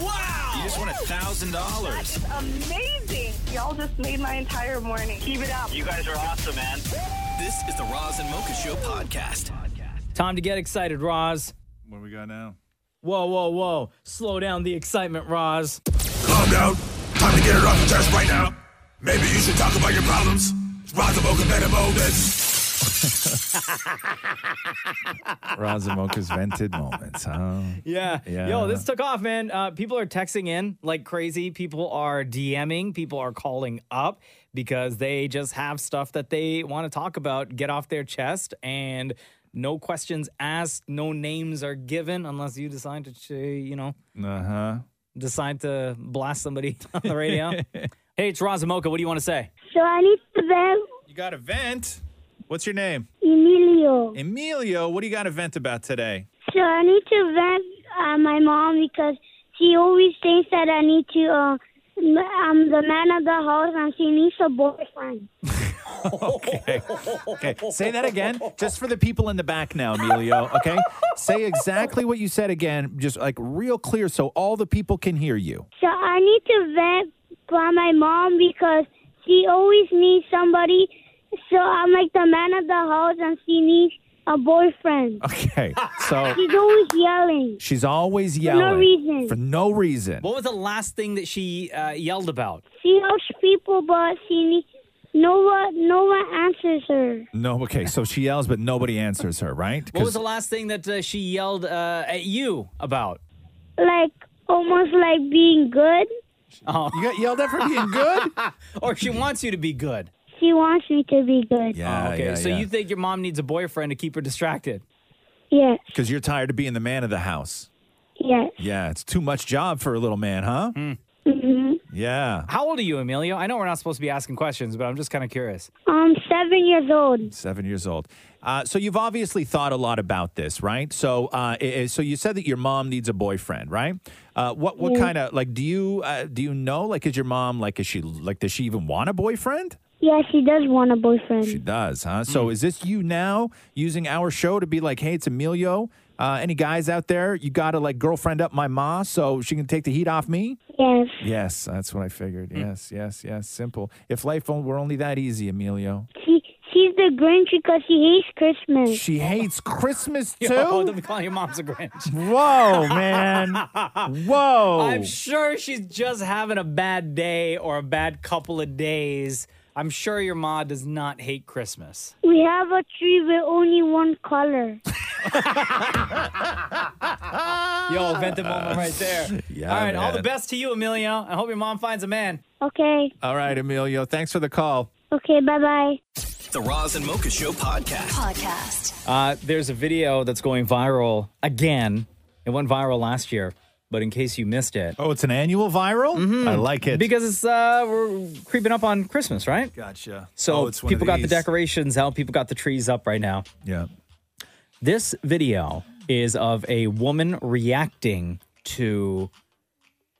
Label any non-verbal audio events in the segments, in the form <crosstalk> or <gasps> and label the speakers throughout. Speaker 1: Wow!
Speaker 2: You just won a thousand dollars.
Speaker 3: Amazing. Y'all just made my entire morning. Keep it up.
Speaker 4: You guys are awesome, man.
Speaker 2: This is the Roz and Mocha Show podcast.
Speaker 1: Time to get excited, Roz.
Speaker 5: What we got now?
Speaker 1: Whoa, whoa, whoa. Slow down the excitement, Roz.
Speaker 6: Calm down. Time to get it off your chest right now. Maybe you should talk about your problems. Roz and Mocha better moments.
Speaker 5: Roz and Mocha's vented moments, huh?
Speaker 1: Yeah.
Speaker 5: Yeah.
Speaker 1: Yo, this took off, man. Uh, people are texting in like crazy. People are DMing. People are calling up because they just have stuff that they want to talk about, get off their chest, and no questions asked, no names are given unless you decide to, ch- you know,
Speaker 5: Uh huh.
Speaker 1: decide to blast somebody <laughs> on the
Speaker 5: <laughs>
Speaker 1: radio. hey, it's Razamoka. What do you want to say?
Speaker 7: So I need to vent
Speaker 5: You got a vent. What's your name?
Speaker 7: Emilio.
Speaker 5: Emilio, what do you got a vent about today?
Speaker 7: So I need to vent uh, my mom because she always thinks that I need to. Uh, m- I'm the man of the house and she needs a boyfriend.
Speaker 5: <laughs> Okay. Okay. Say that again, just for the people in the back now, Emilio. Okay. Say exactly what you said again, just like real clear, so all the people can hear you.
Speaker 7: So I need to vent by my mom because she always needs somebody. So I'm like the man of the house and she needs a boyfriend.
Speaker 5: Okay. So
Speaker 7: She's always yelling.
Speaker 5: she's always yelling
Speaker 7: reason.
Speaker 5: For no reason.
Speaker 1: What was the last thing that she uh, yelled about?
Speaker 7: She helps people, but she needs no one. No one answers her.
Speaker 5: No. Okay. So she yells, but nobody answers her. Right?
Speaker 1: What was the last thing that uh, she yelled uh, at you about?
Speaker 7: Like almost like being good.
Speaker 5: you got yelled at for being good.
Speaker 1: Oh. <laughs> Or she wants you to be good.
Speaker 7: She wants me to be good.
Speaker 5: Yeah.
Speaker 1: Oh, okay. so you think your mom needs a boyfriend to keep her distracted?
Speaker 7: Yes,
Speaker 5: because you're tired of being the man of the house.
Speaker 7: yes.
Speaker 5: Yeah, it's too much job for a little man, huh? Yeah.
Speaker 1: How old are you, Emilio? I know we're not supposed to be asking questions, but I'm just kind of curious.
Speaker 7: I'm seven years old.
Speaker 5: Seven years old. Uh, so you've obviously thought a lot about this, right? So, uh, i- i- so you said that your mom needs a boyfriend, right? Uh, what what kind of like do you uh, do you know? Like, is your mom like is she like does she even want a boyfriend?
Speaker 7: Yeah, she does want a boyfriend.
Speaker 5: She does, huh? So is this you now using our show to be like, hey, it's Emilio. Uh, any guys out there? You gotta like girlfriend up my ma so she can take the heat off me.
Speaker 7: yes.
Speaker 5: Yes, that's what I figured.
Speaker 1: Hmm.
Speaker 5: Yes, yes, yes. Simple. If life o- were only that easy, <laughs> Emilio.
Speaker 7: She she's the Grinch because she hates Christmas.
Speaker 5: She hates Christmas
Speaker 1: Oh,
Speaker 5: too.
Speaker 1: don't be calling your mom's a Grinch. <laughs>
Speaker 8: <laughs>
Speaker 5: Whoa, <laughs> man. Whoa.
Speaker 1: I'm sure she's just having a bad day or a bad couple of days. I'm sure your ma does not hate Christmas.
Speaker 7: We have a tree with only one
Speaker 5: <laughs>
Speaker 7: color.
Speaker 1: Yo, vent the moment right there.
Speaker 5: Ah. <laughs> yeah,
Speaker 1: all right, all the
Speaker 5: man.
Speaker 1: best to you, Emilio. I hope your mom finds a man. Oh,
Speaker 7: Okay.
Speaker 5: All right, Emilio. Thanks for the call.
Speaker 7: Okay. Bye bye.
Speaker 2: The Roz and Mocha Show podcast.
Speaker 9: Podcast.
Speaker 1: Uh, there's a video that's going viral again. It went viral last year, but in case you missed it, Mm-hmm.
Speaker 5: Oh, it's an annual viral? I like it.
Speaker 1: because it's uh, we're creeping up on Christmas, right?
Speaker 5: gotcha. Oh,
Speaker 1: So people got the decorations out, people got the trees up right now.
Speaker 5: Yeah.
Speaker 1: This video is of a woman reacting to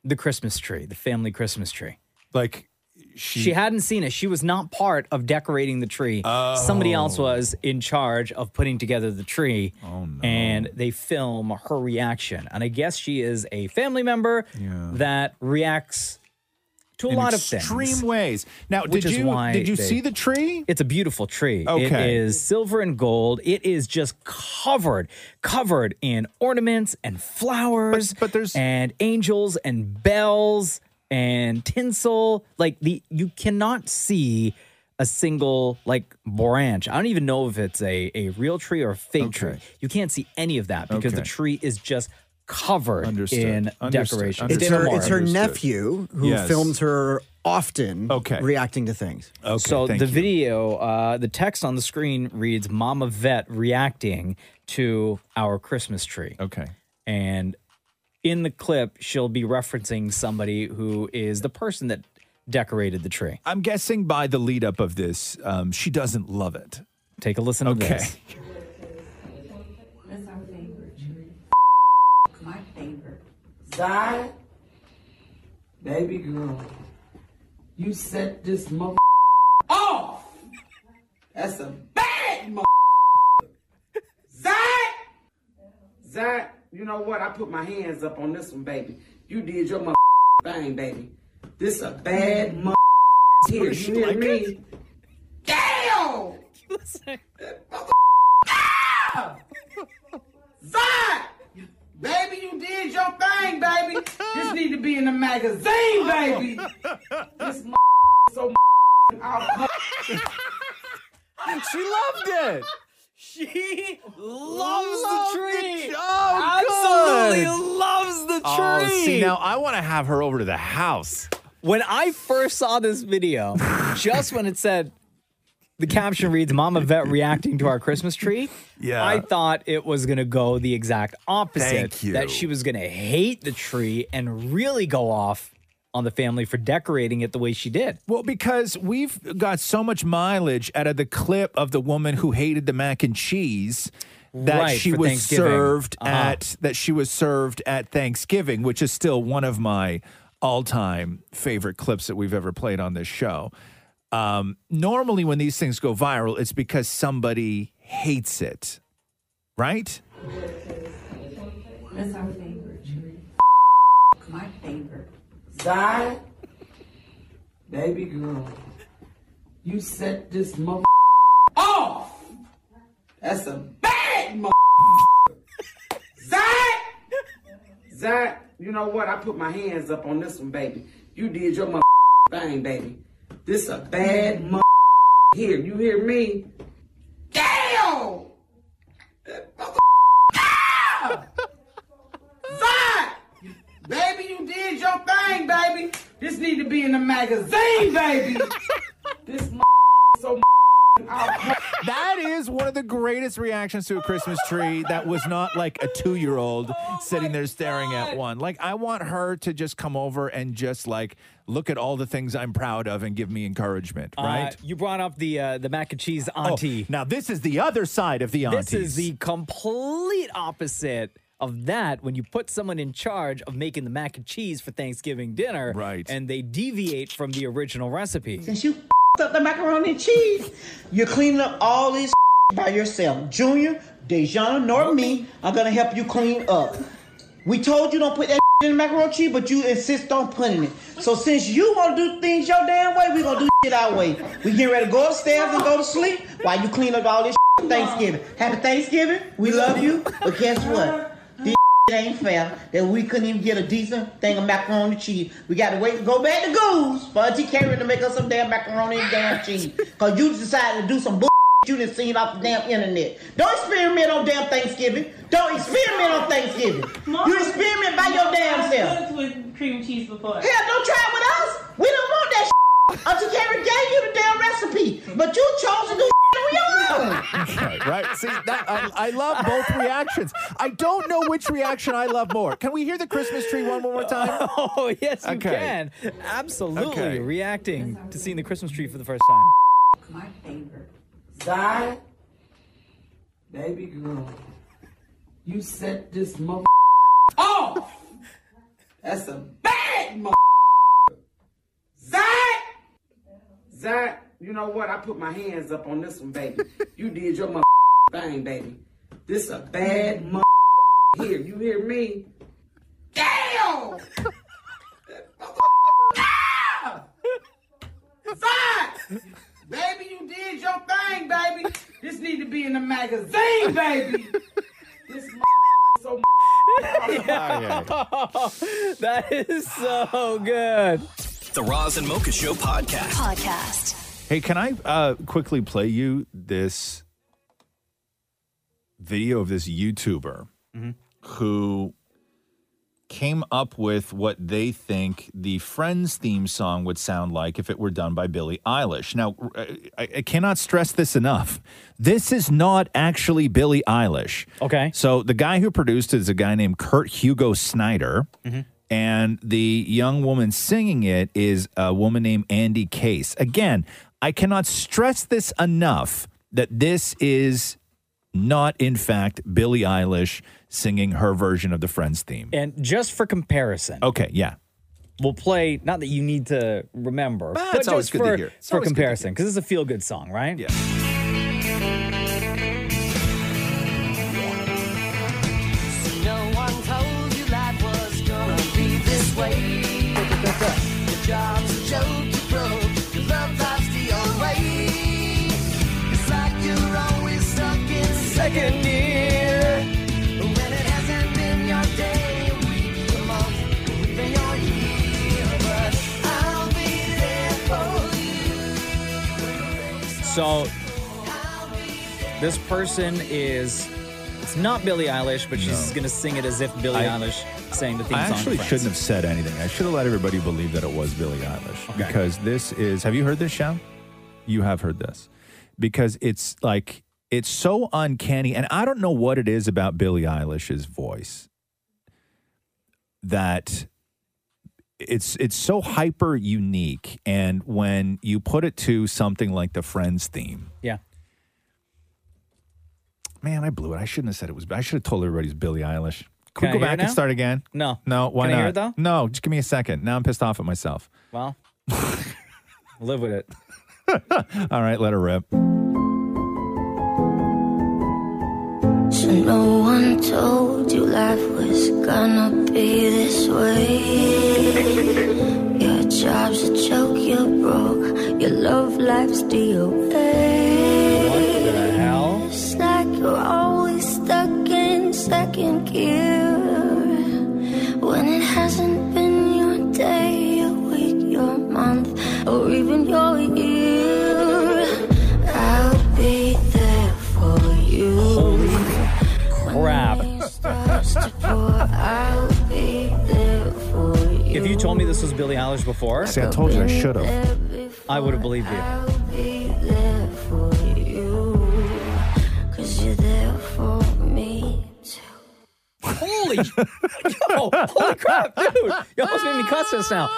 Speaker 1: the Christmas tree, the family Christmas tree.
Speaker 5: Like she,
Speaker 1: She hadn't seen it. She was not part of decorating the tree. Somebody else
Speaker 5: Oh.
Speaker 1: was in charge of putting together the tree. Oh, no. And they film her reaction. And I guess she is a family member that reacts to a
Speaker 5: in
Speaker 1: lot of
Speaker 5: extreme
Speaker 1: things.
Speaker 5: ways. Now,
Speaker 1: Which
Speaker 5: did
Speaker 1: is
Speaker 5: you
Speaker 1: why
Speaker 5: did you
Speaker 1: they-
Speaker 5: see the tree?
Speaker 1: It's a beautiful tree.
Speaker 5: Okay.
Speaker 1: It is silver and gold. It is just covered, covered in ornaments and flowers.
Speaker 5: But- but there's-
Speaker 1: and angels and bells and tinsel. Like the you cannot see a single like branch. I don't even know if it's a a real tree or a fake tree. You can't see any of that because the
Speaker 5: Okay.
Speaker 1: tree is just covered
Speaker 5: Understood.
Speaker 1: in
Speaker 5: Understood.
Speaker 1: decorations.
Speaker 5: Understood.
Speaker 10: It's
Speaker 1: It's
Speaker 10: her,
Speaker 1: immoral.
Speaker 10: it's her
Speaker 5: Understood.
Speaker 10: nephew who
Speaker 5: Yes.
Speaker 10: films her often
Speaker 5: Okay.
Speaker 10: reacting to things.
Speaker 5: Okay,
Speaker 1: so
Speaker 5: thank
Speaker 1: the
Speaker 5: you.
Speaker 1: video, uh, the text on the screen reads "Mama Vet reacting to our Christmas tree,"
Speaker 5: Okay.
Speaker 1: and in the clip, she'll be referencing somebody who is the person that decorated the tree.
Speaker 5: I'm guessing by the lead up of this, um, she doesn't love it.
Speaker 1: Take a listen to
Speaker 5: Okay.
Speaker 1: this.
Speaker 9: That's our favorite tree. My favorite. Zai, baby girl, you set this mother off. That's a bad mother. Zai, Zai, you know what? I put my hands up on this one, baby. You did your mother thing, baby. This a bad mother. Here, you hear me?
Speaker 8: <laughs>
Speaker 9: Damn! Zai! Baby, you did your thing, baby. This need to be in the magazine, baby. This m- so m- out.
Speaker 5: She loved it.
Speaker 1: She loves
Speaker 5: Loved
Speaker 1: the tree.
Speaker 5: it. Oh,
Speaker 1: Absolutely
Speaker 5: good.
Speaker 1: loves the tree.
Speaker 5: Oh, see, now I want to have her over to the house.
Speaker 1: when I first saw this
Speaker 5: <laughs>
Speaker 1: video, just when it said the caption reads "Mama Vet reacting to our Christmas tree,"
Speaker 5: Yeah.
Speaker 1: I thought it was gonna go the exact opposite.
Speaker 5: Thank you.
Speaker 1: That she was gonna hate the tree and really go off on the family for decorating it the way she did.
Speaker 5: Well, because we've got so much mileage out of the clip of the woman who hated the mac and cheese that
Speaker 1: Right,
Speaker 5: she
Speaker 1: for
Speaker 5: was
Speaker 1: Thanksgiving.
Speaker 5: served
Speaker 1: Uh-huh.
Speaker 5: at that she was served at Thanksgiving, which is still one of my all-time favorite clips that we've ever played on this show. Um, normally, when these things go viral, it's because somebody hates it, right?
Speaker 9: That's our favorite tree. My favorite. Zai, baby girl, you set this mother off. That's a bad mother. Zai, Zai, you know what? I put my hands up on this one, baby. You did your mother thing, baby. This a bad mother. Here, you hear me? Damn! That mother. Zai! Ah! Baby, you did your thing, baby. This need to be in the magazine, baby. this m- so m- out.
Speaker 5: That is one of the greatest reactions to a Christmas tree that was not like a two year old
Speaker 1: Oh
Speaker 5: sitting there staring at one. Like, I want her to just come over and just like look at all the things I'm proud of and give me encouragement,
Speaker 1: Uh,
Speaker 5: right?
Speaker 1: you brought up the uh, the mac and cheese
Speaker 5: Oh,
Speaker 1: auntie.
Speaker 5: now, this is the other side of the aunties.
Speaker 1: This is the complete opposite of that when you put someone in charge of making the mac and cheese for Thanksgiving dinner
Speaker 5: Right.
Speaker 1: and they deviate from the original recipe.
Speaker 9: Since you up the macaroni and cheese, you're cleaning up all this <laughs> by yourself. Junior, Dejana, nor me are gonna help you clean up. We told you don't put that in the macaroni and cheese, but you insist on putting it. So since you wanna do things your damn way, we gonna do it our way. We get ready to go upstairs and go to sleep while you clean up all this Thanksgiving. Happy Thanksgiving. We love you, but guess what? This ain't fair that we couldn't even get a decent thing of macaroni and cheese. We gotta wait to go back to Goose for Auntie Karen to make us some damn macaroni and damn cheese. Cause you decided to do some bull you done seen off the damn internet. Don't experiment on damn Thanksgiving. Don't experiment on Thanksgiving. You experiment by your damn self.
Speaker 8: with cream cheese before.
Speaker 9: Hell, don't try it with us. We don't want that. shit. Auntie Karen gave you the damn recipe, but you chose to do on your own.
Speaker 5: <laughs> Right, right? See, that, I, I love both reactions. I don't know which reaction I love more. Can we hear the Christmas tree one one more time?
Speaker 1: Oh, yes, you
Speaker 5: Okay.
Speaker 1: can. Absolutely.
Speaker 5: Okay.
Speaker 1: Reacting to seeing the Christmas tree for the first time.
Speaker 8: My favorite. Zai, baby girl, you set this mother off. That's a bad mother. Zai, Zai, you know what? I put my hands up on this one, baby. You did your mother thing, baby. This a bad mother. Here, you hear me? Damn! <laughs> That mother- Zai! Baby, you did your thing, baby. This need to be in the magazine, baby. This m- so m-
Speaker 1: <laughs> That is so good.
Speaker 2: The Roz and Mocha Show podcast.
Speaker 11: Podcast.
Speaker 5: Hey, can I uh, quickly play you this video of this YouTuber who came up with what they think the Friends theme song would sound like if it were done by Billie Eilish. Now, uh, I, I cannot stress this enough. This is not actually Billie Eilish.
Speaker 1: Okay.
Speaker 5: So the guy who produced it is a guy named Kurt Hugo Snyder. And the young woman singing it is a woman named Andy Case. Again, I cannot stress this enough that this is not, in fact, Billie Eilish singing her version of the Friends theme.
Speaker 1: And just for comparison,
Speaker 5: Okay, yeah.
Speaker 1: we'll play. Not that you need to remember,
Speaker 5: But
Speaker 1: but,
Speaker 5: it's always
Speaker 1: just
Speaker 5: good to
Speaker 1: for,
Speaker 5: hear. It's
Speaker 1: for
Speaker 5: always good to
Speaker 1: comparison, because it's a feel-good song, right?
Speaker 5: Yeah.
Speaker 4: No one told you life was gonna be this way. Your job's a joke, you broke. Your love life's the old way. It's like you're always stuck in second gear. When it hasn't been your day, your week, your month, or even your year. But I'll be there for you.
Speaker 1: So this person is. It's not Billie Eilish, but she's going to sing it as if Billie
Speaker 5: I-
Speaker 1: Eilish sang the theme song.
Speaker 5: I
Speaker 1: to
Speaker 5: actually
Speaker 1: Friends.
Speaker 5: shouldn't have said anything. I should have let everybody believe that it was Billie Eilish because this is. Have you heard this, Sean? You have heard this because it's like it's so uncanny, and I don't know what it is about Billie Eilish's voice that it's it's so hyper unique, and when you put it to something like the Friends theme,
Speaker 1: Yeah.
Speaker 5: man, I blew it. I shouldn't have said it was. I should have told everybody's Billie Eilish. Can,
Speaker 1: Can I
Speaker 5: we go
Speaker 1: hear it
Speaker 5: back
Speaker 1: now?
Speaker 5: and start again?
Speaker 1: No.
Speaker 5: No, why
Speaker 1: Can I
Speaker 5: not?
Speaker 1: hear it, though?
Speaker 5: No, just give me a second. Now I'm pissed off at myself. <laughs>
Speaker 1: Well, live with it.
Speaker 5: All right, let her rip.
Speaker 4: So no one told you life was gonna be this way. Your job's a joke, you're broke. Your love life's DOA.
Speaker 1: What the hell?
Speaker 4: It's like you're always stuck in second gear. When it hasn't been your day, your week, your month, or even your year. I'll be there for you.
Speaker 1: Crap.
Speaker 4: I'll be there for you.
Speaker 1: If you told me this was Billie Eilish before,
Speaker 4: See, I told you I
Speaker 5: have.
Speaker 1: I would have believed you.
Speaker 4: I'll be there for you. Cause you're there for me.
Speaker 1: Holy, yo, holy crap, dude! You almost made me cuss just now.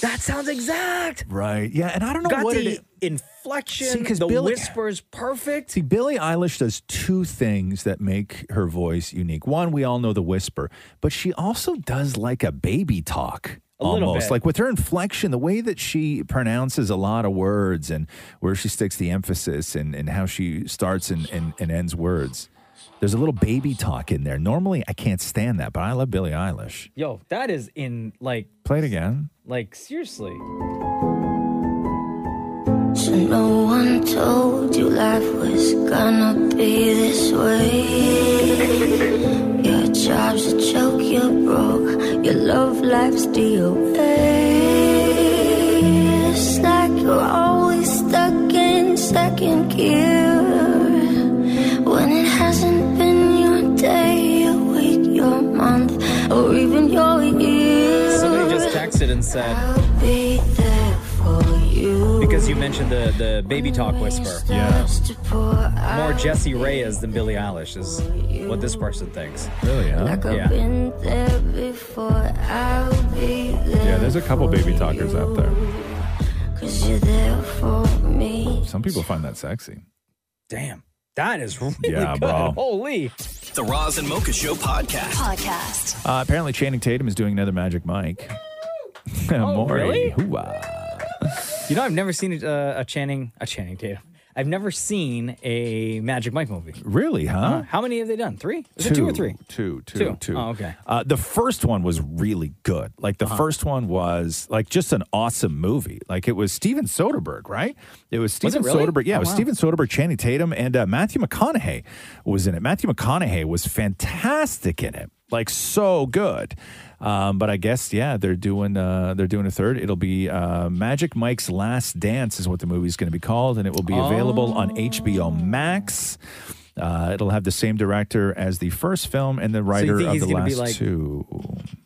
Speaker 1: That sounds exact.
Speaker 5: Right. Yeah, and I don't know
Speaker 1: Got
Speaker 5: what
Speaker 1: the
Speaker 5: it is.
Speaker 1: inflection,
Speaker 5: See, 'cause
Speaker 1: the
Speaker 5: Billie-
Speaker 1: whispers, perfect.
Speaker 5: See, Billie Eilish does two things that make her voice unique. One, we all know the whisper, but she also does like a baby talk.
Speaker 1: A little
Speaker 5: almost
Speaker 1: bit.
Speaker 5: like with her inflection, the way that she pronounces a lot of words and where she sticks the emphasis and, and how she starts and, and, and ends words. There's a little baby talk in there. Normally, I can't stand that, but I love Billie Eilish.
Speaker 1: Yo, that is in like,
Speaker 5: Play it again.
Speaker 1: like seriously.
Speaker 4: So no one told you life was gonna be this way. Your job's a joke, you're broke. Your love life's DOA. It's like you're always stuck in second gear. When it hasn't been your day, your week, your month, or even your year.
Speaker 1: Somebody just texted and said
Speaker 4: I'll be there for you.
Speaker 1: because you mentioned the the baby talk whisper.
Speaker 5: Yeah.
Speaker 1: More Jesse Reyes than Billie Eilish is what this person thinks.
Speaker 5: Really, huh?
Speaker 4: Like I've
Speaker 1: Yeah.
Speaker 4: been there before, I'll be there.
Speaker 5: Yeah, there's a couple
Speaker 4: for
Speaker 5: baby talkers out there.
Speaker 4: you, Cause you're there for me.
Speaker 5: Some people find that sexy.
Speaker 1: Damn, that is really
Speaker 5: Yeah,
Speaker 1: good.
Speaker 5: bro.
Speaker 1: Holy.
Speaker 2: The Roz and Mocha Show podcast.
Speaker 11: Podcast.
Speaker 5: Uh, apparently, Channing Tatum is doing another Magic Mike. <laughs> Maury,
Speaker 1: Oh, really?
Speaker 5: hoo-ah.
Speaker 1: You know, I've never seen a, a Channing, a Channing Tatum. I've never seen a Magic Mike movie. Uh,
Speaker 5: Really, huh?
Speaker 1: How many have they done? Three? Is it two or three?
Speaker 5: Two, two,
Speaker 1: Two.
Speaker 5: two.
Speaker 1: Oh, okay. Uh-huh.
Speaker 5: Uh, the first one was really good. Like the first one was like just an awesome movie. Like it was Steven Soderbergh, right? It was
Speaker 1: it
Speaker 5: Steven
Speaker 1: really?
Speaker 5: Soderbergh. Yeah,
Speaker 1: Oh,
Speaker 5: it was
Speaker 1: wow.
Speaker 5: Steven Soderbergh, Channing Tatum, and uh, Matthew McConaughey was in it. Matthew McConaughey was fantastic in it. Like so good. Um, but I guess yeah, they're doing uh, they're doing a third. It'll be uh, Magic Mike's Last Dance is what the movie's going to be called, and it will be available on HBO Max. Uh, it'll have the same director as the first film and the
Speaker 1: So you
Speaker 5: writer
Speaker 1: think
Speaker 5: of
Speaker 1: he's
Speaker 5: the
Speaker 1: gonna
Speaker 5: last
Speaker 1: be like-
Speaker 5: two.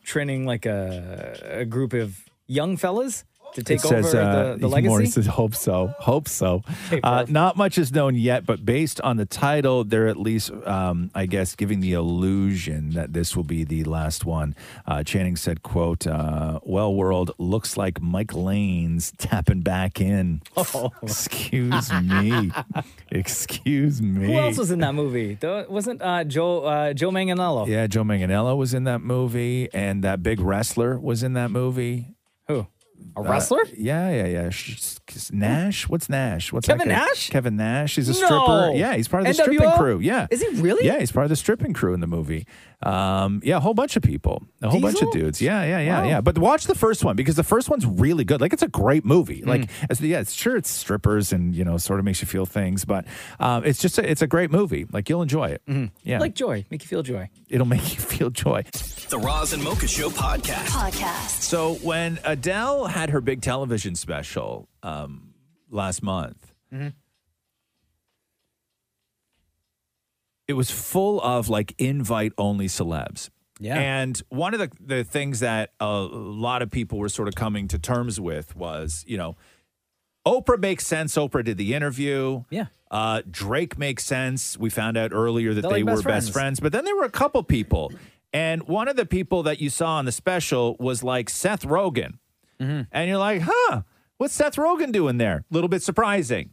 Speaker 1: training like a, a group of young fellas to
Speaker 5: It
Speaker 1: take
Speaker 5: says,
Speaker 1: over
Speaker 5: uh,
Speaker 1: the, the
Speaker 5: Ethan Moore
Speaker 1: legacy.
Speaker 5: says, hope so. Hope so. Uh, not much is known yet, but based on the title, they're at least, um, I guess, giving the illusion that this will be the last one. Uh, Channing said, "Quote: uh, Well, world looks like Mike Lane's tapping back in.
Speaker 1: Oh.
Speaker 5: Excuse me. Excuse
Speaker 1: <laughs>
Speaker 5: me. <laughs>
Speaker 1: Who else was in that movie? Though- Wasn't uh, Joe uh, Joe Manganiello?
Speaker 5: Yeah, Joe Manganiello was in that movie, and that big wrestler was in that movie.
Speaker 1: Who? A
Speaker 5: Uh,
Speaker 1: wrestler?
Speaker 5: yeah, yeah, yeah. Sh- sh- Nash? What's Nash? What's
Speaker 1: Kevin
Speaker 5: that guy?
Speaker 1: Nash?
Speaker 5: Kevin Nash. He's a
Speaker 1: No.
Speaker 5: stripper. Yeah, he's part of the stripping
Speaker 1: NWO?
Speaker 5: crew. Yeah.
Speaker 1: Is he really?
Speaker 5: Yeah, he's part of the stripping crew in the movie. Um, yeah, a whole bunch of people. A whole bunch of dudes. Yeah, yeah, yeah,
Speaker 12: Wow.
Speaker 5: yeah. But watch the first one because the first one's really good. Like it's a great movie.
Speaker 1: Mm.
Speaker 5: Like it's, yeah, it's sure it's strippers and you know sort of makes you feel things, but um, it's just a, it's a great movie. Like you'll enjoy it. Yeah.
Speaker 1: Mm-hmm. Like joy, make you feel joy.
Speaker 5: It'll make you feel joy.
Speaker 2: The Roz and Mocha Show podcast.
Speaker 11: Podcast.
Speaker 5: So when Adele had her big television special um, last month, it was full of like invite only celebs.
Speaker 12: Yeah.
Speaker 5: And one of the, the things that a lot of people were sort of coming to terms with was, you know, Oprah makes sense. Oprah did the interview.
Speaker 1: Yeah.
Speaker 5: Uh, Drake makes sense. We found out earlier that
Speaker 1: They're
Speaker 5: they
Speaker 1: like
Speaker 5: were
Speaker 1: best
Speaker 5: best
Speaker 1: friends.
Speaker 5: friends. But then there were a couple people. And one of the people that you saw on the special was like Seth Rogen.
Speaker 1: Mm-hmm.
Speaker 5: And you're like, huh, what's Seth Rogen doing there? A little bit surprising.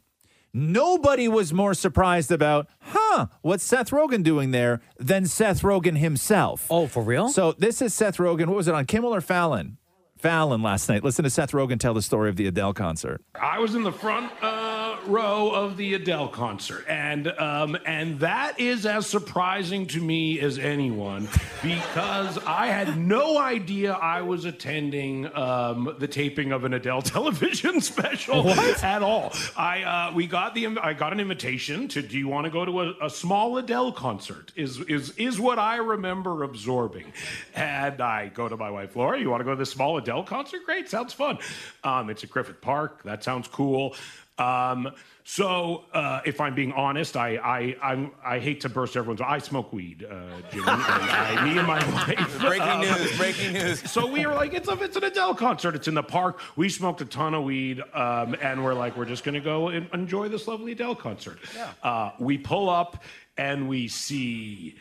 Speaker 5: Nobody was more surprised about, huh, what's Seth Rogen doing there than Seth Rogen himself.
Speaker 1: Oh, for real?
Speaker 5: So this is Seth Rogen. What was it on Kimmel or Fallon? Fallon last night. Listen to Seth Rogen tell the story of the Adele concert.
Speaker 13: I was in the front uh, row of the Adele concert, and um, and that is as surprising to me as anyone because I had no idea I was attending um, the taping of an Adele <laughs> television special at all. I uh, we got the inv- I got an invitation to do you want to go to a, a small Adele concert is is is what I remember absorbing, and I go to my wife Laura. You want to go to this small Adele concert? Great, sounds fun. Um, it's at Griffith Park. That sounds cool. Um, so, uh, if I'm being honest, I I I'm, I hate to burst everyone's. I smoke weed, uh, Jimmy. and I, me and my <laughs> wife.
Speaker 14: Breaking
Speaker 13: um,
Speaker 14: news, breaking news.
Speaker 13: <laughs> So we were like, it's a it's an Adele concert. It's in the park. We smoked a ton of weed, um, and we're like, we're just gonna go and enjoy this lovely Adele concert. Uh, we pull up and we see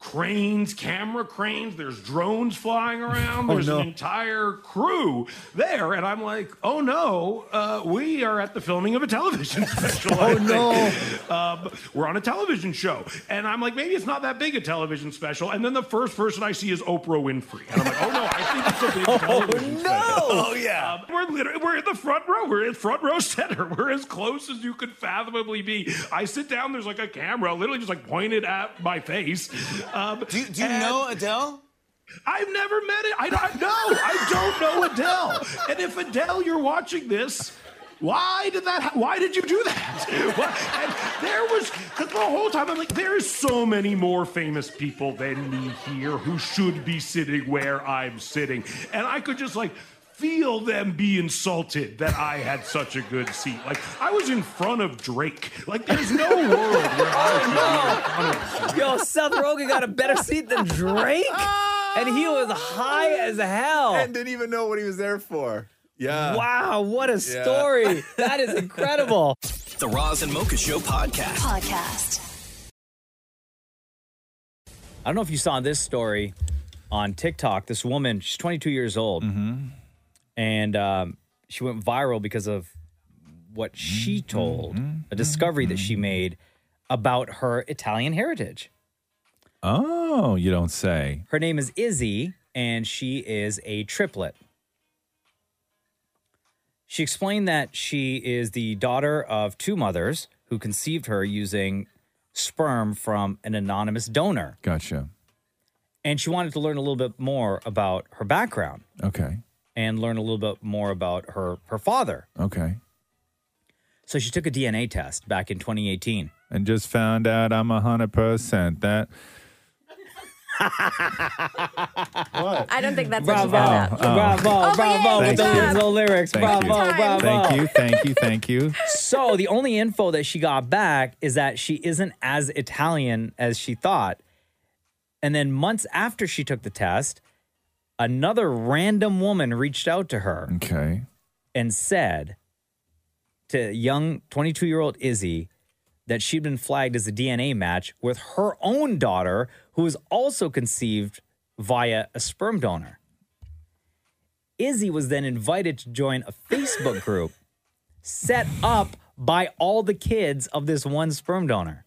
Speaker 13: cranes, camera cranes. There's drones flying around.
Speaker 12: Oh,
Speaker 13: There's
Speaker 12: no.
Speaker 13: an entire crew there, and I'm like, oh no, uh, we are at the filming of a television <laughs> special. oh no, um, we're on a television show, and I'm like, maybe it's not that big a television special. And then the first person I see is Oprah Winfrey, and I'm like, oh no, I think it's a big television special.
Speaker 12: Oh,
Speaker 13: yeah, Um, we're literally we're in the front row. We're in front row <laughs> center. We're as close as you could fathomably be. I sit down. There's like a camera, literally just like pointed at my face. Um, do,
Speaker 14: do you know
Speaker 13: Adele? I've never met it. I don't know. I don't know Adele. And if Adele, you're watching this, why did that? Ha- why did you do that? <laughs> Why- and there was because the whole time I'm like, there is so many more famous people than me here who should be sitting where I'm sitting, and I could just like feel them be insulted that I had such a good seat. Like I was in front of Drake. Like there's no world where <laughs> I could be in front of
Speaker 1: Oh, Yo, Seth Rogen got a better seat than Drake, and he was high as hell.
Speaker 10: And didn't even know what he was there for. Uh. Yeah.
Speaker 1: Wow, what a <laughs>
Speaker 10: Yeah.
Speaker 1: story! That is incredible.
Speaker 2: The Roz and Mocha Show podcast.
Speaker 11: Podcast.
Speaker 1: I don't know if you saw this story on TikTok. This woman, she's 22 years old, and um, she went viral because of what she told, a discovery that she made about her Italian heritage.
Speaker 5: Oh, you don't say.
Speaker 1: Her name is Izzy, and she is a triplet. She explained that she is the daughter of two mothers who conceived her using sperm from an anonymous donor.
Speaker 5: Gotcha.
Speaker 1: And she wanted to learn a little bit more about her background
Speaker 5: Okay.
Speaker 1: and learn a little bit more about her, her father.
Speaker 5: Okay.
Speaker 1: So she took a DNA test back in 2018.
Speaker 5: And just found out I'm 100% that.
Speaker 15: I don't think that's
Speaker 1: Bravo.
Speaker 15: what you found out.
Speaker 5: Oh.
Speaker 1: Bravo,
Speaker 15: Oh,
Speaker 1: bravo,
Speaker 5: yay,
Speaker 1: with
Speaker 5: good
Speaker 1: those,
Speaker 5: job.
Speaker 1: those lyrics.
Speaker 5: Thank you.
Speaker 1: bravo, bravo.
Speaker 5: Thank you. Thank you. Thank you.
Speaker 1: so the only info that she got back is that she isn't as Italian as she thought. And then months after she took the test, another random woman reached out to her.
Speaker 5: Okay.
Speaker 1: And said to young 22 year old Izzy that she'd been flagged as a DNA match with her own daughter, who was also conceived via a sperm donor. Izzy was then invited to join a Facebook group set up by all the kids of this one sperm donor.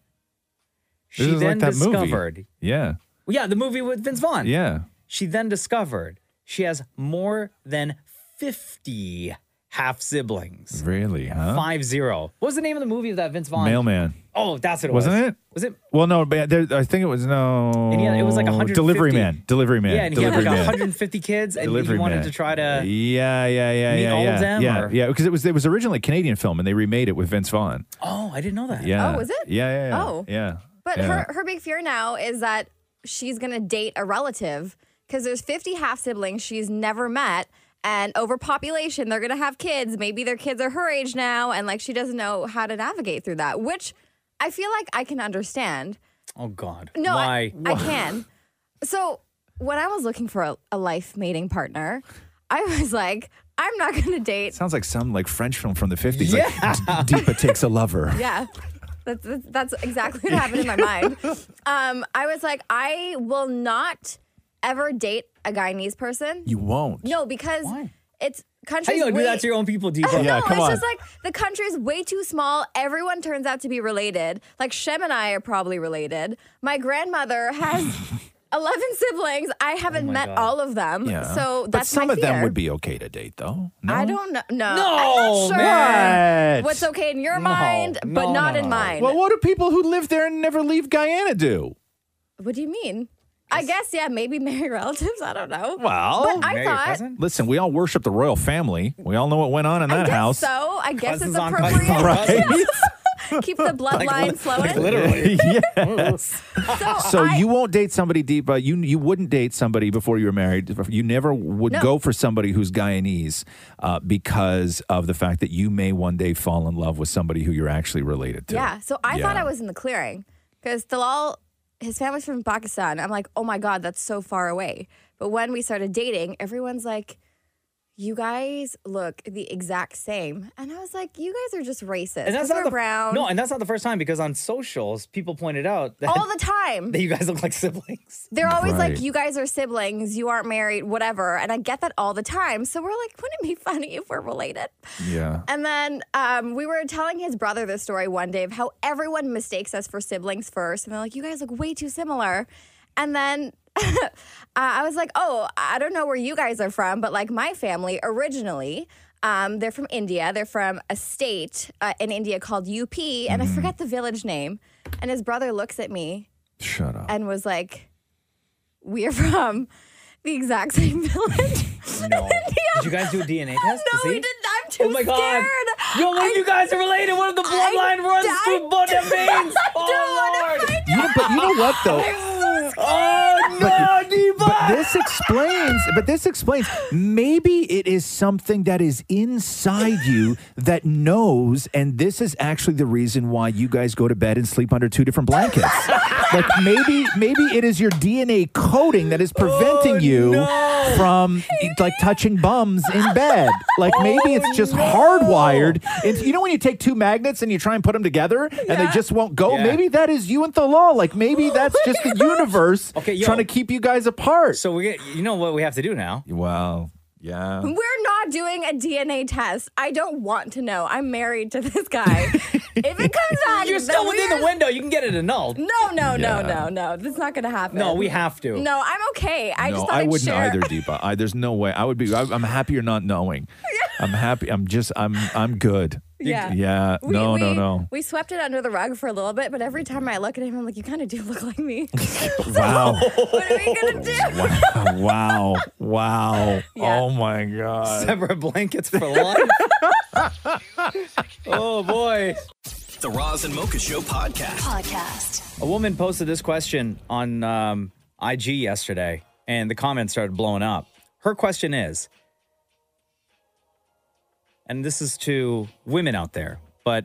Speaker 1: She
Speaker 5: This is
Speaker 1: then
Speaker 5: like that movie.
Speaker 1: discovered.
Speaker 5: Yeah.
Speaker 1: Well, Yeah, the movie with Vince Vaughn.
Speaker 5: Yeah.
Speaker 1: She then discovered she has more than 50 half siblings.
Speaker 5: Really, huh?
Speaker 1: Five zero. What was the name of the movie of that Vince Vaughn?
Speaker 5: Mailman.
Speaker 1: Oh, that's what it
Speaker 5: Wasn't
Speaker 1: was.
Speaker 5: it?
Speaker 1: Was it?
Speaker 5: Well, no, but there, I think it was no.
Speaker 1: And yeah, it was like 150.
Speaker 5: delivery man, delivery man,
Speaker 1: yeah, and he had
Speaker 5: delivery
Speaker 1: like
Speaker 5: man.
Speaker 1: 150 kids, and
Speaker 5: Delivery
Speaker 1: he wanted
Speaker 5: Man.
Speaker 1: to try to.
Speaker 5: Yeah, yeah, yeah,
Speaker 1: Meet
Speaker 5: yeah,
Speaker 1: all of
Speaker 5: yeah,
Speaker 1: them,
Speaker 5: yeah,
Speaker 1: or-
Speaker 5: yeah. Because it was it was originally a Canadian film, and they remade it with Vince Vaughn.
Speaker 1: Oh, I didn't know that.
Speaker 5: Yeah.
Speaker 15: Oh, was it?
Speaker 5: Yeah, yeah, yeah.
Speaker 15: Oh.
Speaker 5: yeah.
Speaker 15: But
Speaker 5: yeah.
Speaker 15: her her big fear now is that she's gonna date a relative because there's 50 half siblings she's never met. And overpopulation, they're gonna have kids. Maybe their kids are her age now, and like she doesn't know how to navigate through that, which I feel like I can understand.
Speaker 1: Oh God.
Speaker 15: No,
Speaker 1: Why?
Speaker 15: I, I can. So when I was looking for a, a life mating partner, I was like, I'm not gonna date.
Speaker 5: Sounds like some like French film from the fifties. Yeah. Like, D- Deepa takes a
Speaker 15: <laughs>
Speaker 5: lover.
Speaker 15: Yeah. That's, that's, that's exactly what happened in
Speaker 5: <laughs>
Speaker 15: my mind. Um, I was like, I will not ever date a Guyanese person.
Speaker 5: You won't.
Speaker 15: No, because it's
Speaker 1: How
Speaker 15: countries.
Speaker 1: you gonna
Speaker 15: way-
Speaker 1: do that to your own people,
Speaker 15: I
Speaker 1: Deepa?
Speaker 15: don't know. it's just like the country's way too small. Everyone turns out to be related. Like Shem and I are probably related. My
Speaker 5: <laughs>
Speaker 15: grandmother has eleven siblings. I haven't
Speaker 5: Oh my
Speaker 15: met
Speaker 5: God.
Speaker 15: all of them.
Speaker 5: Yeah.
Speaker 15: um, So
Speaker 5: but
Speaker 15: that's
Speaker 5: some
Speaker 15: my
Speaker 5: of
Speaker 15: fear.
Speaker 5: them would be okay to date, though. No?
Speaker 15: I don't know. No,
Speaker 5: No,
Speaker 15: I'm not sure
Speaker 5: man.
Speaker 15: what's okay in your
Speaker 5: No,
Speaker 15: mind, but
Speaker 5: no,
Speaker 15: not
Speaker 5: no,
Speaker 15: in
Speaker 5: no.
Speaker 15: mine.
Speaker 5: Well, what do people who live there and never leave Guyana do?
Speaker 15: What do you mean? I guess yeah, maybe marry <laughs> relatives. I don't know.
Speaker 5: Well,
Speaker 15: but I thought
Speaker 5: Listen, we all worship the royal family. We all know what went on in
Speaker 15: I
Speaker 5: that
Speaker 15: guess
Speaker 5: house.
Speaker 15: <laughs> So I guess
Speaker 1: Cousins
Speaker 15: it's
Speaker 1: on
Speaker 5: <laughs>
Speaker 15: appropriate. <laughs>
Speaker 5: cousins. <laughs>
Speaker 15: Keep the bloodline flowing.
Speaker 1: literally.
Speaker 5: yes.
Speaker 15: So,
Speaker 5: So
Speaker 15: I,
Speaker 5: you won't date somebody deep. Uh, you you wouldn't date somebody before you were married. You never would
Speaker 15: No.
Speaker 5: go for somebody who's Guyanese uh, because of the fact that you may one day fall in love with somebody who you're actually related to.
Speaker 15: yeah. So I thought
Speaker 5: Yeah.
Speaker 15: I was in the clearing because Dalal, his family's from Pakistan. I'm like, oh my god, that's so far away. But when we started dating, everyone's like, you guys look the exact same, and I was like, you guys are just racist. 'cause we're
Speaker 1: the
Speaker 15: brown.
Speaker 1: No, and that's not the first time because on socials, people pointed out that,
Speaker 15: all the
Speaker 1: <laughs>
Speaker 15: time.
Speaker 1: that you guys look like siblings.
Speaker 15: They're always
Speaker 1: Right.
Speaker 15: like, you guys are siblings, you aren't married, whatever. And I get that all the time. So we're like, wouldn't it be funny if we're related?
Speaker 5: Yeah.
Speaker 15: And then um, we were telling his brother this story one day of how everyone mistakes us for siblings first. And they're like, you guys look way too similar. And then <laughs> uh, I was like, oh, I don't know where you guys are from, but like my family originally, um, they're from India. They're from a state uh, in India called UP. And I forget the village name. And his brother looks at me
Speaker 5: Shut up.
Speaker 15: and was like, we're from the exact same village. <laughs>
Speaker 1: No. Did you guys do a DNA test?
Speaker 15: No,
Speaker 1: to
Speaker 15: we
Speaker 1: see?
Speaker 15: didn't. I'm too
Speaker 1: Oh my God.
Speaker 15: scared.
Speaker 1: Yo, what if you guys are related? What if the bloodline runs through blood
Speaker 15: <laughs>
Speaker 1: and veins?
Speaker 15: I
Speaker 1: Oh, Lord.
Speaker 15: don't want to find
Speaker 5: You know- but you know what, though?
Speaker 15: I'm so scared.
Speaker 1: Oh
Speaker 5: But, but this explains. But this explains. Maybe it is something that is inside you that knows, and this is actually the reason why you guys go to bed and sleep under two different blankets. like maybe, maybe it is your DNA coding that is preventing you from like touching bums in bed. Like maybe it's just hardwired. And you know when you take two magnets and you try and put them together and they just won't go. Maybe that is you and the law. Like maybe that's just the universe trying to keep you guys apart.
Speaker 1: So we get, you know what we have to do now?
Speaker 5: Wow. Yeah.
Speaker 15: We're not doing a DNA test. I don't want to know. I'm married to
Speaker 5: <laughs>
Speaker 15: this guy. if it comes out,
Speaker 1: You're
Speaker 15: that
Speaker 1: still within
Speaker 15: we're-
Speaker 1: the window. You can get it annulled.
Speaker 15: No, no, no,
Speaker 5: Yeah.
Speaker 15: no, no. That's not gonna happen.
Speaker 1: No, we have to.
Speaker 15: No, I'm okay. I
Speaker 5: no,
Speaker 15: just thought
Speaker 5: I
Speaker 15: would
Speaker 5: wouldn't
Speaker 15: share.
Speaker 5: either, Deepa. I, there's no way. I would be. I, I'm happier not
Speaker 15: <laughs>
Speaker 5: knowing. I'm happy. I'm just. I'm. I'm good.
Speaker 15: Yeah.
Speaker 5: Yeah.
Speaker 15: <laughs> We-
Speaker 5: no.
Speaker 15: we-
Speaker 5: no.
Speaker 15: <laughs>
Speaker 5: No.
Speaker 15: We swept it under the rug for a little bit, but every time I look at him, I'm like, you kind of do look
Speaker 5: <laughs>
Speaker 15: like me. <laughs>
Speaker 5: Wow.
Speaker 15: what are we gonna do?
Speaker 5: wow. Wow.
Speaker 15: Yeah.
Speaker 5: Oh my God.
Speaker 1: Separate blankets for life. <laughs> oh boy.
Speaker 2: The Roz and Mocha Show podcast.
Speaker 11: Podcast.
Speaker 1: A woman posted this question on um, IG yesterday, and the comments started blowing up. Her question is, and this is to women out there, but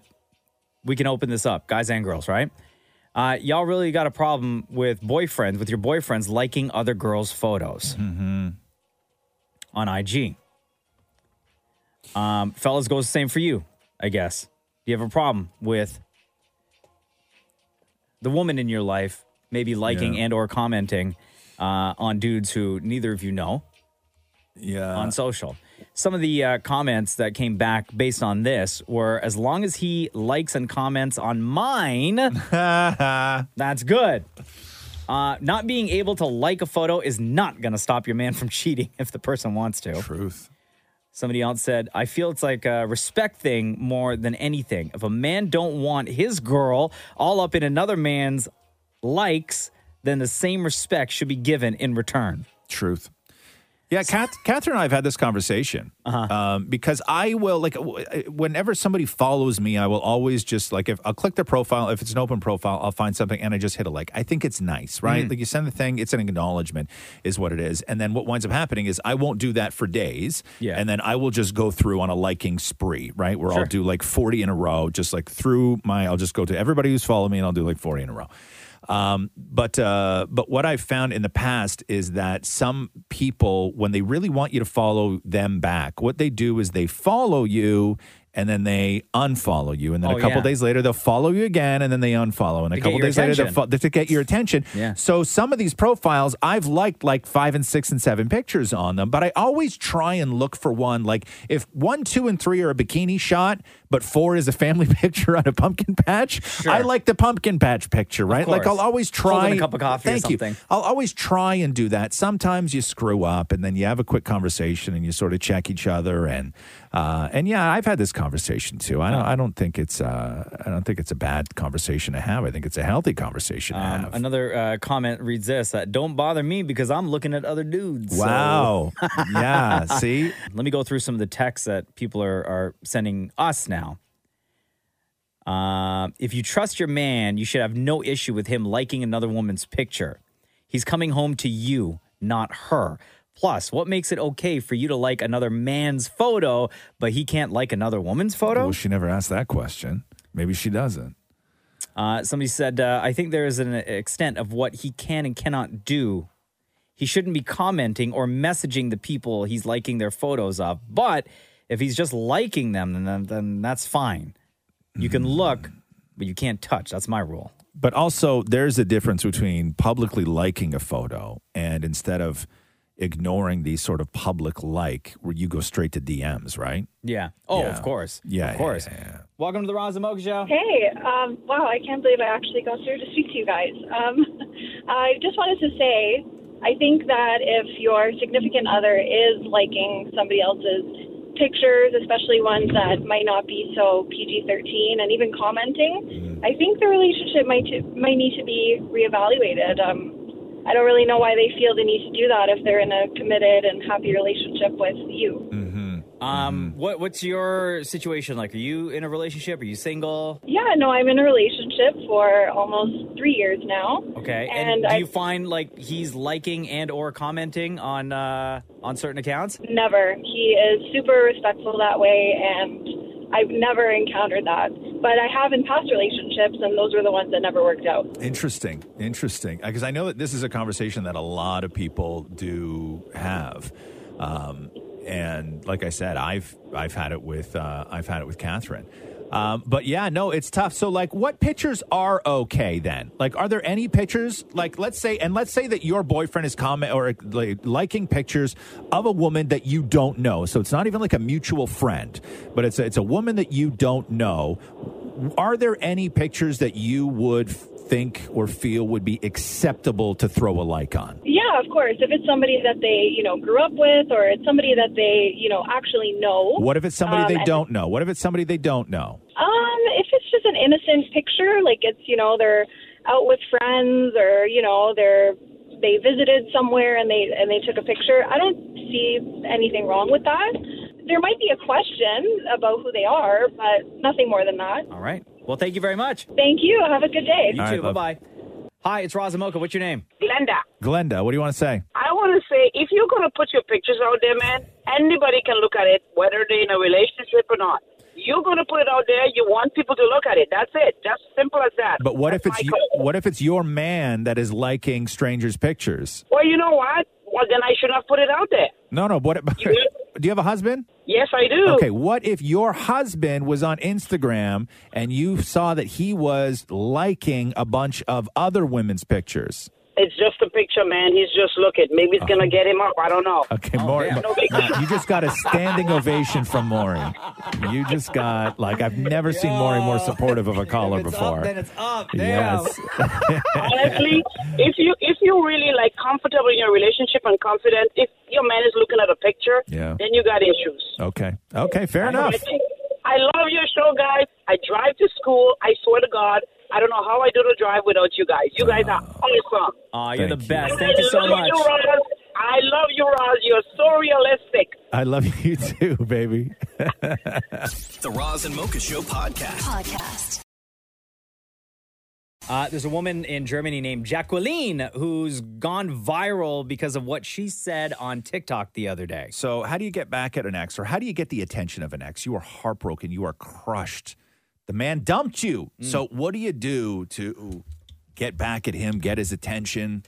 Speaker 1: we can open this up, guys and girls, right? Uh, y'all really got a problem with boyfriends, with your boyfriends liking other girls' photos. on IG. Um, fellas goes the same for you, I guess. Do you have a problem with the woman in your life maybe liking and or commenting uh, on dudes who neither of you know?
Speaker 5: Yeah.
Speaker 1: On social. Some of the uh, comments that came back based on this were as long as he likes and comments on mine, that's good. Uh, not being able to like a photo is not going to stop your man from <laughs> cheating if the person wants to.
Speaker 5: Truth.
Speaker 1: Somebody else said, "I feel it's like a respect thing more than anything. If a man don't want his girl all up in another man's likes, then the same respect should be given in return."
Speaker 5: Truth. Yeah,
Speaker 15: <laughs>
Speaker 5: Kath, Catherine and I have had this conversation
Speaker 15: Uh-huh.
Speaker 5: um, because I will like w- whenever somebody follows me, I will always just like if I'll click their profile. If it's an open profile, I'll find something and I just hit a like. I think it's nice,
Speaker 15: Mm-hmm.
Speaker 5: right?
Speaker 12: Mm.
Speaker 5: Like you send the thing, it's an acknowledgement, is what it is. And then what winds up happening is I won't do that for days,
Speaker 12: Yeah.
Speaker 5: and then I will just go through on a liking spree, right? Where
Speaker 12: Sure.
Speaker 5: I'll do like forty in a row, just like through my. I'll just go to everybody who's followed me and I'll do like forty in a row. Um, but uh, but what I've found in the past is that some people, when they really want you to follow them back, what they do is they follow you and then they unfollow you, and then
Speaker 12: Oh,
Speaker 5: a couple
Speaker 12: yeah.
Speaker 5: days later they'll follow you again, and then they unfollow, and a
Speaker 12: To get
Speaker 5: couple
Speaker 12: your
Speaker 5: days later they'll
Speaker 12: attention.
Speaker 5: fo- to get your attention.
Speaker 12: Yeah.
Speaker 5: So some of these profiles I've liked like five and six and seven pictures on them, but I always try and look for one. Like if one, two, and three are a bikini shot, but four is a family <laughs> picture on a pumpkin patch, I like the pumpkin patch picture, right? Like
Speaker 1: course.
Speaker 5: I'll always
Speaker 1: Holding
Speaker 5: try
Speaker 1: a cup of coffee or
Speaker 5: Thank
Speaker 1: something.
Speaker 5: You. I'll always try and do that. Sometimes you screw up, and then you have a quick conversation, and you sort of check each other, and uh, and yeah, I've had this conversation too. I don't, I don't think it's uh, I don't think it's a bad conversation to have. I think it's a healthy conversation to have.
Speaker 1: Another uh, comment reads this: uh, "Don't bother me because I'm looking at other dudes." so- <laughs>
Speaker 5: Wow. Yeah, see?
Speaker 1: Let me go through some of the texts that people are are sending us now. Uh, if you trust your man, you should have no issue with him liking another woman's picture. He's coming home to you, not her. Plus, what makes it okay for you to like another man's photo, but he can't like another woman's photo?
Speaker 5: Well, she never asked that question. Maybe she doesn't.
Speaker 1: Uh, somebody said, uh, I think there is an extent of what he can and cannot do. He shouldn't be commenting or messaging the people he's liking their photos of. But if he's just liking them, then, then that's fine. You
Speaker 5: Hmm.
Speaker 1: can look, but you can't touch. That's my rule.
Speaker 5: But also, there's a difference between publicly liking a photo and instead of ignoring the sort of public like, where you go straight to DMs, right?
Speaker 1: Yeah. Oh,
Speaker 5: Yeah.
Speaker 1: of course.
Speaker 5: Yeah,
Speaker 1: Of
Speaker 5: yeah,
Speaker 1: course. Welcome to the Roz and Mocha Show.
Speaker 14: Hey, um, wow, I can't believe I actually got through to speak to you guys. Um, <laughs> I just wanted to say, I think that if your significant other is liking somebody else's pictures, especially ones that might not be so PG 13, and even commenting, I think the relationship might, to, might need to be reevaluated. Um, I don't really know why they feel the need to do that if they're in a committed and happy relationship with you.
Speaker 5: Hmm.
Speaker 1: Um, what, what's your situation like? Are you in a relationship? Are you single?
Speaker 14: Yeah, no, I'm in a relationship for almost three years now.
Speaker 1: Okay. And,
Speaker 14: And
Speaker 1: do
Speaker 14: I-
Speaker 1: you find like he's liking and or commenting on uh, on certain accounts?
Speaker 14: Never. He is super respectful that way, and I've never encountered that. But I have in past relationships, and those were the ones that never worked out.
Speaker 5: Interesting. Interesting. Because I know that this is a conversation that a lot of people do have. Um, and like I said, I've I've had it with uh, I've had it with Catherine. Um, but yeah, no, it's tough. So like, what pictures are okay then? Like, are there any pictures? Like, let's say, and let's say that your boyfriend is comment or like, liking pictures of a woman that you don't know. So it's not even like a mutual friend, but it's a, it's a woman that you don't know. Are there any pictures that you would think or feel would be acceptable to throw a like on?
Speaker 14: Yeah, of course. If it's somebody that they, you know, grew up with, or it's somebody that they, you know, actually know.
Speaker 5: What if it's somebody
Speaker 14: um,
Speaker 5: they
Speaker 14: and-
Speaker 5: don't know? What if it's somebody they don't know?
Speaker 14: Um, if it's just an innocent picture, like it's you know they're out with friends or you know they're they visited somewhere and they and they took a picture. I don't see anything wrong with that. There might be a question about who they are, but nothing more than that.
Speaker 1: All right. Well, thank you very much.
Speaker 14: Thank you. Have a good day.
Speaker 1: You too. bye bye. Hi, it's Razamoka. What's your name?
Speaker 16: Glenda,
Speaker 5: Glenda, what do you want to say?
Speaker 16: I want to say if you're going to put your pictures out there, man, anybody can look at it, whether they're in a relationship or not. You're going to put it out there. You want people to look at it. That's it. Just simple as that.
Speaker 5: But what
Speaker 16: That's
Speaker 5: if it's
Speaker 16: my
Speaker 5: you,
Speaker 16: call.
Speaker 5: what if it's your man that is liking strangers' pictures?
Speaker 16: Well, you know what? well, then I shouldn't have put it out there.
Speaker 5: No, no. What? <laughs> About, do you have a husband?
Speaker 16: Yes, I do.
Speaker 5: Okay. What if your husband was on Instagram and you saw that he was liking a bunch of other women's pictures?
Speaker 16: It's just a picture, man. He's just looking. Maybe it's gonna get him up. I don't know.
Speaker 5: Okay,
Speaker 1: Oh,
Speaker 5: Maury,
Speaker 1: <laughs>
Speaker 5: Ma- Ma- you just got a standing ovation from Maury. You just got like I've never seen Maury more supportive of a caller before.
Speaker 1: then it's
Speaker 5: Oh,
Speaker 1: up.
Speaker 5: Yes.
Speaker 16: Honestly, if you if you're really like comfortable in your relationship and confident, if your man is looking at a picture,
Speaker 5: Yeah.
Speaker 16: then you got issues.
Speaker 5: <laughs> okay. Okay. Fair enough.
Speaker 16: I love your show, guys. I drive to school. I swear to God, I don't know how I do the drive without you guys. You guys are awesome.
Speaker 1: Aw, you're the best.
Speaker 16: I
Speaker 1: Oh. Thank you so
Speaker 16: love
Speaker 1: much.
Speaker 16: You, Roz. I love you, Roz. You're so realistic.
Speaker 5: I love <laughs> you too, baby.
Speaker 2: <laughs>
Speaker 5: <laughs>
Speaker 2: The Roz and Mocha Show podcast.
Speaker 11: Podcast.
Speaker 1: Uh, there's a woman in Germany named Jacqueline who's gone viral because of what she said on TikTok the other day.
Speaker 5: So, how do you get back at an ex or how do you get the attention of an ex? You are heartbroken, you are crushed. The man dumped you. So, what do you do to get back at him, get his attention?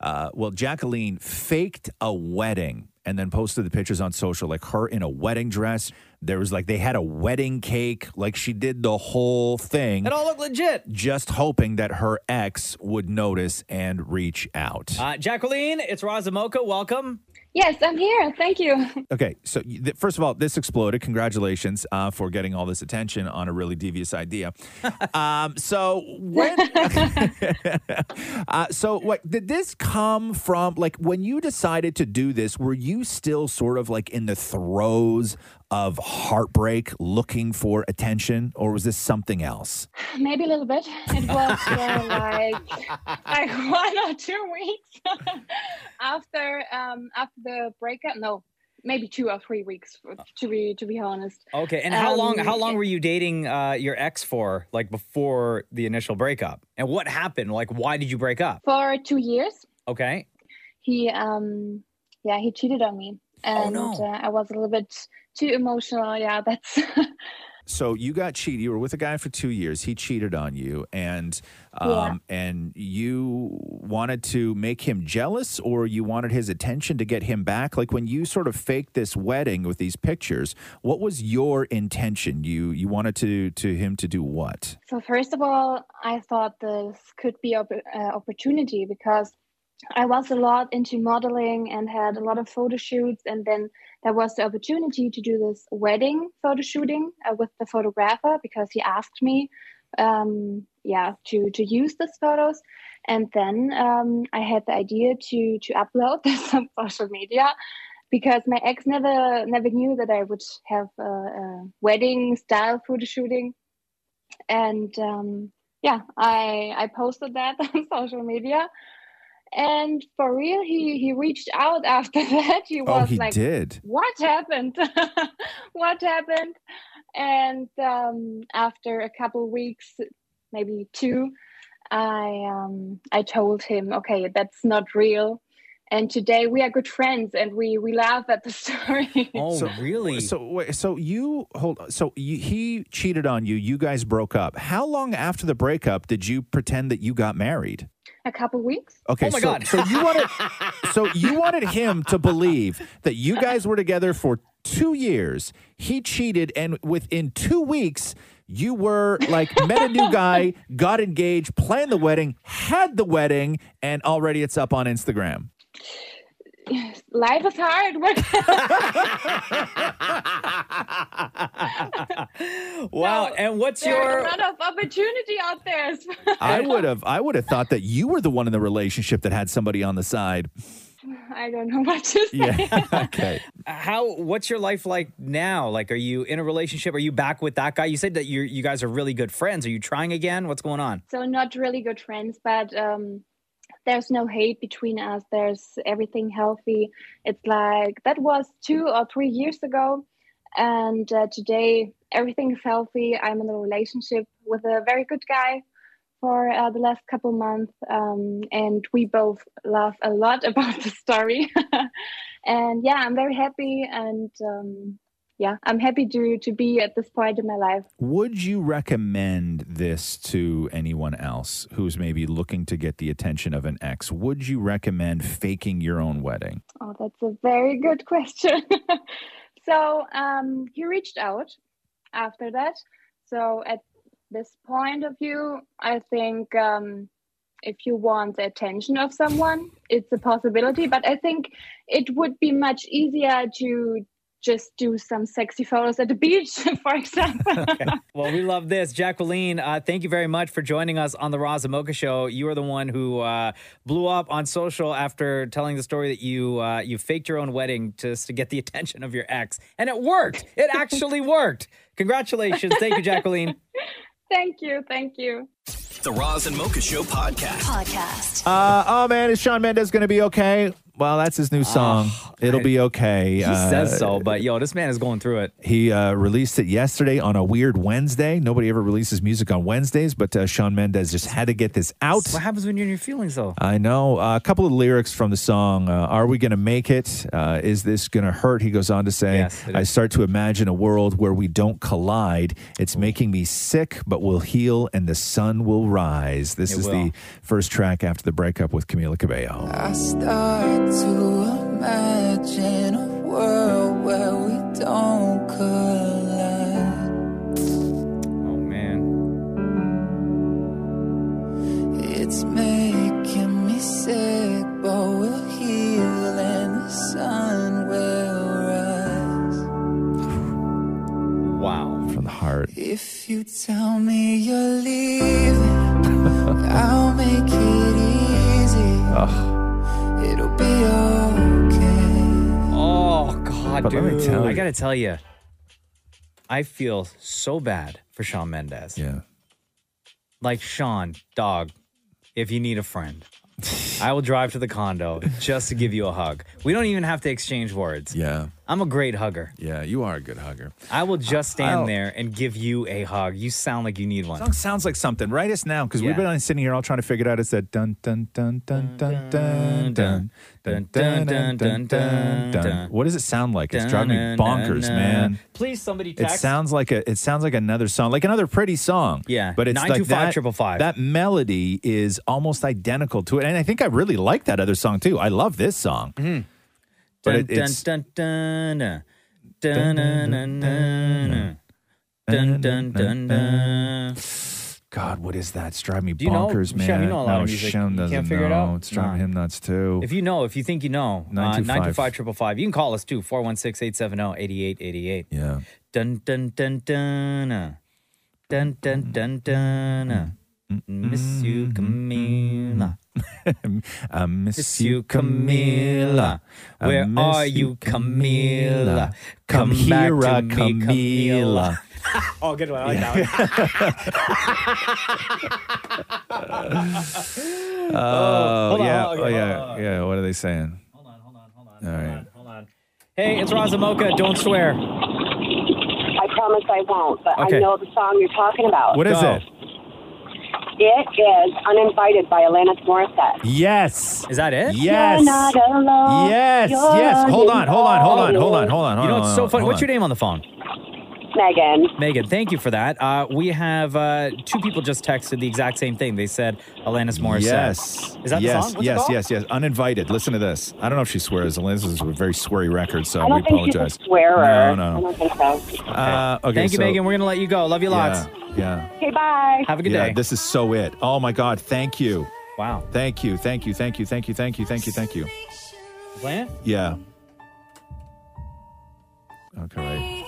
Speaker 5: Uh, well, Jacqueline faked a wedding and then posted the pictures on social, like her in a wedding dress. There was like they had a wedding cake, like she did the whole thing.
Speaker 1: It all looked legit.
Speaker 5: Just hoping that her ex would notice and reach out.
Speaker 1: Uh, Jacqueline, it's Razamoka. Welcome.
Speaker 12: Yes, I'm here. Thank you. <laughs>
Speaker 5: Okay, so you- th- first of all, this exploded. Congratulations uh, for getting all this attention on a really devious idea. um, so when, <laughs> uh, so what did this come from? Like when you decided to do this, were you still sort of like in the throes of heartbreak, looking for attention, or was this something else?
Speaker 12: Maybe a little bit. It was uh, like like <laughs> one or two weeks <laughs> after um after the breakup. No, maybe two or three weeks to be to be honest.
Speaker 1: Okay, and how long?
Speaker 12: Um,
Speaker 1: How long were you dating uh, your ex for? Like before the initial breakup, and what happened? Like, why did you break up?
Speaker 12: For two years,
Speaker 1: Okay,
Speaker 12: he um yeah he cheated on me, and uh, I was a little bit too emotional. Yeah, that's
Speaker 5: So you got cheated. You were with a guy for two years. He cheated on you, and um, and you wanted to make him jealous, or you wanted his attention to get him back. Like when you sort of faked this wedding with these pictures, what was your intention? You you wanted to to him to do what?
Speaker 12: So first of all, I thought this could be op- uh, opportunity because I was a lot into modeling and had a lot of photo shoots, and then there was the opportunity to do this wedding photo shooting uh, with the photographer because he asked me, um, yeah, to to use these photos, and then um, I had the idea to to upload <laughs> this on social media because my ex never never knew that I would have a, a wedding style photo shooting and um, yeah, I I posted that <laughs> on social media, and for real, he he reached out <laughs> after that. He was
Speaker 5: Oh, he
Speaker 12: like,
Speaker 5: did.
Speaker 12: "What happened? <laughs> what happened?" And um, after a couple weeks, maybe two, I um, I told him, "Okay, that's not real." And today we are good friends, and we we laugh at the <laughs> story.
Speaker 1: Oh. really?
Speaker 5: So wait, so you hold. So you, he cheated on you. You guys broke up. How long after the breakup did you pretend that you got married?
Speaker 12: a couple weeks.
Speaker 1: Oh
Speaker 5: Okay, so, so you wanted so you wanted him to believe that you guys were together for two years. He cheated, and within two weeks, you were like met a new guy, got engaged, planned the wedding, had the wedding, and already it's up on Instagram.
Speaker 12: <laughs> life is hard.
Speaker 5: <laughs>
Speaker 12: <laughs>
Speaker 1: wow. and what's
Speaker 12: There are
Speaker 1: your? <laughs>
Speaker 12: a lot of opportunity out there.
Speaker 5: I would have I would have thought that you were the one in the relationship that had somebody on the side.
Speaker 12: <laughs>
Speaker 5: <laughs>
Speaker 12: I don't know what to say.
Speaker 5: Yeah. okay.
Speaker 1: How? What's your life like now? Like, are you in a relationship? Are you back with that guy? You said that you you guys are really good friends. Are you trying again? What's going on?
Speaker 12: So not really good friends, but um, there's no hate between us. There's everything healthy. It's like that was two or three years ago, and uh, today everything is healthy. I'm in a relationship with a very good guy for uh, the last couple months, um, and we both laugh a <laughs> lot about the story. and yeah, I'm very happy and. Um, yeah, I'm happy to to be at this point in my life.
Speaker 5: Would you recommend this to anyone else who's maybe looking to get the attention of an ex? Would you recommend faking your own wedding?
Speaker 12: Oh, that's a very good question. <laughs> so um, he reached out after that. So at this point of view, I think um, if you want the attention of someone, it's a possibility. But I think it would be much easier to just do some sexy photos at the beach, <laughs> for example.
Speaker 1: Well, we love this. Jacqueline, uh, thank you very much for joining us on the Roz and Mocha Show. You are the one who uh, blew up on social after telling the story that you uh, you faked your own wedding just to get the <laughs> attention of your ex. And it worked. It actually worked. Congratulations. Thank you, Jacqueline.
Speaker 12: Thank you, thank you.
Speaker 2: The Roz and Mocha Show podcast. Podcast.
Speaker 5: Uh, oh man, is Sean Mendes going to be okay? Well, that's his new song. It'll be okay.
Speaker 1: Ah, He
Speaker 5: Uh,
Speaker 1: says so, but yo, this man is going through it.
Speaker 5: He uh, released it yesterday on a weird Wednesday. Nobody ever releases music on Wednesdays, but uh, Sean Mendez just had to get this out.
Speaker 1: What happens when you're in your feelings, though?
Speaker 5: I know. Uh, a couple of lyrics from the song uh, Are we going to make it? Uh, is this going to hurt? He goes on to say,
Speaker 1: Yes, it
Speaker 5: I
Speaker 1: is.
Speaker 5: start to imagine a world where we don't collide. It's making me sick, but we'll heal and the sun will rise. This
Speaker 4: It
Speaker 5: is the
Speaker 4: will.
Speaker 5: first track after the breakup with Camila Cabello.
Speaker 4: I start to imagine a world where we don't collide.
Speaker 1: Oh, man.
Speaker 4: It's making me sick, but we'll heal and the sun will rise.
Speaker 1: Wow.
Speaker 5: From the heart.
Speaker 4: If you tell me you're leaving, <laughs> I'll make it easy. It'll be okay.
Speaker 1: Oh God,
Speaker 4: But
Speaker 1: dude!
Speaker 4: let me tell
Speaker 1: I
Speaker 4: you-
Speaker 1: gotta tell you, I feel so bad for Sean Mendez.
Speaker 5: Yeah,
Speaker 1: like Sean, dog. If you need a
Speaker 5: <laughs>
Speaker 1: friend, I will drive to the condo just to give you a hug. We don't even have to exchange words.
Speaker 5: Yeah,
Speaker 1: I'm a great hugger.
Speaker 5: Yeah, you are a good hugger.
Speaker 1: I will just stand
Speaker 5: I'll-
Speaker 1: there and give you a hug. You sound like you need one.
Speaker 5: Song sounds like something. Write us now because we've
Speaker 1: Yeah.
Speaker 5: been on sitting here all trying to figure it out. It's that dun dun dun dun dun dun dun dun dun dun dun dun. dun. What does it sound like? It's driving me bonkers, man.
Speaker 1: Please, somebody
Speaker 5: It
Speaker 1: text.
Speaker 5: sounds like a it sounds like another song, like another pretty song.
Speaker 1: Yeah,
Speaker 5: but it's like
Speaker 1: 925 555.
Speaker 5: that, that melody is almost identical to it, and I think I really like that other song too. I love this song,
Speaker 1: Mhm.
Speaker 5: but
Speaker 1: Dun,
Speaker 5: it, it's
Speaker 1: dun, dun, dun, dun, dun, dun, dun, dun, dun, dun, dun.
Speaker 5: God, what is that? It's driving me
Speaker 1: Do you know-
Speaker 5: bonkers, man.
Speaker 1: Sean, you know a lot
Speaker 5: no,
Speaker 1: of music.
Speaker 5: Sean
Speaker 1: You can't
Speaker 5: doesn't
Speaker 1: figure it
Speaker 5: know.
Speaker 1: out?
Speaker 5: It's driving
Speaker 1: Nah.
Speaker 5: him nuts too.
Speaker 1: If you know, if you think you know, uh,
Speaker 5: 925.
Speaker 1: 925 You can call us too, 416 870 8888.
Speaker 5: Yeah.
Speaker 1: Dun, dun, dun, dun. uh. Dun, dun, dun, dun. uh. Miss you, Camila.
Speaker 5: I Mm-hmm. <laughs> miss,
Speaker 1: Miss you, <laughs> Camila.
Speaker 5: I
Speaker 1: Where
Speaker 5: miss
Speaker 1: are
Speaker 5: you,
Speaker 1: you, Camila?
Speaker 5: Come
Speaker 1: back
Speaker 5: here,
Speaker 1: to
Speaker 5: uh,
Speaker 1: me,
Speaker 5: Camila.
Speaker 1: <laughs> oh, good one. I like
Speaker 5: <laughs> Oh,
Speaker 1: <laughs>
Speaker 4: <laughs>
Speaker 1: hold on,
Speaker 5: yeah.
Speaker 1: hold
Speaker 5: oh,
Speaker 1: on,
Speaker 5: yeah. Yeah. What are they saying? Hold on, hold on, hold on. All right.
Speaker 1: Hey, it's Razamoka. Don't swear.
Speaker 17: I promise I won't, but
Speaker 1: Okay.
Speaker 17: I know the song you're talking about.
Speaker 5: What is it?
Speaker 17: It is Uninvited by Alanis Morissette.
Speaker 5: Yes.
Speaker 1: Is that it?
Speaker 17: You're not alone.
Speaker 5: Yes.
Speaker 17: You're
Speaker 5: Yes. Hold on. Hold on. Hold on. Hold on. Hold on.
Speaker 1: You know, it's so funny.
Speaker 5: hold
Speaker 1: What's
Speaker 5: on.
Speaker 1: your name on the phone?
Speaker 17: Megan.
Speaker 1: Megan, thank you for that. Uh, we have uh, two people just texted the exact same thing. They said Alanis Morissette.
Speaker 5: Yes.
Speaker 1: Is that
Speaker 5: yes,
Speaker 1: the song? What's it
Speaker 5: yes,
Speaker 1: called?
Speaker 5: yes, yes. Uninvited. Listen to this. I don't know if she swears. This is a very sweary record, so
Speaker 17: I don't
Speaker 5: we
Speaker 17: think
Speaker 5: apologize.
Speaker 17: she's a swearer.
Speaker 5: No,
Speaker 17: I
Speaker 5: no.
Speaker 17: don't think so.
Speaker 5: Uh, okay,
Speaker 1: Thank you,
Speaker 5: so-
Speaker 1: Megan. We're going to let you go. Love you lots.
Speaker 5: Yeah. yeah.
Speaker 17: Okay, bye.
Speaker 1: Have a good
Speaker 5: Yeah,
Speaker 1: day.
Speaker 5: This is so it. Oh my God. Thank you.
Speaker 1: Wow.
Speaker 5: Thank you. Thank you. Thank you. Thank you. Thank you. Thank you. Thank you.
Speaker 1: Playing
Speaker 4: <laughs>
Speaker 1: it?
Speaker 5: Yeah. Okay.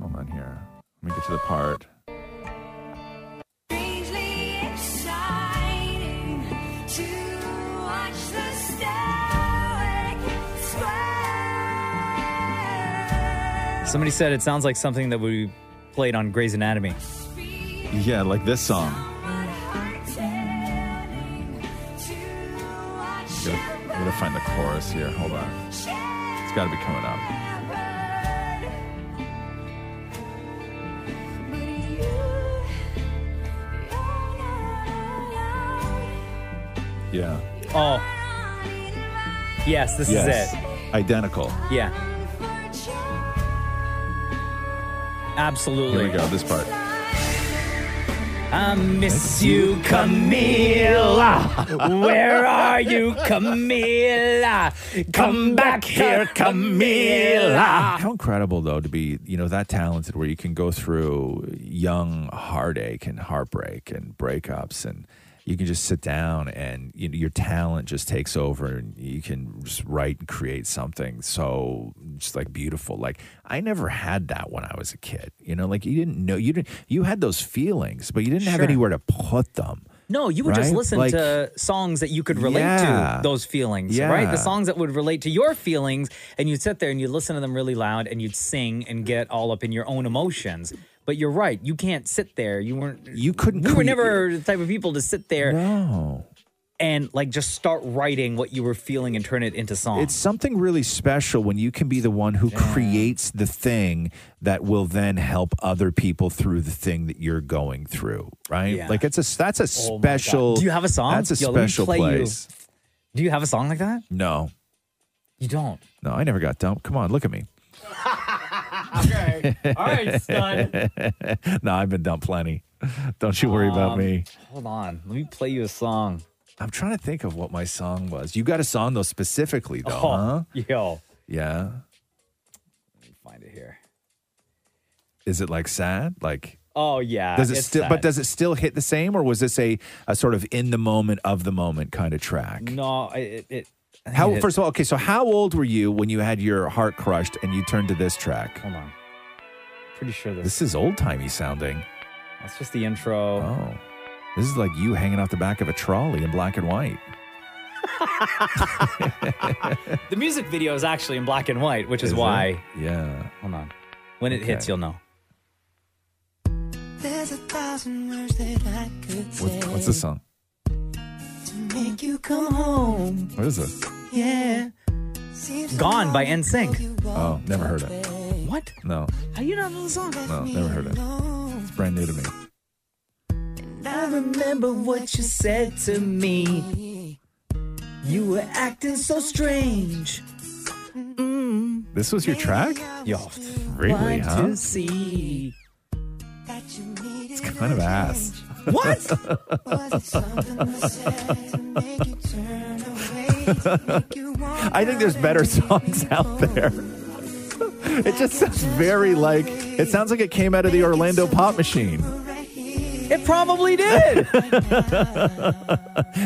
Speaker 5: Hold on here. Let me get to the part.
Speaker 1: Somebody said it sounds like something that we played on Grey's Anatomy.
Speaker 5: Yeah, like this song. Gotta, gotta find the chorus here. Hold on. It's gotta be coming up. Yeah.
Speaker 1: Oh. Yes, this
Speaker 5: yes.
Speaker 1: is it.
Speaker 5: Identical.
Speaker 1: Yeah. Absolutely.
Speaker 5: Here we go, this part.
Speaker 1: I miss you, Camila. Where are you, Camila? Come back here, Camila.
Speaker 5: How incredible, though, to be, you know, that talented where you can go through young heartache and heartbreak and breakups and you can just sit down and you know, your talent just takes over and you can just write and create something so just like beautiful like i never had that when i was a kid you know like you didn't know you didn't you had those feelings but you didn't have
Speaker 1: Sure.
Speaker 5: anywhere to put them
Speaker 1: No, you would just
Speaker 5: Right?
Speaker 1: listen
Speaker 5: Like-
Speaker 1: to songs that you could relate
Speaker 5: Yeah.
Speaker 1: to those feelings, right?
Speaker 5: Yeah.
Speaker 1: The songs that would relate to your feelings, and you'd sit there and you'd listen to them really loud and you'd sing and get all up in your own emotions. But you're right, you can't sit there. You weren't.
Speaker 5: You couldn't.
Speaker 1: We were
Speaker 5: create-
Speaker 1: never the type of people to sit there. And like just start writing what you were feeling and turn it into songs.
Speaker 5: It's something really special when you can be the one who creates the thing that will then help other people through the thing that you're going through, right?
Speaker 1: Yeah.
Speaker 5: Like it's a that's a
Speaker 1: Oh my God.
Speaker 5: special.
Speaker 1: Do you have a song?
Speaker 5: That's a
Speaker 1: Yo, let me
Speaker 5: special
Speaker 1: play you.
Speaker 5: place.
Speaker 1: Do you have a song like that?
Speaker 5: No,
Speaker 1: You don't.
Speaker 5: no, I never got dumped. Come on, look at me.
Speaker 1: <laughs> okay, all right,
Speaker 5: <laughs>
Speaker 1: stud.
Speaker 5: no, I've been dumped plenty. Don't you worry about
Speaker 1: Um,
Speaker 5: me.
Speaker 1: Hold on, let me play you a song.
Speaker 5: I'm trying to think of what my song was. You got a song though specifically though,
Speaker 1: Oh,
Speaker 5: huh?
Speaker 1: <laughs> Yo,
Speaker 5: Yeah.
Speaker 1: find it here.
Speaker 5: Is it like sad? Like
Speaker 1: Oh yeah.
Speaker 5: does it
Speaker 1: it's
Speaker 5: still? But
Speaker 1: sad.
Speaker 5: does it still hit the same, or was this a, a sort of in the moment of the moment kind of track?
Speaker 1: No, I- it. it I
Speaker 5: How
Speaker 1: mean, it-
Speaker 5: first of all, okay, so how old were you when you had your heart crushed and you turned to this track?
Speaker 1: Hold on, pretty sure this.
Speaker 5: This is old timey sounding.
Speaker 1: That's just the intro.
Speaker 5: Oh, this is like you hanging off the back of a trolley in black and white.
Speaker 1: The music video is actually in black and white, which is,
Speaker 5: Oh. Is it?
Speaker 1: why.
Speaker 5: Yeah.
Speaker 1: Hold on. When it hits, you'll know.
Speaker 4: There's a thousand words that I could say.
Speaker 5: What, what's this song?
Speaker 4: To make you come home.
Speaker 5: What is this?
Speaker 4: Yeah.
Speaker 1: Gone by NSYNC.
Speaker 5: Oh, never heard it.
Speaker 1: What?
Speaker 5: No,
Speaker 1: How you not know the song?
Speaker 5: no, never heard it. It's brand new to me.
Speaker 1: I remember what you said to me. You were acting so strange.
Speaker 5: This was your track?
Speaker 1: Yo,
Speaker 5: really,
Speaker 1: want
Speaker 5: huh?
Speaker 1: to see.
Speaker 5: It's kind of <laughs> ass.
Speaker 1: What?
Speaker 5: <laughs> I think there's better songs out there. <laughs> It just sounds very like it sounds like it came out of the Orlando pop machine. <laughs>
Speaker 1: It probably did.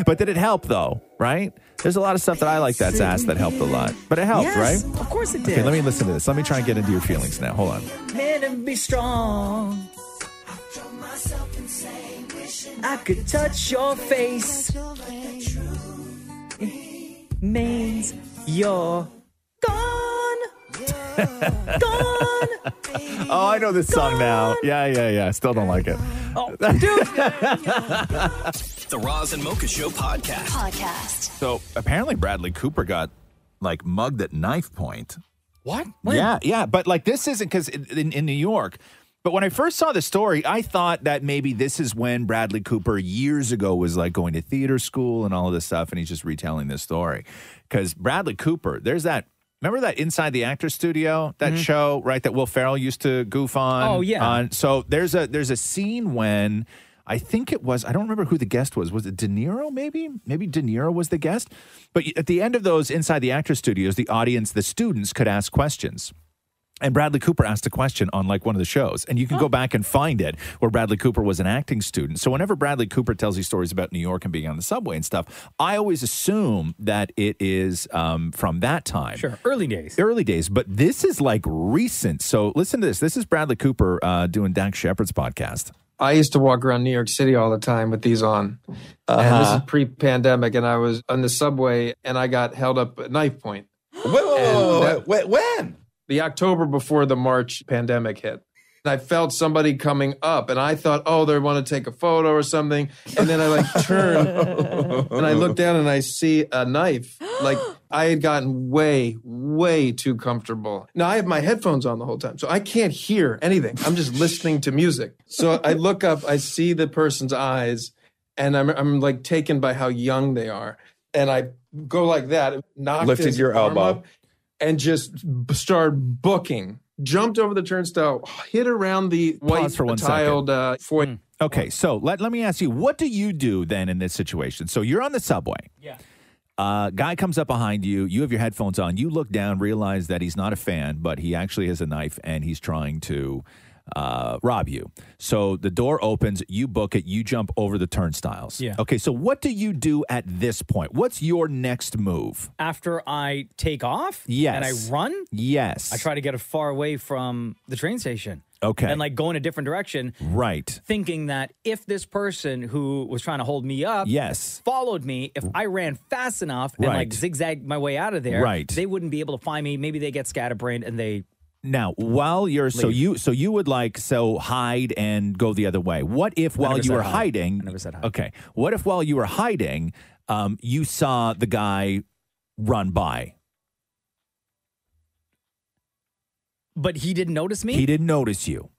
Speaker 5: but did it help though? Right? There's a lot of stuff that I like that's ass that helped a lot. But it helped,
Speaker 1: Yes,
Speaker 5: right?
Speaker 1: Of course it did.
Speaker 5: Okay, let me listen to this. Let me try and get into your feelings now. Hold on. <laughs>
Speaker 1: Man and be strong. I could touch your face. It means you're gone.
Speaker 18: <laughs>
Speaker 1: gone.
Speaker 5: Oh, I know this song now. Yeah, yeah, yeah. I Still don't like it.
Speaker 1: Oh,
Speaker 2: <laughs> The Roz and Mocha Show podcast.
Speaker 11: Podcast.
Speaker 5: So apparently Bradley Cooper got like mugged at knife point.
Speaker 1: What?
Speaker 5: Yeah, yeah. But like this isn't because in, in New York. But when I first saw the story, I thought that maybe this is when Bradley Cooper years ago was like going to theater school and all of this stuff, and he's just retelling this story. Because Bradley Cooper, there's that. Remember that Inside the Actors Studio, that show, right? That Will Ferrell used to goof on.
Speaker 1: Mm-hmm. Oh, yeah.
Speaker 5: On. So there's a there's a scene when I think it was I don't remember who the guest was. Was it De Niro? Maybe maybe De Niro was the guest. But at the end of those Inside the Actors Studios, the audience, the students could ask questions. And Bradley Cooper asked a question on like one of the shows, and you can go back and find it where Bradley Cooper was an acting student. So whenever Bradley Cooper tells these stories about New York and being on the subway and stuff, I always assume that it is um, from that time. Sure,
Speaker 1: early days.
Speaker 5: Early days, but this is like recent. So listen to this. This is Bradley Cooper uh, doing Dak Shepard's podcast.
Speaker 19: I used to walk around New York City all the time with these on. And this
Speaker 5: Uh-huh.
Speaker 19: is pre pandemic, and I was on the subway and I got held up at knife point. Wait,
Speaker 10: whoa,
Speaker 19: when? The October before the March pandemic hit. And I felt somebody coming up, and I thought, oh, they want to take a photo or something. And then I like turned and I look down and I see a knife. Like I had gotten way, way too comfortable. Now I have my headphones on the whole time, so I can't hear anything. I'm just listening to music. So I look up, I see the person's eyes, and I'm I'm like taken by how young they are. And I go like that, knocked
Speaker 10: Lifted
Speaker 19: his
Speaker 10: your
Speaker 19: arm
Speaker 10: elbow.
Speaker 19: up, and just b- started booking jumped over the turnstile, hit around the white
Speaker 5: Pause for one
Speaker 19: tiled
Speaker 5: second.
Speaker 19: uh, foyer.
Speaker 1: Hmm.
Speaker 5: Okay, so let, let me ask you, what do you do then in this situation? So you're on the subway.
Speaker 1: Yeah.
Speaker 5: Uh, guy comes up behind you. You have your headphones on. You look down, realize that he's not a fan, but he actually has a knife and he's trying to uh, rob you. So the door opens. You book it. You jump over the turnstiles.
Speaker 1: Yeah.
Speaker 5: Okay. So what do you do at this point? What's your next move?
Speaker 1: After I take off
Speaker 5: Yes.
Speaker 1: and I run,
Speaker 5: Yes.
Speaker 1: I try to get as far away from the train station.
Speaker 5: Okay.
Speaker 1: And like go in a different direction.
Speaker 5: Right.
Speaker 1: Thinking that if this person who was trying to hold me up
Speaker 5: Yes.
Speaker 1: followed me, if I ran fast enough and like
Speaker 5: Right.
Speaker 1: zigzagged my way out of there,
Speaker 5: Right.
Speaker 1: they wouldn't be able to find me. Maybe they get scatterbrained and they
Speaker 5: Now, while you're so
Speaker 1: Leave.
Speaker 5: you so you would like so hide and go the other way. What if while
Speaker 1: never
Speaker 5: you
Speaker 1: said
Speaker 5: were
Speaker 1: hide.
Speaker 5: hiding?
Speaker 1: I never said hide.
Speaker 5: Okay. What if while you were hiding, um, you saw the guy run by?
Speaker 1: But he didn't notice me?
Speaker 5: He didn't notice you.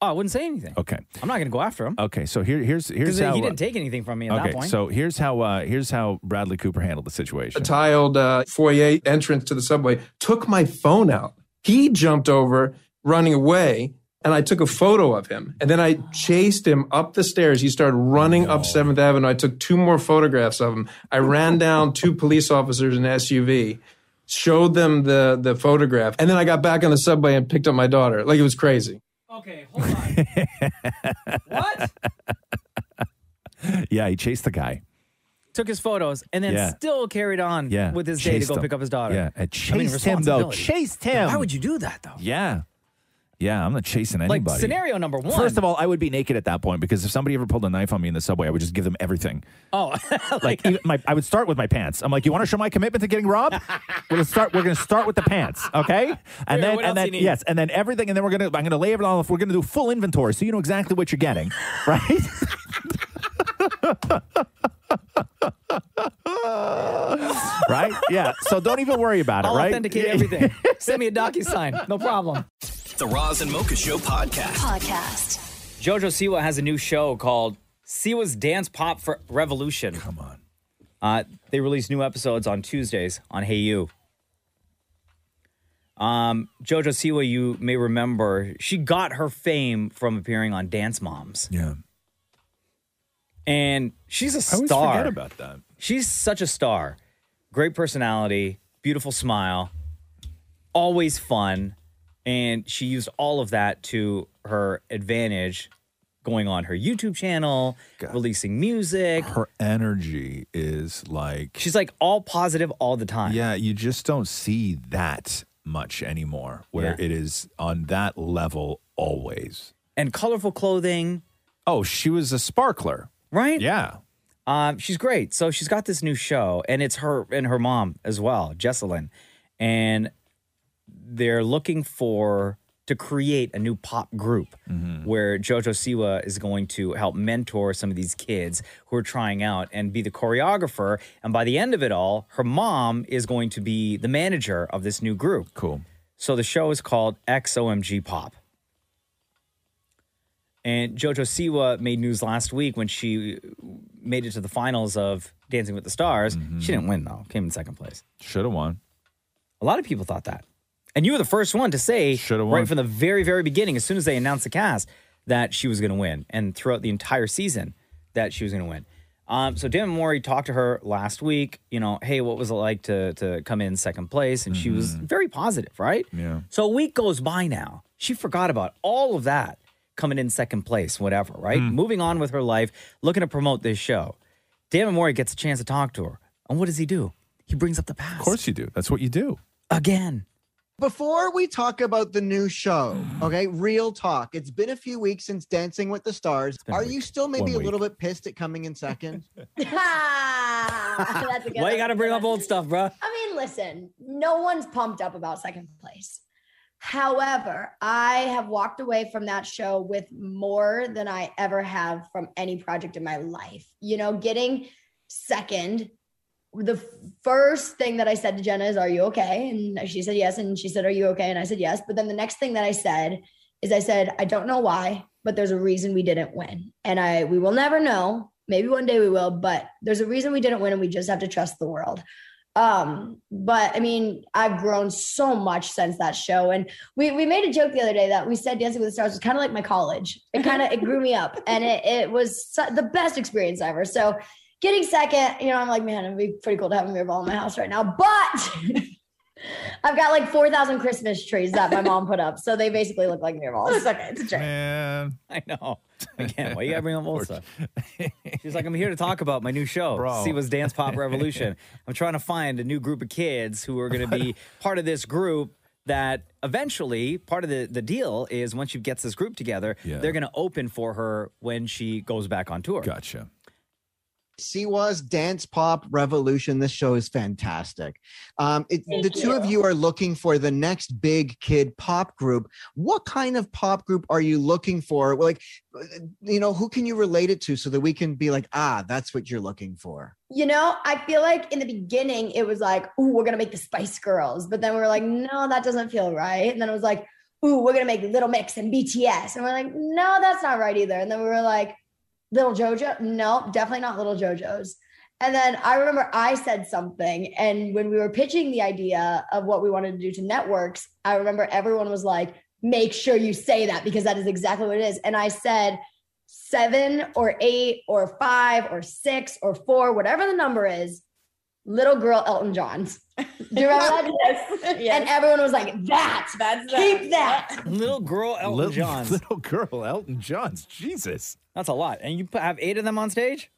Speaker 1: Oh, I wouldn't say anything.
Speaker 5: Okay.
Speaker 1: I'm not going to go after him.
Speaker 5: Okay. So here here's here's
Speaker 1: Because
Speaker 5: how uh,
Speaker 1: he didn't take anything from me at
Speaker 5: okay.
Speaker 1: that point.
Speaker 5: So here's how uh, here's how Bradley Cooper handled the
Speaker 19: a
Speaker 5: situation.
Speaker 19: tiled uh, foyer entrance to the subway, took my phone out. He jumped over, running away, and I took a photo of him. And then I chased him up the stairs. He started running up Seventh Avenue. I took two more photographs of him. I ran down two police officers in an SUV, showed them the the photograph, and then I got back on the subway and picked up my daughter. Like it was crazy.
Speaker 5: yeah, he chased the guy.
Speaker 1: Took his photos and then
Speaker 5: Yeah.
Speaker 1: still carried on
Speaker 5: Yeah.
Speaker 1: with his day to
Speaker 5: Chased
Speaker 1: go
Speaker 5: him.
Speaker 1: pick up his daughter.
Speaker 5: Yeah.
Speaker 1: I
Speaker 5: I
Speaker 1: mean,
Speaker 5: chased him, though.
Speaker 1: responsibility.
Speaker 5: Chased him.
Speaker 1: Why would you do that though?
Speaker 5: Yeah. Yeah, I'm not chasing anybody.
Speaker 1: Like scenario number one.
Speaker 5: First of all, I would be naked at that point because if somebody ever pulled a knife on me in the subway, I would just give them everything. <laughs>
Speaker 1: oh,
Speaker 5: like even my, I would start with my pants. I'm like, you want to show my commitment to getting robbed? we're gonna start. We're gonna start with the pants,
Speaker 1: <laughs>
Speaker 5: okay? And
Speaker 1: Wait,
Speaker 5: then,
Speaker 1: what else
Speaker 5: and
Speaker 1: you
Speaker 5: then,
Speaker 1: need?
Speaker 5: yes, and then everything, and then we're gonna. I'm gonna lay it all off. We're gonna do full inventory, so you know exactly what you're getting, <laughs> right? right? Yeah. So don't even worry about it,
Speaker 1: I'll
Speaker 5: right? <laughs>
Speaker 1: authenticate
Speaker 5: Yeah.
Speaker 1: everything. Send me a DocuSign. No problem.
Speaker 2: The Roz and Mocha Show podcast.
Speaker 11: Podcast.
Speaker 1: Jojo Siwa has a new show called Siwa's Dance Pop for Revolution. Come
Speaker 5: on.
Speaker 1: Uh, they release new episodes on Tuesdays on Hey You. Um, Jojo Siwa, you may remember, she got her fame from appearing on Dance Moms.
Speaker 5: Yeah.
Speaker 1: And she's a
Speaker 5: I
Speaker 1: star.
Speaker 5: always forget about that.
Speaker 1: She's such a star. Great personality, beautiful smile, always fun. And she used all of that to her advantage going on her YouTube channel, releasing music.
Speaker 5: Her energy is like
Speaker 1: she's like all positive all the time.
Speaker 5: Yeah, you just don't see that much anymore where
Speaker 1: Yeah.
Speaker 5: it is on that level always.
Speaker 1: And colorful clothing.
Speaker 5: Oh, she was a sparkler.
Speaker 1: Right?
Speaker 5: Yeah.
Speaker 1: Um, she's great. So she's got this new show, and it's her and her mom as well, Jesselyn. And they're looking for to create a new pop group
Speaker 5: Mm-hmm.
Speaker 1: where Jojo Siwa is going to help mentor some of these kids who are trying out and be the choreographer. And by the end of it all, her mom is going to be the manager of this new group.
Speaker 5: Cool.
Speaker 1: So the show is called XOMG Pop. And Jojo Siwa made news last week when she made it to the finals of Dancing with the Stars. She didn't win though; came in second place.
Speaker 5: Should have won.
Speaker 1: A lot of people thought that, and you were the first one to say right from the very, very beginning, as soon as they announced the cast, that she was going to win, and throughout the entire season, that she was going to win. Um, so Dan Mori talked to her last week. You know, hey, what was it like to to come in second place? And she was very positive, right?
Speaker 5: Yeah.
Speaker 1: So a week goes by now. She forgot about all of that coming in second place, whatever, right? Moving on with her life, looking to promote this show. Dan Amore gets a chance to talk to her. And what does he do? He brings up the past. Of course
Speaker 5: you do. That's what you do.
Speaker 1: Again.
Speaker 20: Before we talk about the new show, okay, real talk. It's been a few weeks since Dancing with the Stars.
Speaker 1: a
Speaker 20: Are you still maybe
Speaker 1: One
Speaker 20: a
Speaker 1: week.
Speaker 20: little bit pissed at coming in second?
Speaker 21: That's a
Speaker 1: <laughs> Why
Speaker 21: good
Speaker 1: you
Speaker 21: one.
Speaker 1: got to bring up old stuff, bro?
Speaker 21: I mean, listen, no one's pumped up about second place. However, I have walked away from that show with more than I ever have from any project in my life. You know, getting second, the first thing that I said to Jenna is, Are you okay? And she said, Yes. And she said, Are you okay? And I said, Yes. But then the next thing that I said is, I said, I don't know why, but there's a reason we didn't win. And I, we will never know. Maybe one day we will, but there's a reason we didn't win and we just have to trust the world. Um, but I mean, I've grown so much since that show. And we we made a joke the other day that we said Dancing with the Stars was kind of like my college. It kind of it grew
Speaker 15: <laughs>
Speaker 21: me up and it, it was su- the best experience ever. So getting second, you know, I'm like, man, it'd be pretty cool to have a mirror ball in my house right now. But <laughs> I've got like 4,000 Christmas trees that my mom put up. So they basically look like mirror balls.
Speaker 15: It's okay. It's a joke.
Speaker 5: Man.
Speaker 1: I know. Again, why you gotta bring up old stuff? She's like, I'm here to talk about my new show.
Speaker 5: Bro.
Speaker 1: See was Dance Pop
Speaker 5: <laughs>
Speaker 1: Revolution. I'm trying to find a new group of kids who are gonna be part of this group that eventually part of the, the deal is once she gets this group together,
Speaker 5: Yeah.
Speaker 1: they're gonna open for her when she goes back on tour.
Speaker 5: Gotcha.
Speaker 20: Siwa's Dance Pop Revolution. This show is fantastic. Um, it, the
Speaker 21: Thank
Speaker 20: two of
Speaker 21: you.
Speaker 20: you are looking for the next big kid pop group. What kind of pop group are you looking for? Like, uh, you know, who can you relate it to so that we can be like, ah, that's what you're looking for?
Speaker 21: You know, I feel like in the beginning it was like, ooh, we're gonna make the Spice Girls, but then we were like, no, that doesn't feel right. And then it was like, ooh, we're gonna make Little Mix and BTS, and we're like, no, that's not right either. And then we were like, Little JoJo, no, definitely not Little JoJo's. And then I remember I said something, and when we were pitching the idea of what we wanted to do to networks, I remember everyone was like, make sure you say that because that is exactly what it is. And I said, seven or eight or five or six or four, whatever the number is, little girl Elton John's. Do you remember that? <laughs> And everyone was like, that, that's keep that.
Speaker 1: <laughs> Little girl Elton
Speaker 5: Little- <laughs>
Speaker 1: John's.
Speaker 5: Little girl Elton John's. Jesus.
Speaker 1: That's a lot. And you p- have eight of them on stage?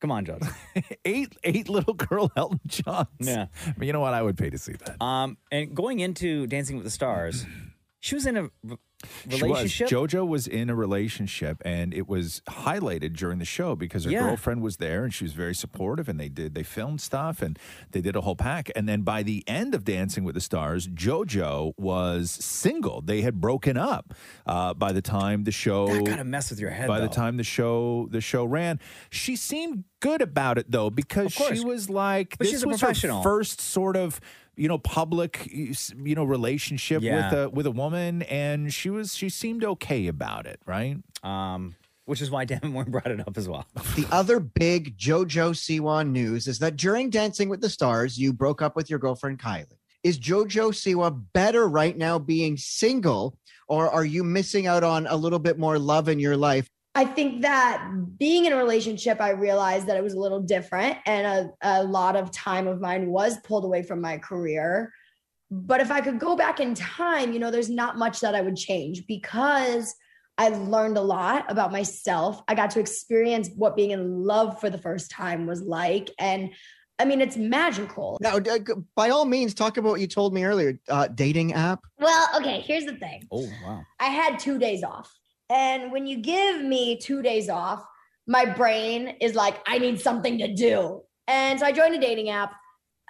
Speaker 1: Come on, Johnson.
Speaker 5: <laughs> eight eight <laughs> little girl Elton Johns.
Speaker 1: Yeah.
Speaker 5: <laughs> But you know what? I would pay to see that.
Speaker 1: Um, and going into Dancing with the Stars, <clears throat> she was in a re-
Speaker 5: She was.
Speaker 1: relationship.
Speaker 5: JoJo was in a relationship, and it was highlighted during the show because her
Speaker 1: Yeah.
Speaker 5: girlfriend was there, and she was very supportive. And they did they filmed stuff, and they did a whole pack. And then by the end of Dancing with the Stars, JoJo was single. They had broken up uh, by the time the show.
Speaker 1: That gotta mess with your head,
Speaker 5: By the
Speaker 1: though.
Speaker 5: time the show the show ran, she seemed good about it though because
Speaker 1: course.
Speaker 5: she was like
Speaker 1: But
Speaker 5: this
Speaker 1: she's a
Speaker 5: was
Speaker 1: professional.
Speaker 5: her first sort of you know public you know relationship with
Speaker 1: Yeah.
Speaker 5: a with a woman and she was she seemed okay about it right
Speaker 1: um which is why <laughs> Devin Moore brought it up as well.
Speaker 20: The other big JoJo Siwa news is that during Dancing with the Stars, you broke up with your girlfriend Kylie. Is JoJo Siwa better right now being single, or are you missing out on a little bit more love in your life?
Speaker 21: I think that being in a relationship, I realized that it was a little different, and a, a lot of time of mine was pulled away from my career. But if I could go back in time, you know, there's not much that I would change because I learned a lot about myself. I got to experience what being in love for the first time was like. And I mean, it's magical.
Speaker 20: Now, d- uh, g- by all means, talk about what you told me earlier uh, dating app.
Speaker 21: Well, okay, here's the thing.
Speaker 1: Oh, wow.
Speaker 21: I had two days off. And when you give me two days off, my brain is like, I need something to do. And so I joined a dating app.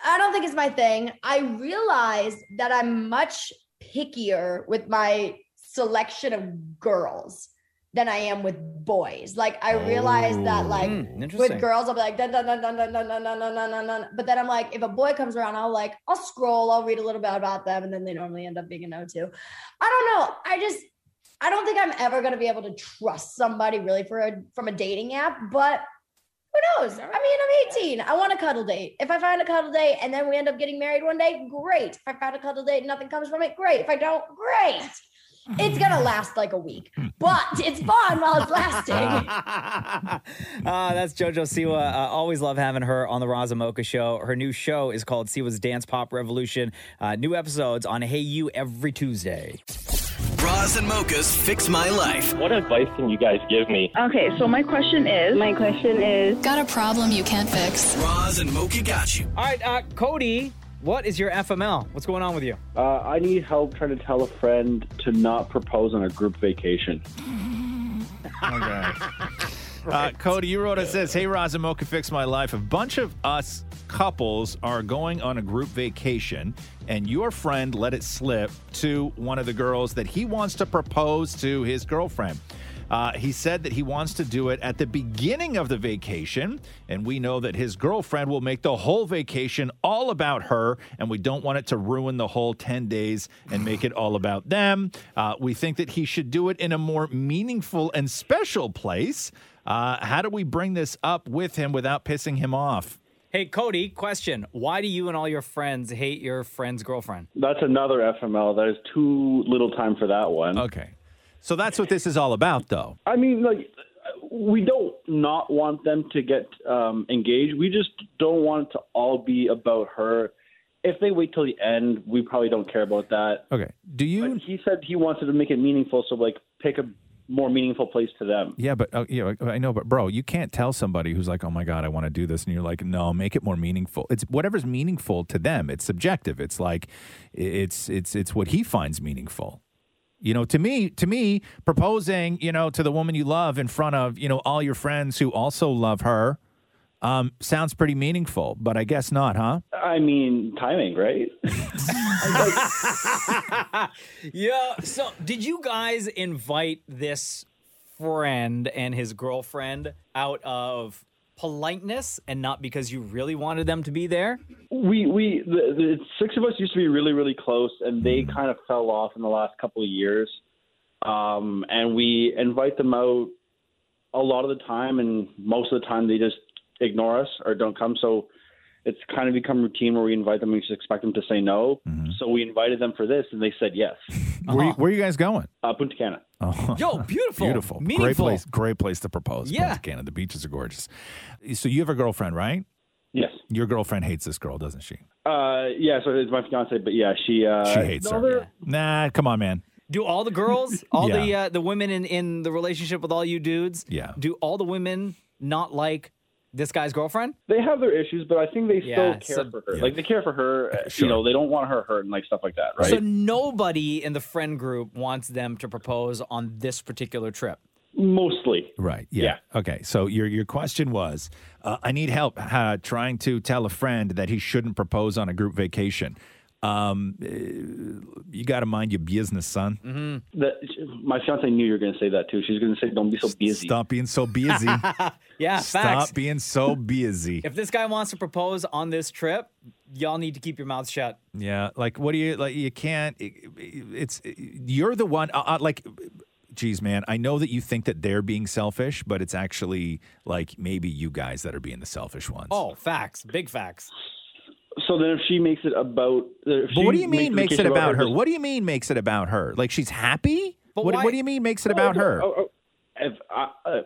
Speaker 21: I don't think it's my thing. I realized that I'm much pickier with my selection of girls than I am with boys. Like I realized that like
Speaker 1: Mm,
Speaker 21: with
Speaker 1: interesting.
Speaker 21: girls, I'll be like, dun, dun, dun, dun, dun, dun, dun, dun, dun, dun, dun. but then I'm like, if a boy comes around, I'll like, I'll scroll, I'll read a little bit about them, and then they normally end up being a no too. I don't know. I just, I don't think I'm ever gonna be able to trust somebody really for a from a dating app, but who knows? I mean, I'm 18. I want a cuddle date. If I find a cuddle date and then we end up getting married one day, great. If I find a cuddle date and nothing comes from it, great. If I don't, great. It's gonna last like a week, but it's fun while it's lasting.
Speaker 1: Uh, that's JoJo Siwa. Uh, always love having her on the Raza Mocha show. Her new show is called Siwa's Dance Pop Revolution. Uh, new episodes on Hey You every Tuesday.
Speaker 2: Bras and mochas fix my life.
Speaker 18: What advice can you guys give me?
Speaker 22: Okay, so my question is. My question is. Got a problem you can't fix?
Speaker 2: Bras and mocha got you.
Speaker 1: All right, uh, Cody, what is your FML? What's going on with you?
Speaker 23: Uh, I need help trying to tell a friend to not propose on a group vacation.
Speaker 5: Uh, Cody, you wrote us this. Hey, Roz and Mocha Fix My Life. A bunch of us couples are going on a group vacation, and your friend let it slip to one of the girls that he wants to propose to his girlfriend. Uh, he said that he wants to do it at the beginning of the vacation, and we know that his girlfriend will make the whole vacation all about her, and we don't want it to ruin the whole 10 days and make it all about them. Uh, we think that he should do it in a more meaningful and special place. Uh, how do we bring this up with him without pissing him off?
Speaker 1: Hey, Cody, question. Why do you and all your friends hate your
Speaker 23: <laughs>
Speaker 1: friend's girlfriend?
Speaker 23: That's another FML. There's too little time for that one.
Speaker 5: Okay. So that's what this is all about, though.
Speaker 23: I mean, like, we don't not want them to get um, engaged. We just don't want it to all be about her. If they wait till the end, we probably don't care about that.
Speaker 5: Okay. Do you?
Speaker 23: he said he wanted to make it meaningful, so like, pick a more meaningful place to them.
Speaker 5: Yeah, but uh, yeah, I know, but bro, you can't tell somebody who's like, "Oh my god, I want to do this," and you're like, "No, make it more meaningful." It's whatever's meaningful to them. It's subjective. It's like, it's it's it's what he finds meaningful. You know, to me, to me, proposing, you know, to the woman you love in front of you know all your friends who also love her, um, sounds pretty meaningful. But I guess not, huh?
Speaker 23: I mean, timing, right?
Speaker 1: <laughs> Yeah. So, did you guys invite this friend and his girlfriend out of politeness and not because you really wanted them to be there?
Speaker 23: We we the, the six of us used to be really really close, and they
Speaker 5: Mm-hmm.
Speaker 23: kind of fell off in the last couple of years. Um, and we invite them out a lot of the time, and most of the time they just ignore us or don't come. So it's kind of become routine where we invite them, we just expect them to say no. So we invited them for this, and they said yes.
Speaker 5: Mm-hmm. <laughs> Where, you- where are you guys going?
Speaker 23: Uh, Punta Cana.
Speaker 5: <laughs> Oh.
Speaker 1: Yo, beautiful.
Speaker 5: Beautiful. Great
Speaker 1: Meaningful.
Speaker 5: place. Great place to propose.
Speaker 1: Yeah.
Speaker 5: Punta Cana. The beaches are gorgeous. So you have a girlfriend, right?
Speaker 23: Yes.
Speaker 5: Your girlfriend hates this girl, doesn't she?
Speaker 23: Uh, yeah, so it's my fiance, but yeah, she uh,
Speaker 5: She hates her. Nah, come on, man.
Speaker 1: Do all the
Speaker 5: <laughs>
Speaker 1: girls, all the
Speaker 5: Yeah.
Speaker 1: uh, the women in in the relationship with all you dudes,
Speaker 5: Yeah.
Speaker 1: do all the women not like this guy's girlfriend?
Speaker 23: They have their issues, but I think they still
Speaker 1: Yeah,
Speaker 23: care
Speaker 1: so-
Speaker 23: for her. Like they care for
Speaker 5: <laughs>
Speaker 23: her. uh, You know, they don't want her hurt and like stuff like that, right?
Speaker 1: So nobody in the friend group wants them to propose on this particular trip.
Speaker 23: Mostly.
Speaker 5: Right. Yeah. Okay. So your your question was, uh, I need help uh, trying to tell a friend that he shouldn't propose on a group vacation. Um, eh, you got to mind your business, son. mm-hmm.
Speaker 23: That my fiance knew you were going to say that too. She's going to say, "Don't be so busy."
Speaker 5: Stop being so busy.
Speaker 1: <laughs> Yeah,
Speaker 5: Stop
Speaker 1: facts.
Speaker 5: being
Speaker 1: <laughs>
Speaker 5: so busy.
Speaker 1: If this guy wants to propose on this trip, y'all need to keep your mouths shut.
Speaker 5: Yeah, like what do you like? You can't. it- It's you're the one. Uh, uh, like, geez, man, I know that you think that they're being selfish, but it's actually like maybe you guys that are being the selfish ones.
Speaker 1: Oh, facts, big facts.
Speaker 23: So then, if she makes it about, uh, if
Speaker 5: But
Speaker 23: she
Speaker 5: what do you mean
Speaker 23: the
Speaker 5: makes it
Speaker 23: vacation
Speaker 5: about her?
Speaker 23: just-
Speaker 5: What do you mean makes it about her? Like she's happy? What, what do you mean makes it
Speaker 23: No,
Speaker 5: about
Speaker 23: no,
Speaker 5: her?
Speaker 23: oh, oh, If I, uh,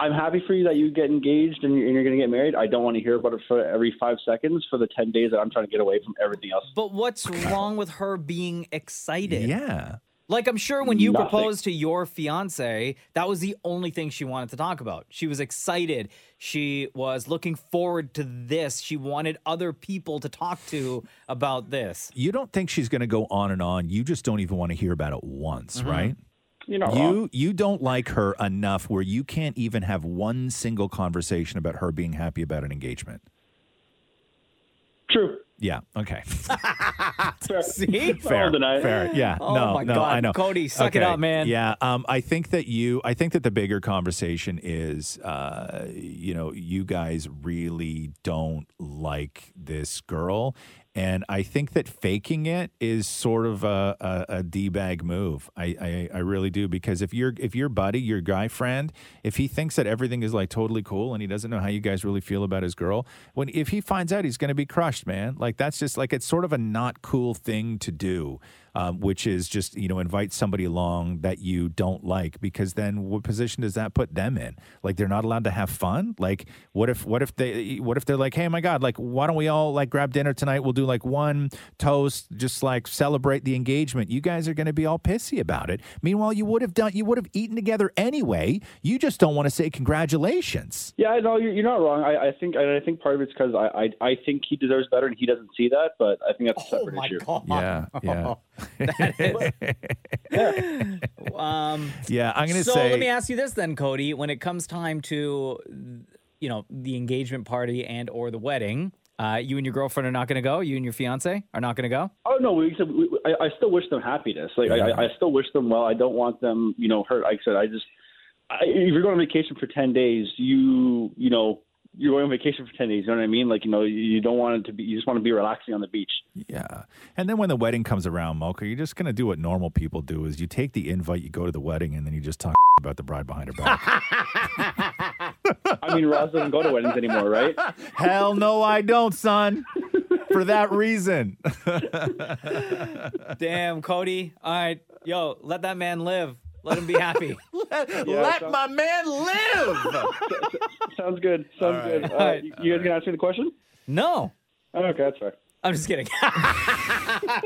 Speaker 23: I'm happy for you that you get engaged and you're, and you're going to get married. I don't want to hear about it for every five seconds for the ten days that I'm trying to get away from everything else.
Speaker 1: But what's wrong with her being excited?
Speaker 5: Yeah.
Speaker 1: Like I'm sure when you
Speaker 23: Nothing.
Speaker 1: proposed to your fiance, that was the only thing she wanted to talk about. She was excited. She was looking forward to this. She wanted other people to talk to about this.
Speaker 5: You don't think she's going to go on and on. You just don't even want to hear about it once, right?
Speaker 23: You're
Speaker 3: uh.
Speaker 1: not
Speaker 5: you
Speaker 1: wrong.
Speaker 5: you don't like her enough where you can't even have one single conversation about her being happy about an engagement.
Speaker 23: True.
Speaker 5: Yeah. Okay.
Speaker 18: <laughs>
Speaker 5: <laughs>
Speaker 23: Fair.
Speaker 1: See? <laughs>
Speaker 5: Ah, Fair. Fair. Yeah.
Speaker 1: Oh
Speaker 5: no.
Speaker 1: my
Speaker 5: no.
Speaker 1: God.
Speaker 5: I know.
Speaker 1: Cody, suck it
Speaker 5: Okay,
Speaker 1: up, man. <laughs>
Speaker 5: Yeah. Um. I think that you. I think that the bigger conversation is, uh, you know, you guys really don't like this girl, and I think that faking it is sort of a a, a d bag move. I, I I really do because if your if your buddy, your guy friend, if he thinks that everything is like totally cool and he doesn't know how you guys really feel about his girl, when if he finds out, he's going to be crushed, man. Like that's just like it's sort of a not cool thing to do um, which is just you know invite somebody along that you don't like because then what position does that put them in like they're not allowed to have fun like what if what if they what if they're like hey my god like why don't we all like grab dinner tonight we'll do like one toast just like celebrate the engagement you guys are going to be all pissy about it meanwhile you would have done you would have eaten together anyway you just don't want to say congratulations
Speaker 23: Yeah, I know you're, you're not wrong. I, I think and I think part of it's because I, I I think he deserves better and he doesn't see that, but I think that's
Speaker 5: Oh
Speaker 23: a separate issue.
Speaker 1: <laughs>
Speaker 5: yeah yeah
Speaker 1: Oh,
Speaker 5: <laughs>
Speaker 1: Um,
Speaker 5: yeah i'm going to
Speaker 1: so
Speaker 5: say
Speaker 1: let me ask you this then, Cody. When it comes time to, you know, the engagement party and or the wedding, uh, you and your girlfriend are not going to go. You and your fiance are not going to
Speaker 5: <laughs>
Speaker 1: go.
Speaker 23: Oh no, we, we, I, I still wish them happiness. Like I I, I still wish them well. I don't want them, you know, hurt. Like I said, I just I, if you're going on vacation for ten days, you you know you're going on vacation for ten days. You know what I mean? Like you know, you, you don't want it to be. You just want to be relaxing on the
Speaker 5: <laughs>
Speaker 23: beach.
Speaker 5: Yeah. And then when the wedding comes around, Mocha, you're just going to do what normal people do <laughs> is you take the invite, you go to the wedding, and then you just talk about the bride behind her back.
Speaker 23: I mean, Roz doesn't go to weddings anymore, right?
Speaker 5: <laughs> Hell no, I don't, son. For that reason.
Speaker 1: Damn, Cody. All right, yo, let that man live. Let him be
Speaker 5: <laughs>
Speaker 1: happy.
Speaker 23: Yeah,
Speaker 5: Let
Speaker 23: sounds-
Speaker 5: my man live.
Speaker 23: Sounds good. Sounds good. Uh,
Speaker 5: <laughs>
Speaker 23: You you guys gonna ask me the question?
Speaker 1: No.
Speaker 23: Okay, that's fair.
Speaker 1: I'm just kidding.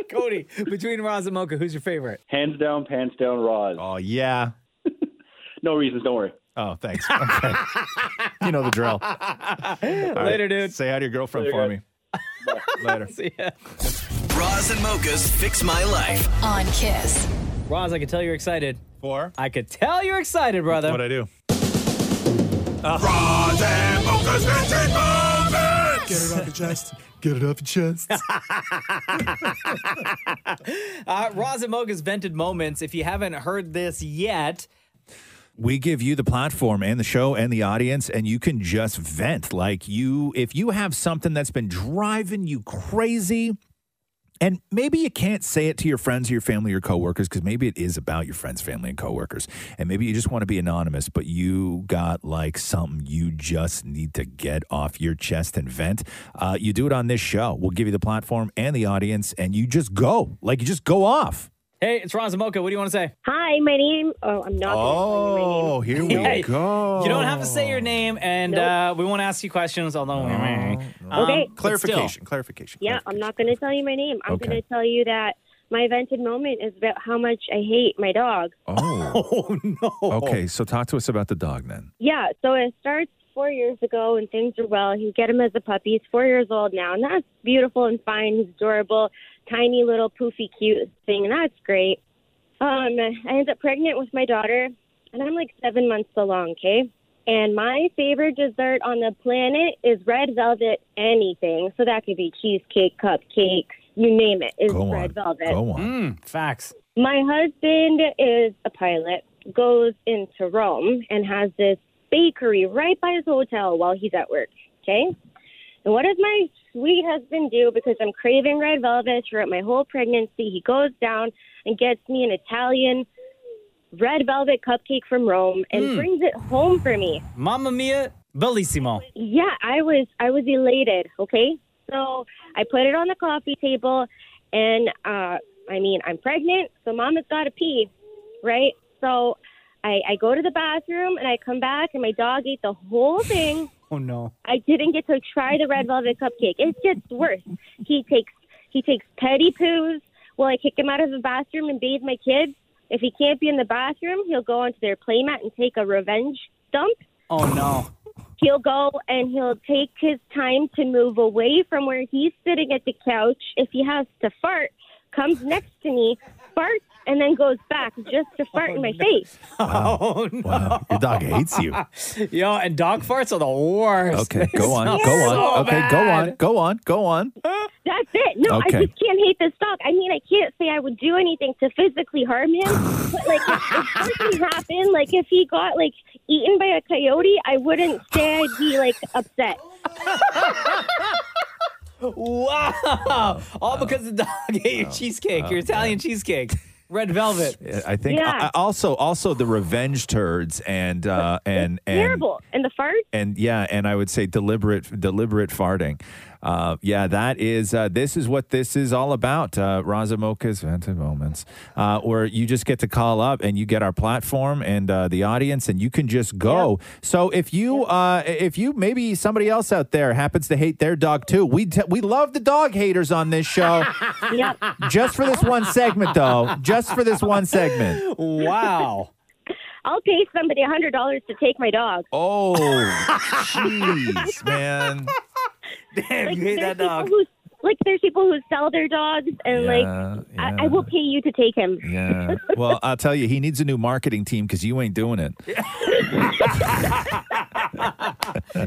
Speaker 1: <laughs> Cody, between Roz and Mocha, who's your favorite?
Speaker 23: Hands down, pants down, Roz.
Speaker 5: Oh yeah.
Speaker 23: <laughs> no reasons. Don't worry.
Speaker 5: Oh, thanks.
Speaker 23: <laughs>
Speaker 5: Okay. you know
Speaker 1: <laughs>
Speaker 5: the drill.
Speaker 23: Later,
Speaker 5: dude. Say hi to your girlfriend
Speaker 23: Later,
Speaker 5: for
Speaker 1: <laughs>
Speaker 5: me. Later.
Speaker 2: Roz and Mocha's Fix My Life.
Speaker 1: On Kiss. Roz, I could tell you're excited.
Speaker 5: For?
Speaker 1: I could tell you're excited, brother. Uh. What'd
Speaker 5: I do?
Speaker 4: Roz
Speaker 2: and Mocha's Vintage Moments!
Speaker 4: Get it off your chest. Get it off your chest.
Speaker 1: Uh, Roz and Mocha's vented moments. If you haven't heard this yet,
Speaker 5: we give you the platform and the show and the audience and you can just vent like you if you have something that's been driving you crazy and maybe you can't say it to your friends or your family or coworkers because maybe it is about your friends, family, and coworkers. And maybe you just want to be anonymous, but you got like something you just need to get off your chest and vent. Uh, you do it on this show. We'll give you the platform and the audience, and you just go. Like you just go off.
Speaker 1: hey, it's Roz and Mocha. What do you want to say?
Speaker 6: Hi, my name. Oh, I'm not.
Speaker 5: Oh, here
Speaker 1: <laughs>
Speaker 5: we
Speaker 1: Hey,
Speaker 5: go.
Speaker 1: You don't have to say your name, and
Speaker 6: Nope.
Speaker 1: uh, we won't ask you questions, although we may. Um,
Speaker 6: Okay.
Speaker 1: but
Speaker 5: Clarification,
Speaker 1: still.
Speaker 5: clarification.
Speaker 6: Yeah, I'm not going to tell you my name. I'm
Speaker 5: Okay.
Speaker 6: going to tell you that my vented moment is about how much I hate my dog.
Speaker 5: Oh.
Speaker 1: no.
Speaker 5: Okay, so talk to us about the dog then.
Speaker 6: Yeah, so it starts four years ago, and things are well. You get him as a puppy. He's four years old now, and that's beautiful and fine. He's adorable, tiny little poofy cute thing, and that's great. Um, I end up pregnant with my daughter, and I'm like seven months along, okay? And my favorite dessert on the planet is red velvet anything. So that could be cheesecake, cupcakes, you name it, is red velvet.
Speaker 1: Mm, facts.
Speaker 6: My husband is a pilot, goes into Rome and has this bakery right by his hotel while he's at work. Okay. And what does my sweet husband do? Because I'm craving red velvet throughout my whole pregnancy. He goes down and gets me an Italian red velvet cupcake from Rome and
Speaker 1: Mm.
Speaker 6: brings it home for me.
Speaker 1: Mamma mia, bellissimo.
Speaker 6: Yeah, I was I was elated, okay? So I put it on the coffee table and uh I mean I'm pregnant, so mama's gotta pee, right? So I, I go to the bathroom and I come back and my dog ate the whole thing.
Speaker 1: Oh, no.
Speaker 6: I didn't get to try the red velvet cupcake. It gets worse. He takes he takes petty poos. Will I kick him out of the bathroom and bathe my kids? If he can't be in the bathroom, he'll go onto their playmat and take a revenge dump.
Speaker 1: Oh, no.
Speaker 6: He'll go and he'll take his time to move away from where he's sitting at the couch. If he has to fart, comes next to me, farts, and then goes back just to fart in my face.
Speaker 1: <laughs> Oh, no. Your
Speaker 5: dog hates you.
Speaker 1: <laughs> Yo, and dog farts are the worst.
Speaker 5: Okay,
Speaker 1: <laughs>
Speaker 5: go on,
Speaker 1: They
Speaker 5: go
Speaker 1: smell so
Speaker 5: on. okay, go on,
Speaker 1: bad.
Speaker 5: go on, go on.
Speaker 6: That's it. No, I
Speaker 5: Okay.
Speaker 6: just can't hate this dog. I mean, I can't say I would do anything to physically harm him, but like
Speaker 5: <laughs>
Speaker 6: if, if something happened, like if he got like eaten by a coyote, I wouldn't say I'd be like upset.
Speaker 1: Wow. All because the dog ate your cheesecake, your Italian cheesecake, red velvet.
Speaker 5: Yeah, I think
Speaker 6: Yeah.
Speaker 5: I- I- also also the revenge turds and uh, and and
Speaker 6: Terrible. And the farts.
Speaker 5: and yeah, and I would say deliberate deliberate farting. Uh, yeah, that is uh, this is what this is all about. Uh, Razamoka's vented moments, uh, where you just get to call up and you get our platform and uh, the audience, and you can just go. So if you uh, if you maybe somebody else out there happens to hate their dog too, we t- we love the dog haters on this
Speaker 6: <laughs>
Speaker 5: show.
Speaker 6: Yep.
Speaker 5: just for this one segment, though. Just for this one segment.
Speaker 1: Wow.
Speaker 6: <laughs> I'll pay somebody a hundred dollars to take my dog.
Speaker 5: Oh,
Speaker 9: <laughs>
Speaker 5: jeez, man.
Speaker 1: Damn,
Speaker 6: <laughs> like,
Speaker 1: you hate
Speaker 6: there's
Speaker 1: that dog.
Speaker 6: people Who, like there's people who sell their dogs, and
Speaker 5: Yeah,
Speaker 6: like I, I will pay you to take him.
Speaker 5: Yeah. Well, I'll tell you, he needs a new marketing team because you ain't doing it.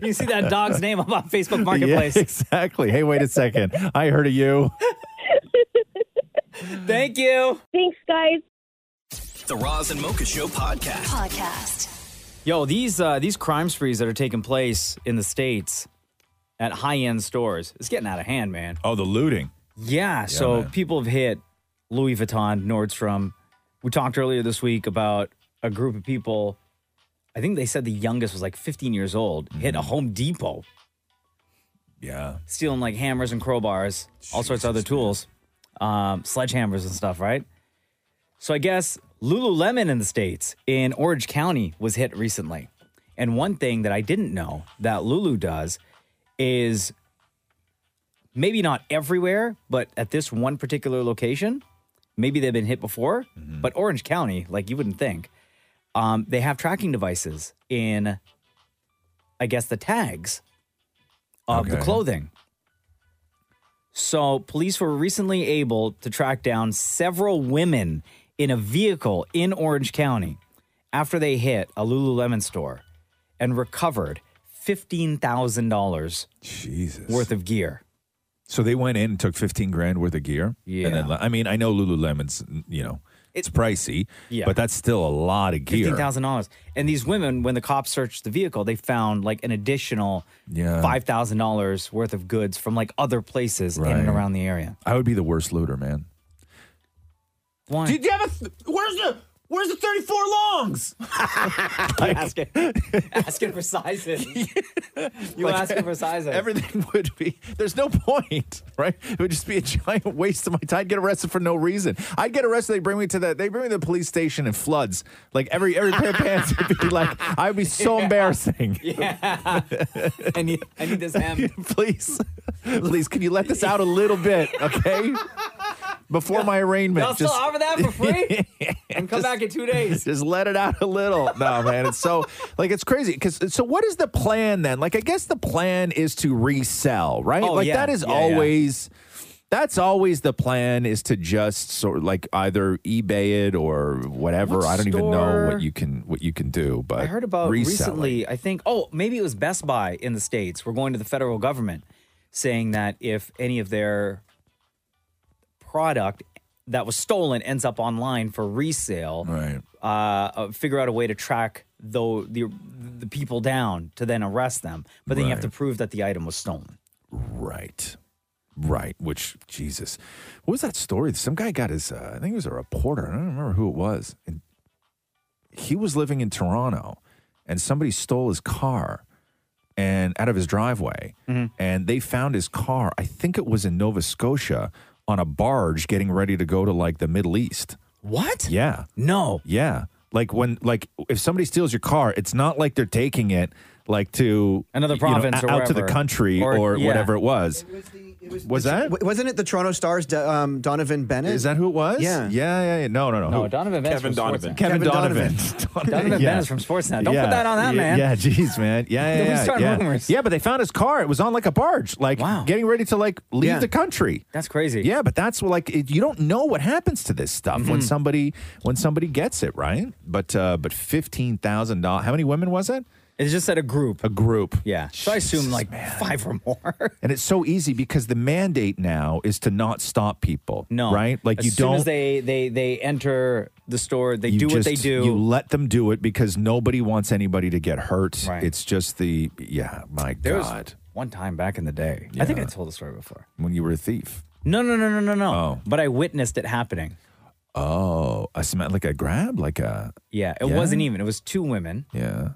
Speaker 1: You see that dog's name up on <laughs> Facebook Marketplace.
Speaker 5: Yeah, exactly. Hey, wait a second.
Speaker 1: <laughs>
Speaker 5: I heard of you.
Speaker 1: Thank you.
Speaker 6: Thanks, guys.
Speaker 2: The Roz and Mocha Show podcast.
Speaker 11: Podcast.
Speaker 1: Yo, these uh, these crime sprees that are taking place in the states at high end stores, it's getting out of hand, man.
Speaker 5: Oh, the looting.
Speaker 1: Yeah. so people have hit Louis Vuitton, Nordstrom. We talked earlier this week about a group of people I think they said the youngest was like 15 years old, hit a Home Depot.
Speaker 5: Mm-hmm. Yeah.
Speaker 1: Stealing like hammers and crowbars, all sorts of other tools, um, sledgehammers and stuff, right? So I guess Lululemon in the States, in Orange County, was hit recently. And one thing that I didn't know that Lulu does is maybe not everywhere, but at this one particular location, maybe they've been hit before, but Orange County, like you wouldn't think, um, they have tracking devices in, I guess, the tags of the
Speaker 9: Okay.
Speaker 1: clothing. So, police were recently able to track down several women in a vehicle in Orange County after they hit a Lululemon store and recovered $15,000 worth of gear.
Speaker 5: So they went in and took 15 grand worth of gear. Yeah. And then, I mean, I know Lululemon's, you know, it's pricey,
Speaker 1: Yeah.
Speaker 5: but that's still a lot of gear.
Speaker 1: Fifteen thousand dollars. And these women, when the cops searched the vehicle, they found like an additional
Speaker 5: Yeah.
Speaker 1: five thousand dollars worth of goods from like other places in
Speaker 5: Right.
Speaker 1: and around the area.
Speaker 5: I would be the worst looter, man.
Speaker 1: Why?
Speaker 9: Did you have a? Th- where's the? Where's the thirty-four
Speaker 1: <laughs>
Speaker 9: longs?
Speaker 1: asking, asking for sizes.
Speaker 5: <laughs>
Speaker 1: You
Speaker 5: Like,
Speaker 1: asking for sizes?
Speaker 5: Everything <laughs> would be. There's no point, <laughs> right? It would just be a giant <laughs> waste of my time. I'd get arrested for no reason. I'd get arrested. They bring me to the. They bring me to the police station in floods. Like every every pair of pants would
Speaker 1: <laughs>
Speaker 5: be like. I'd be so
Speaker 1: Yeah.
Speaker 5: embarrassing.
Speaker 1: <laughs> Yeah. I need. I need this hem.
Speaker 5: <laughs> Please, please, can you let this out a little bit,
Speaker 1: <laughs>
Speaker 5: okay? Before my arraignment,
Speaker 1: Y'all still offer that
Speaker 5: <laughs>
Speaker 1: for free? and come back in two days.
Speaker 5: Just let it out a little. No, man, it's so like it's crazy. Because so, what is the plan then? Like, I guess the plan is to resell, right?
Speaker 9: Oh,
Speaker 5: like
Speaker 9: yeah.
Speaker 5: that is
Speaker 9: Yeah, yeah.
Speaker 5: always. That's always the plan is to just sort of like either eBay it or whatever.
Speaker 1: What
Speaker 5: I don't even know
Speaker 1: store-
Speaker 5: what you can what you can do, but
Speaker 1: I heard about
Speaker 5: reselling.
Speaker 1: recently. I think. Oh, maybe it was Best Buy in the states. We're going to the federal government, saying that if any of their product that was stolen ends up online for resale,
Speaker 5: right.
Speaker 1: uh, uh, figure out a way to track though the the people down to then arrest them. But then you have to
Speaker 5: Right.
Speaker 1: prove that the item was stolen.
Speaker 5: Right. Right. Which, Jesus. What was that story? Some guy got his, uh, I think it was a reporter. I don't remember who it was. And he was living in Toronto and somebody stole his car and out of his driveway.
Speaker 1: Mm-hmm.
Speaker 5: And they found his car, I think it was in Nova Scotia, on a barge getting ready to go to like the Middle East.
Speaker 1: What?
Speaker 5: Yeah.
Speaker 1: No.
Speaker 5: Yeah. Like when, like, if somebody steals your car, it's not like they're taking it like to
Speaker 1: Another
Speaker 5: you know,
Speaker 1: province or
Speaker 5: out to the
Speaker 1: wherever.
Speaker 5: country or,
Speaker 1: Or- yeah.
Speaker 5: whatever it was. Was that?
Speaker 9: W- wasn't it the Toronto Stars, Do- um, Donovan Bennett?
Speaker 5: Is that who it was?
Speaker 9: Yeah.
Speaker 5: Yeah, yeah, yeah. No, no, no.
Speaker 9: No,
Speaker 5: Who-
Speaker 9: Donovan Bennett's Kevin from Donovan. Sportsnet.
Speaker 5: Kevin, <laughs>
Speaker 9: Kevin
Speaker 5: Donovan.
Speaker 9: Donovan. Donovan
Speaker 1: Bennett's from Sportsnet. Don't put that on that
Speaker 5: yeah,
Speaker 1: man.
Speaker 5: Yeah,
Speaker 1: <laughs>
Speaker 5: geez,
Speaker 1: Don't
Speaker 5: man. Yeah,
Speaker 1: be
Speaker 5: yeah, yeah.
Speaker 1: starting
Speaker 5: Yeah.
Speaker 1: rumors.
Speaker 5: yeah, but they found his car. It was on like a barge, like getting ready to like leave
Speaker 1: Yeah.
Speaker 5: the country.
Speaker 1: That's crazy. Mm-hmm.
Speaker 5: Yeah, but that's like it, you don't know what happens to this stuff when somebody when somebody gets it right. But uh but fifteen thousand dollars. How many women was it?
Speaker 1: It's just at a group.
Speaker 5: A group.
Speaker 1: Yeah. So I assume like five or more.
Speaker 5: And it's so easy because the mandate now is to not stop people.
Speaker 1: No.
Speaker 5: Right? Like
Speaker 1: as
Speaker 5: you
Speaker 1: soon
Speaker 5: don't
Speaker 1: As they they they enter the store. They
Speaker 5: you
Speaker 1: do what
Speaker 5: just-
Speaker 1: they do.
Speaker 5: You let them do it because nobody wants anybody to get hurt. It's just the yeah, my
Speaker 1: There was
Speaker 5: God.
Speaker 1: one time back in the day. I think I told the story before.
Speaker 5: When you were a thief.
Speaker 1: No, no, no, no, no, no. But I witnessed it happening.
Speaker 5: Oh, a smell like a grab, like a
Speaker 1: Yeah, it
Speaker 5: Yeah?
Speaker 1: wasn't even. It was two women,
Speaker 5: yeah,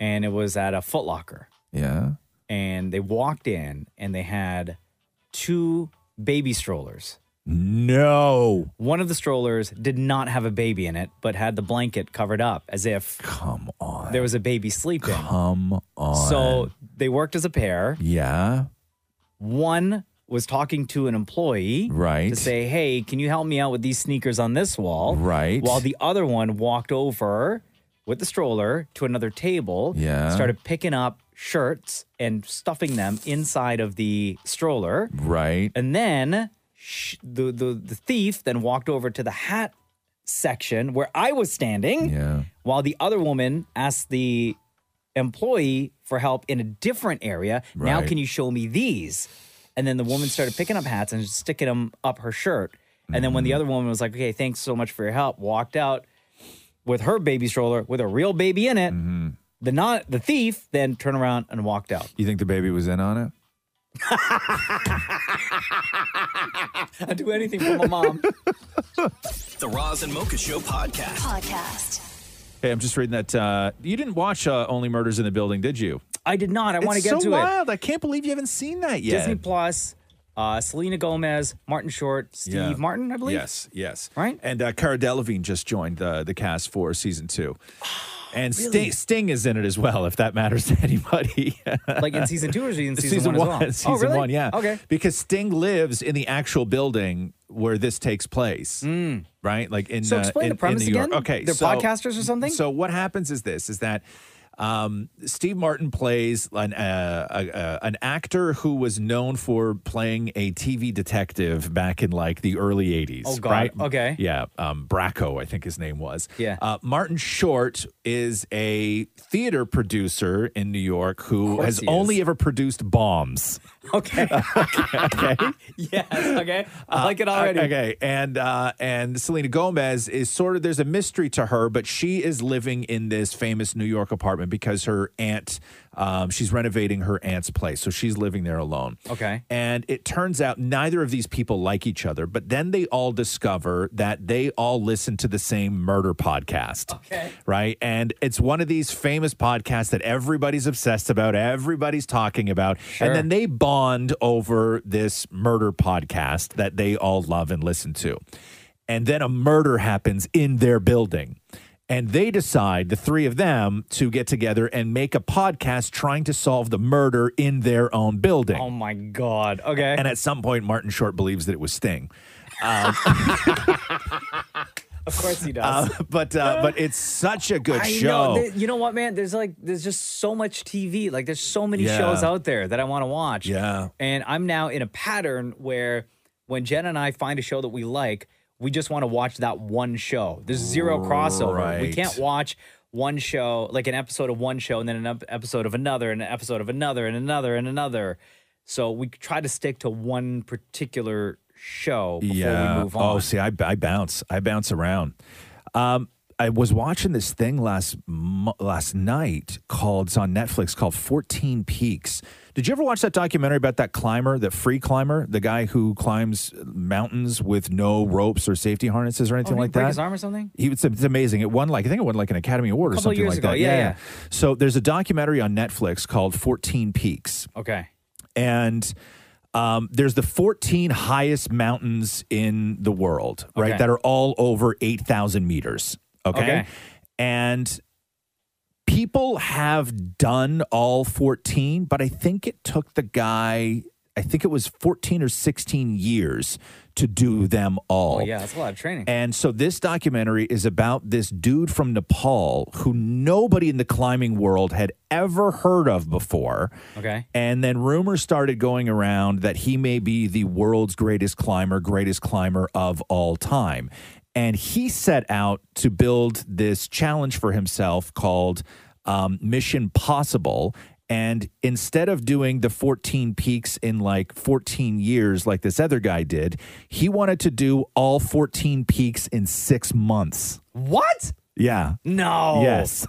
Speaker 1: and it was at a Foot Locker,
Speaker 5: yeah.
Speaker 1: and they walked in, and they had two baby strollers.
Speaker 5: No,
Speaker 1: one of the strollers did not have a baby in it, but had the blanket covered up as if come
Speaker 5: on
Speaker 1: there was a baby sleeping.
Speaker 5: Come on.
Speaker 1: So they worked as a pair.
Speaker 5: Yeah.
Speaker 1: One was talking to an employee
Speaker 5: Right.
Speaker 1: to say, "Hey, can you help me out with these sneakers on this wall?"
Speaker 5: Right.
Speaker 1: While the other one walked over with the stroller to another table,
Speaker 5: Yeah.
Speaker 1: started picking up shirts and stuffing them inside of the stroller.
Speaker 5: Right.
Speaker 1: And then sh- the, the the thief then walked over to the hat section where I was standing.
Speaker 5: Yeah.
Speaker 1: While the other woman asked the employee for help in a different area. Now,
Speaker 9: Right.
Speaker 1: can you show me these? And then the woman started picking up hats and just sticking them up her shirt. And then
Speaker 5: Mm.
Speaker 1: when the other woman was like, okay, thanks so much for your help, walked out with her baby stroller with a real baby in it. The not the thief then turned around and walked out.
Speaker 5: Mm-hmm. You think the baby was in on it?
Speaker 1: <laughs> I'd do anything for my mom.
Speaker 2: The Roz and Mocha Show podcast.
Speaker 11: Podcast.
Speaker 5: Hey, I'm just reading that. Uh, you didn't watch uh, Only Murders in the Building, did you?
Speaker 1: I did not. I want to
Speaker 5: It's
Speaker 1: get to
Speaker 5: so wild. I can't believe you haven't seen that
Speaker 1: it.
Speaker 5: yet.
Speaker 1: Disney Plus, uh, Selena Gomez, Martin Short, Steve
Speaker 5: Yeah.
Speaker 1: Martin, I believe.
Speaker 5: Yes, yes. Right? And uh, Cara Delevingne just joined the, the cast for season two. And
Speaker 1: Oh, really?
Speaker 5: Sting, Sting is in it as well, if that matters <laughs> to anybody.
Speaker 1: Like in season two or is
Speaker 5: <laughs>
Speaker 1: he in season one as well? Oh,
Speaker 5: season
Speaker 1: really?
Speaker 5: one, yeah.
Speaker 1: Okay.
Speaker 5: Because Sting lives in the actual building where this takes place, right? Like in
Speaker 1: Hmm. So
Speaker 5: uh,
Speaker 1: explain
Speaker 5: in-
Speaker 1: the premise
Speaker 5: in New York.
Speaker 1: again?
Speaker 5: Okay,
Speaker 1: They're
Speaker 5: so-
Speaker 1: podcasters or something?
Speaker 5: So what happens is this: is that um, Steve Martin plays an uh, a, a, an actor who was known for playing a TV detective back in like the early '80s.
Speaker 1: Oh, God.
Speaker 5: Right?
Speaker 1: Okay.
Speaker 5: Yeah, um, Bracco, I think his name was.
Speaker 1: Yeah.
Speaker 5: Uh, Martin Short is a theater producer in New York who
Speaker 1: course
Speaker 5: has
Speaker 1: he is.
Speaker 5: only ever produced bombs.
Speaker 1: Okay.
Speaker 5: <laughs> okay.
Speaker 1: <laughs> yes. Okay. I like it
Speaker 5: Uh,
Speaker 1: already.
Speaker 5: Okay, and uh, and Selena Gomez is sort of there's a mystery to her, but she is living in this famous New York apartment because her aunt, um, she's renovating her aunt's place, so she's living there alone.
Speaker 1: Okay.
Speaker 5: And it turns out neither of these people like each other, but then they all discover that they all listen to the same murder podcast. Okay. Right. And it's one of these famous podcasts that everybody's obsessed about, everybody's talking about.
Speaker 1: Sure.
Speaker 5: And then they bond over this murder podcast that they all love and listen to. And then a murder happens in their building. And they decide, the three of them, to get together and make a podcast trying to solve the murder in their own building. Oh
Speaker 1: my God. Okay.
Speaker 5: And at some point, Martin Short believes that it was Sting. Um,
Speaker 1: <laughs> Of course he does.
Speaker 5: uh, but uh, but it's such a good
Speaker 1: I
Speaker 5: show.
Speaker 1: Know, There- you know what, man? There's like there's just so much TV. Like there's so many
Speaker 5: Yeah.
Speaker 1: shows out there that I want to watch.
Speaker 5: Yeah.
Speaker 1: And I'm now in a pattern where when Jen and I find a show that we like, we just want to watch that one show. There's zero crossover. We
Speaker 5: Right.
Speaker 1: can't watch one show, like an episode of one show, and then an ep- episode of another, and an episode of another, and another, and another. So we try to stick to one particular show before we move on.
Speaker 5: Oh, see, I, I bounce. I bounce around. Um, I was watching this thing last mo- last night called it's on Netflix called 14 Peaks. Did you ever watch that documentary about that climber, that free climber, the guy who climbs mountains with no ropes or safety harnesses or anything
Speaker 1: Oh, didn't he
Speaker 5: like
Speaker 1: break
Speaker 5: that?
Speaker 1: his arm or something?
Speaker 5: He it's, it's amazing. It won like I think it won like an Academy Award or
Speaker 1: Couple
Speaker 5: something
Speaker 1: years
Speaker 5: like
Speaker 1: ago,
Speaker 5: that.
Speaker 1: yeah, yeah.
Speaker 5: So there's a documentary on Netflix called 14 Peaks
Speaker 1: Okay.
Speaker 5: and um, there's the 14 highest mountains in the world, right?
Speaker 1: Okay.
Speaker 5: That are all over 8,000 meters. Okay?
Speaker 1: Okay.
Speaker 5: And people have done all 14, but I think it took the guy, I think it was 14 or 16 years to do them all.
Speaker 1: Oh yeah, that's a lot of training.
Speaker 5: And so this documentary is about this dude from Nepal who nobody in the climbing world had ever heard of before.
Speaker 1: Okay.
Speaker 5: And then rumors started going around that he may be the world's greatest climber, greatest climber of all time. And he set out to build this challenge for himself called um, Mission Possible. And instead of doing the 14 peaks in like 14 years, like this other guy did, he wanted to do all 14 peaks in six months.
Speaker 1: What?
Speaker 5: Yeah.
Speaker 1: No.
Speaker 5: Yes.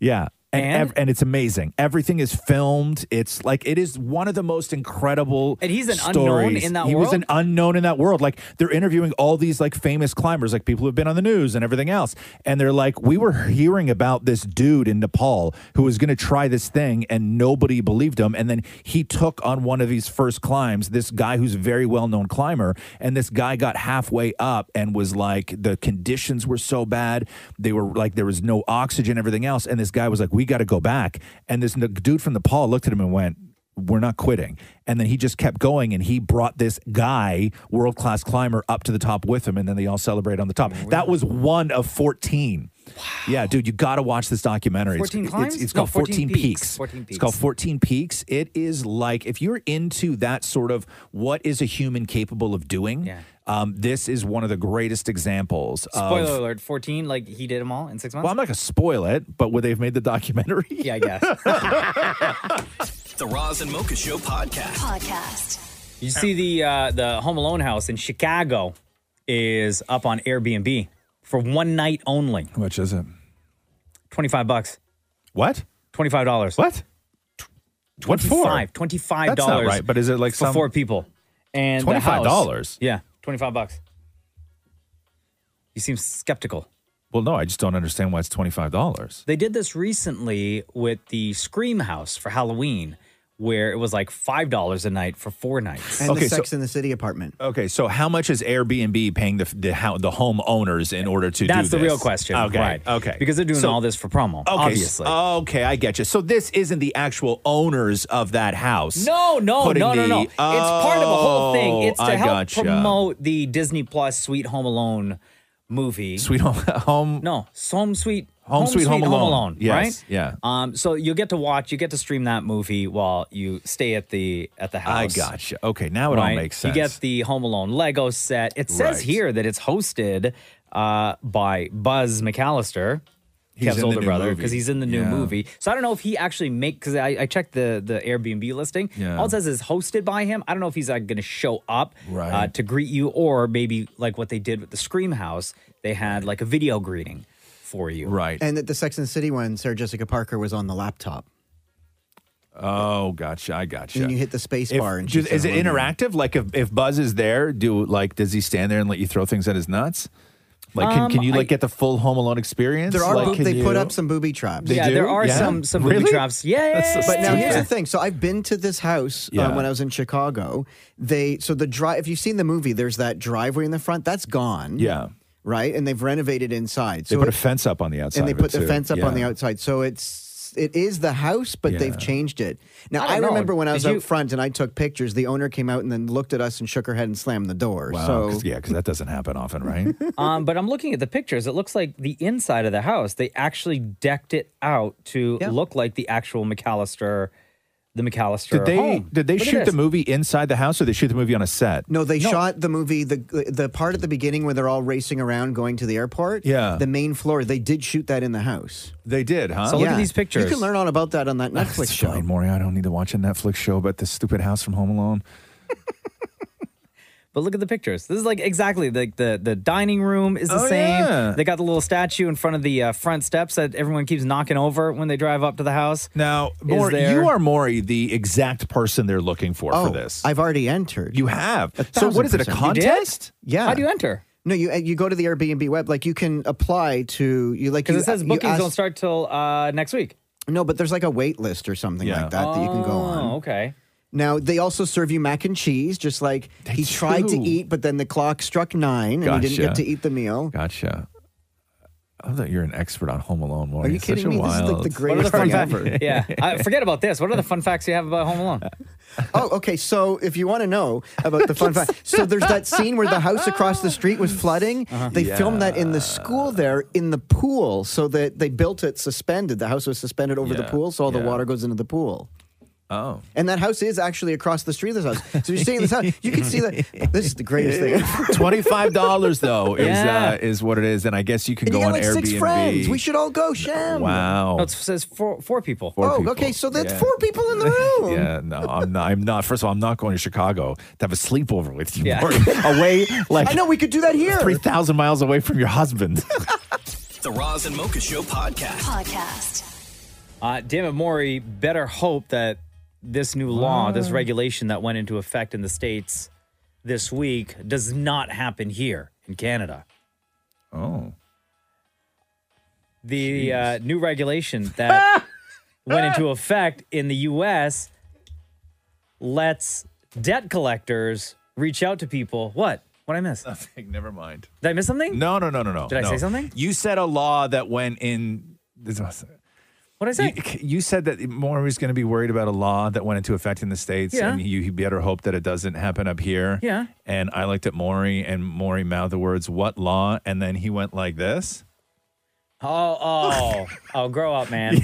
Speaker 5: Yeah. And
Speaker 1: And?
Speaker 5: ev- and it's amazing. Everything is filmed. It's like it is one of the most incredible.
Speaker 1: And he's an unknown
Speaker 5: stories.
Speaker 1: in that
Speaker 5: He was
Speaker 1: world?
Speaker 5: an unknown in that world. Like they're interviewing all these like famous climbers, like people who've been on the news and everything else. And they're like, we were hearing about this dude in Nepal who was going to try this thing, and nobody believed him. And then he took on one of these first climbs. This guy who's a very well known climber, and this guy got halfway up and was like, the conditions were so bad. They were like there was no oxygen, everything else. And this guy was like, we got to go back. And this n- dude from Nepal looked at him and went we're not quitting. And then he just kept going and he brought this guy, world class climber, up to the top with him. And then they all celebrate on the top. That was one of 14. Yeah, dude, you got to watch this documentary.
Speaker 1: 14
Speaker 5: it's,
Speaker 1: climbs?
Speaker 5: It's, it's
Speaker 1: No,
Speaker 5: called
Speaker 1: 14
Speaker 5: 14 peaks.
Speaker 1: Peaks. 14
Speaker 5: It's called 14 Peaks. It is like, if you're into that sort of what is a human capable of doing, um, this is one of the greatest examples
Speaker 1: Spoiler
Speaker 5: of.
Speaker 1: alert: fourteen. Like he did them all in six months.
Speaker 5: Well, I'm not going to spoil it, but would they have made the documentary?
Speaker 1: Yeah, I
Speaker 5: <laughs>
Speaker 1: guess.
Speaker 2: The Roz and Mocha Show podcast.
Speaker 11: Podcast.
Speaker 1: You see the uh, the Home Alone house in Chicago is up on Airbnb for one night only. How
Speaker 5: much is it?
Speaker 1: Twenty five bucks.
Speaker 5: What?
Speaker 1: Twenty five dollars.
Speaker 5: What? What for?
Speaker 1: Twenty five
Speaker 5: That's not
Speaker 1: dollars.
Speaker 5: right, but is it like
Speaker 1: for
Speaker 5: some-
Speaker 1: four people? And the house-
Speaker 5: $25?
Speaker 1: Yeah, twenty five bucks. You seem skeptical.
Speaker 5: Well, no, I just don't understand why it's $25.
Speaker 1: They did this recently with the Scream House for Halloween, where it was like $5 a night for four nights.
Speaker 20: And the Sex in the City apartment.
Speaker 5: Okay, so how much is Airbnb paying the the, how, the homeowners in order to
Speaker 1: That's
Speaker 5: do
Speaker 1: the
Speaker 5: this?
Speaker 1: real question,
Speaker 5: Okay,
Speaker 1: right.
Speaker 5: okay,
Speaker 1: Because they're doing all this for promo,
Speaker 5: Okay,
Speaker 1: obviously.
Speaker 5: so- okay, I get you. So this isn't the actual owners of that house.
Speaker 1: No, no,
Speaker 5: putting
Speaker 1: no, no,
Speaker 5: the-
Speaker 1: no. it's part of a whole thing.
Speaker 5: Oh,
Speaker 1: It's to
Speaker 5: I
Speaker 1: help
Speaker 5: gotcha.
Speaker 1: promote the Disney Plus Sweet Home Alone movie. Sweet
Speaker 5: Home <laughs> Home
Speaker 1: No, Home Sweet
Speaker 5: Home Sweet Home Alone. Yes,
Speaker 1: right?
Speaker 5: yeah.
Speaker 1: Um so you'll get to watch, you get to stream that movie while you stay at the at the house.
Speaker 5: I gotcha. Okay, now it all
Speaker 1: right?
Speaker 5: makes
Speaker 1: You
Speaker 5: sense.
Speaker 1: get the Home Alone Lego set. It says
Speaker 5: Right.
Speaker 1: here that it's hosted uh, by Buzz McAllister,
Speaker 5: He's in
Speaker 1: Kev's
Speaker 5: the
Speaker 1: older
Speaker 5: new
Speaker 1: brother,
Speaker 5: movie.
Speaker 1: because he's in the new
Speaker 5: Yeah.
Speaker 1: movie. So I don't know if he actually make because I, I checked the the Airbnb listing.
Speaker 5: Yeah.
Speaker 1: All it says is hosted by him. I don't know if he's like, going to show up uh, to greet you or maybe like what they did with the Scream House. They had like a video greeting for you.
Speaker 5: Right.
Speaker 20: And that the Sex and the City one, Sarah Jessica Parker was on the laptop.
Speaker 5: Oh, gotcha. I gotcha.
Speaker 20: And you hit the space
Speaker 5: If-
Speaker 20: bar and
Speaker 5: do-
Speaker 20: she
Speaker 5: is
Speaker 20: said,
Speaker 5: it
Speaker 20: "Let me-"
Speaker 5: interactive? Like if, if Buzz is there, do like does he stand there and let you throw things at his nuts? Like can,
Speaker 20: Um,
Speaker 5: can you like
Speaker 20: I-
Speaker 5: get the full Home Alone experience?
Speaker 20: There are
Speaker 5: like,
Speaker 20: boob-
Speaker 5: can
Speaker 20: they put
Speaker 5: you-
Speaker 20: up some booby traps.
Speaker 5: They Yeah, do? there are Yeah? some- some booby Really? traps. Yeah, That's so
Speaker 20: but now
Speaker 5: stupid.
Speaker 20: here's
Speaker 5: Yeah.
Speaker 20: the thing. So I've been to this house uh,
Speaker 5: Yeah.
Speaker 20: when I was in Chicago. They so the drive. If you've seen the movie, there's that driveway in the front that's gone.
Speaker 5: Yeah.
Speaker 20: Right, and they've renovated inside.
Speaker 5: They
Speaker 20: So
Speaker 5: put
Speaker 20: it-
Speaker 5: a fence up on the outside.
Speaker 20: and they
Speaker 5: of it,
Speaker 20: put the
Speaker 5: too.
Speaker 20: fence up on the
Speaker 5: Yeah.
Speaker 20: outside. So it's it is the house, but
Speaker 5: Yeah.
Speaker 20: they've changed it. Now
Speaker 5: I
Speaker 20: I,
Speaker 5: don't know.
Speaker 20: remember when I
Speaker 5: Did
Speaker 20: was
Speaker 5: you-
Speaker 20: out front and I took pictures. The owner came out and then looked at us and shook her head and slammed the door.
Speaker 5: Wow.
Speaker 20: so
Speaker 5: 'cause- yeah, because that doesn't happen often, right?
Speaker 1: um, but I'm looking at the pictures. It looks like the inside of the house. They actually decked it out to look like the actual McAllister, the McAllister
Speaker 5: did they
Speaker 20: Oh,
Speaker 1: home.
Speaker 5: did they
Speaker 1: Look at
Speaker 5: shoot the
Speaker 1: this.
Speaker 5: movie inside the house or they shoot the movie on a set?
Speaker 20: No, they shot the movie the the part at the beginning where they're all racing around going to the airport.
Speaker 5: Yeah.
Speaker 20: the main floor. They did shoot that in the house.
Speaker 5: They did, huh?
Speaker 20: Yeah. You can learn all about that on that Netflix
Speaker 5: It's
Speaker 20: show.
Speaker 5: Fine, Maury, I don't need to watch a Netflix show about this stupid house from Home Alone.
Speaker 1: But look at the pictures. This is like exactly like the the dining room is the
Speaker 5: Oh,
Speaker 1: same.
Speaker 5: yeah.
Speaker 1: They got the little statue in front of the uh, front steps that everyone keeps knocking over when they drive up to the house.
Speaker 5: Now,
Speaker 1: Is
Speaker 5: Maury,
Speaker 1: there-
Speaker 5: you are Maury, the exact person they're looking for for this.
Speaker 20: Oh, I've already entered.
Speaker 5: You have.
Speaker 20: A
Speaker 5: <laughs> So
Speaker 20: thousand
Speaker 5: what is it, a
Speaker 20: percent.
Speaker 5: contest?
Speaker 20: Yeah.
Speaker 1: How do you enter?
Speaker 20: No, you you go to the Airbnb web. Like you can apply to you like
Speaker 1: Because
Speaker 20: you-
Speaker 1: it says
Speaker 20: you
Speaker 1: bookings
Speaker 20: ask-
Speaker 1: don't start till uh, next week.
Speaker 20: No, but there's like a wait list or something like that that you can go on.
Speaker 1: Oh, okay.
Speaker 20: Now they also serve you mac and cheese. Just like he tried to
Speaker 5: do.
Speaker 20: eat, but then the clock struck nine and he didn't get
Speaker 5: Gotcha.
Speaker 20: to eat the meal.
Speaker 5: Gotcha. I thought you're an expert on Home Alone, Maury.
Speaker 20: Are you
Speaker 5: It's such
Speaker 20: kidding me?
Speaker 5: a
Speaker 20: This is, like, the
Speaker 5: wild-
Speaker 20: greatest What are the fun thing fact- <laughs> ever.
Speaker 1: Yeah.
Speaker 5: <laughs>
Speaker 1: Uh, forget about this. What are the fun facts you have about
Speaker 20: <laughs>
Speaker 1: Home Alone?
Speaker 20: Oh, okay. So if you want to know about the fun fact, so there's that scene where the house across the street was flooding.
Speaker 5: Uh-huh.
Speaker 20: They filmed that in the school there in the pool, so that they built it suspended. The house was suspended over the
Speaker 5: Yeah,
Speaker 20: pool, so all
Speaker 5: yeah.
Speaker 20: the water goes into the pool.
Speaker 5: Oh.
Speaker 20: And that house is actually across the street of this house. So you're seeing this house. You can see that. This is the greatest thing.
Speaker 5: Twenty-five dollars though
Speaker 20: <laughs>
Speaker 5: is
Speaker 20: Yeah.
Speaker 5: uh, is what it is, and I guess you can
Speaker 20: And
Speaker 5: go
Speaker 20: you got
Speaker 5: on
Speaker 20: like
Speaker 5: Airbnb.
Speaker 20: six friends. We should all go, Shem.
Speaker 5: Wow.
Speaker 1: No, it says four four people.
Speaker 5: Four
Speaker 20: oh,
Speaker 5: people.
Speaker 20: okay. So that's
Speaker 5: Yeah.
Speaker 20: four people in the room.
Speaker 5: Yeah, no, I'm not. I'm not. First of all, I'm not going to Chicago to have a sleepover with you,
Speaker 20: Yeah.
Speaker 5: Maury.
Speaker 20: <laughs>
Speaker 5: <laughs> away like
Speaker 20: I know we could do that here.
Speaker 5: three thousand miles away from your husband.
Speaker 2: The Roz and Mocha Show podcast.
Speaker 11: Podcast.
Speaker 1: Uh, damn it, Maury. Better hope that this new law,
Speaker 5: Ah.
Speaker 1: this regulation that went into effect in the states this week, does not happen here in Canada.
Speaker 5: Oh.
Speaker 1: The uh, new regulation
Speaker 5: <laughs>
Speaker 1: that went into effect in the U.S. lets debt collectors reach out to people. What? What I miss?
Speaker 5: <laughs> Nothing. Never mind.
Speaker 1: Did I miss something?
Speaker 5: No, no, no, no, no.
Speaker 1: Did I
Speaker 5: no.
Speaker 1: say something?
Speaker 5: You said a law that went in.
Speaker 1: What did I say?
Speaker 5: You, you said that Maury's going to be worried about a law that went into effect in the states,
Speaker 1: Yeah.
Speaker 5: and you, you better hope that it doesn't happen up here.
Speaker 1: Yeah.
Speaker 5: And I looked at Maury, and Maury mouthed the words, "What law?" And then he went like this. <laughs>
Speaker 1: Oh, oh, oh! Grow up,
Speaker 5: <laughs>
Speaker 1: man.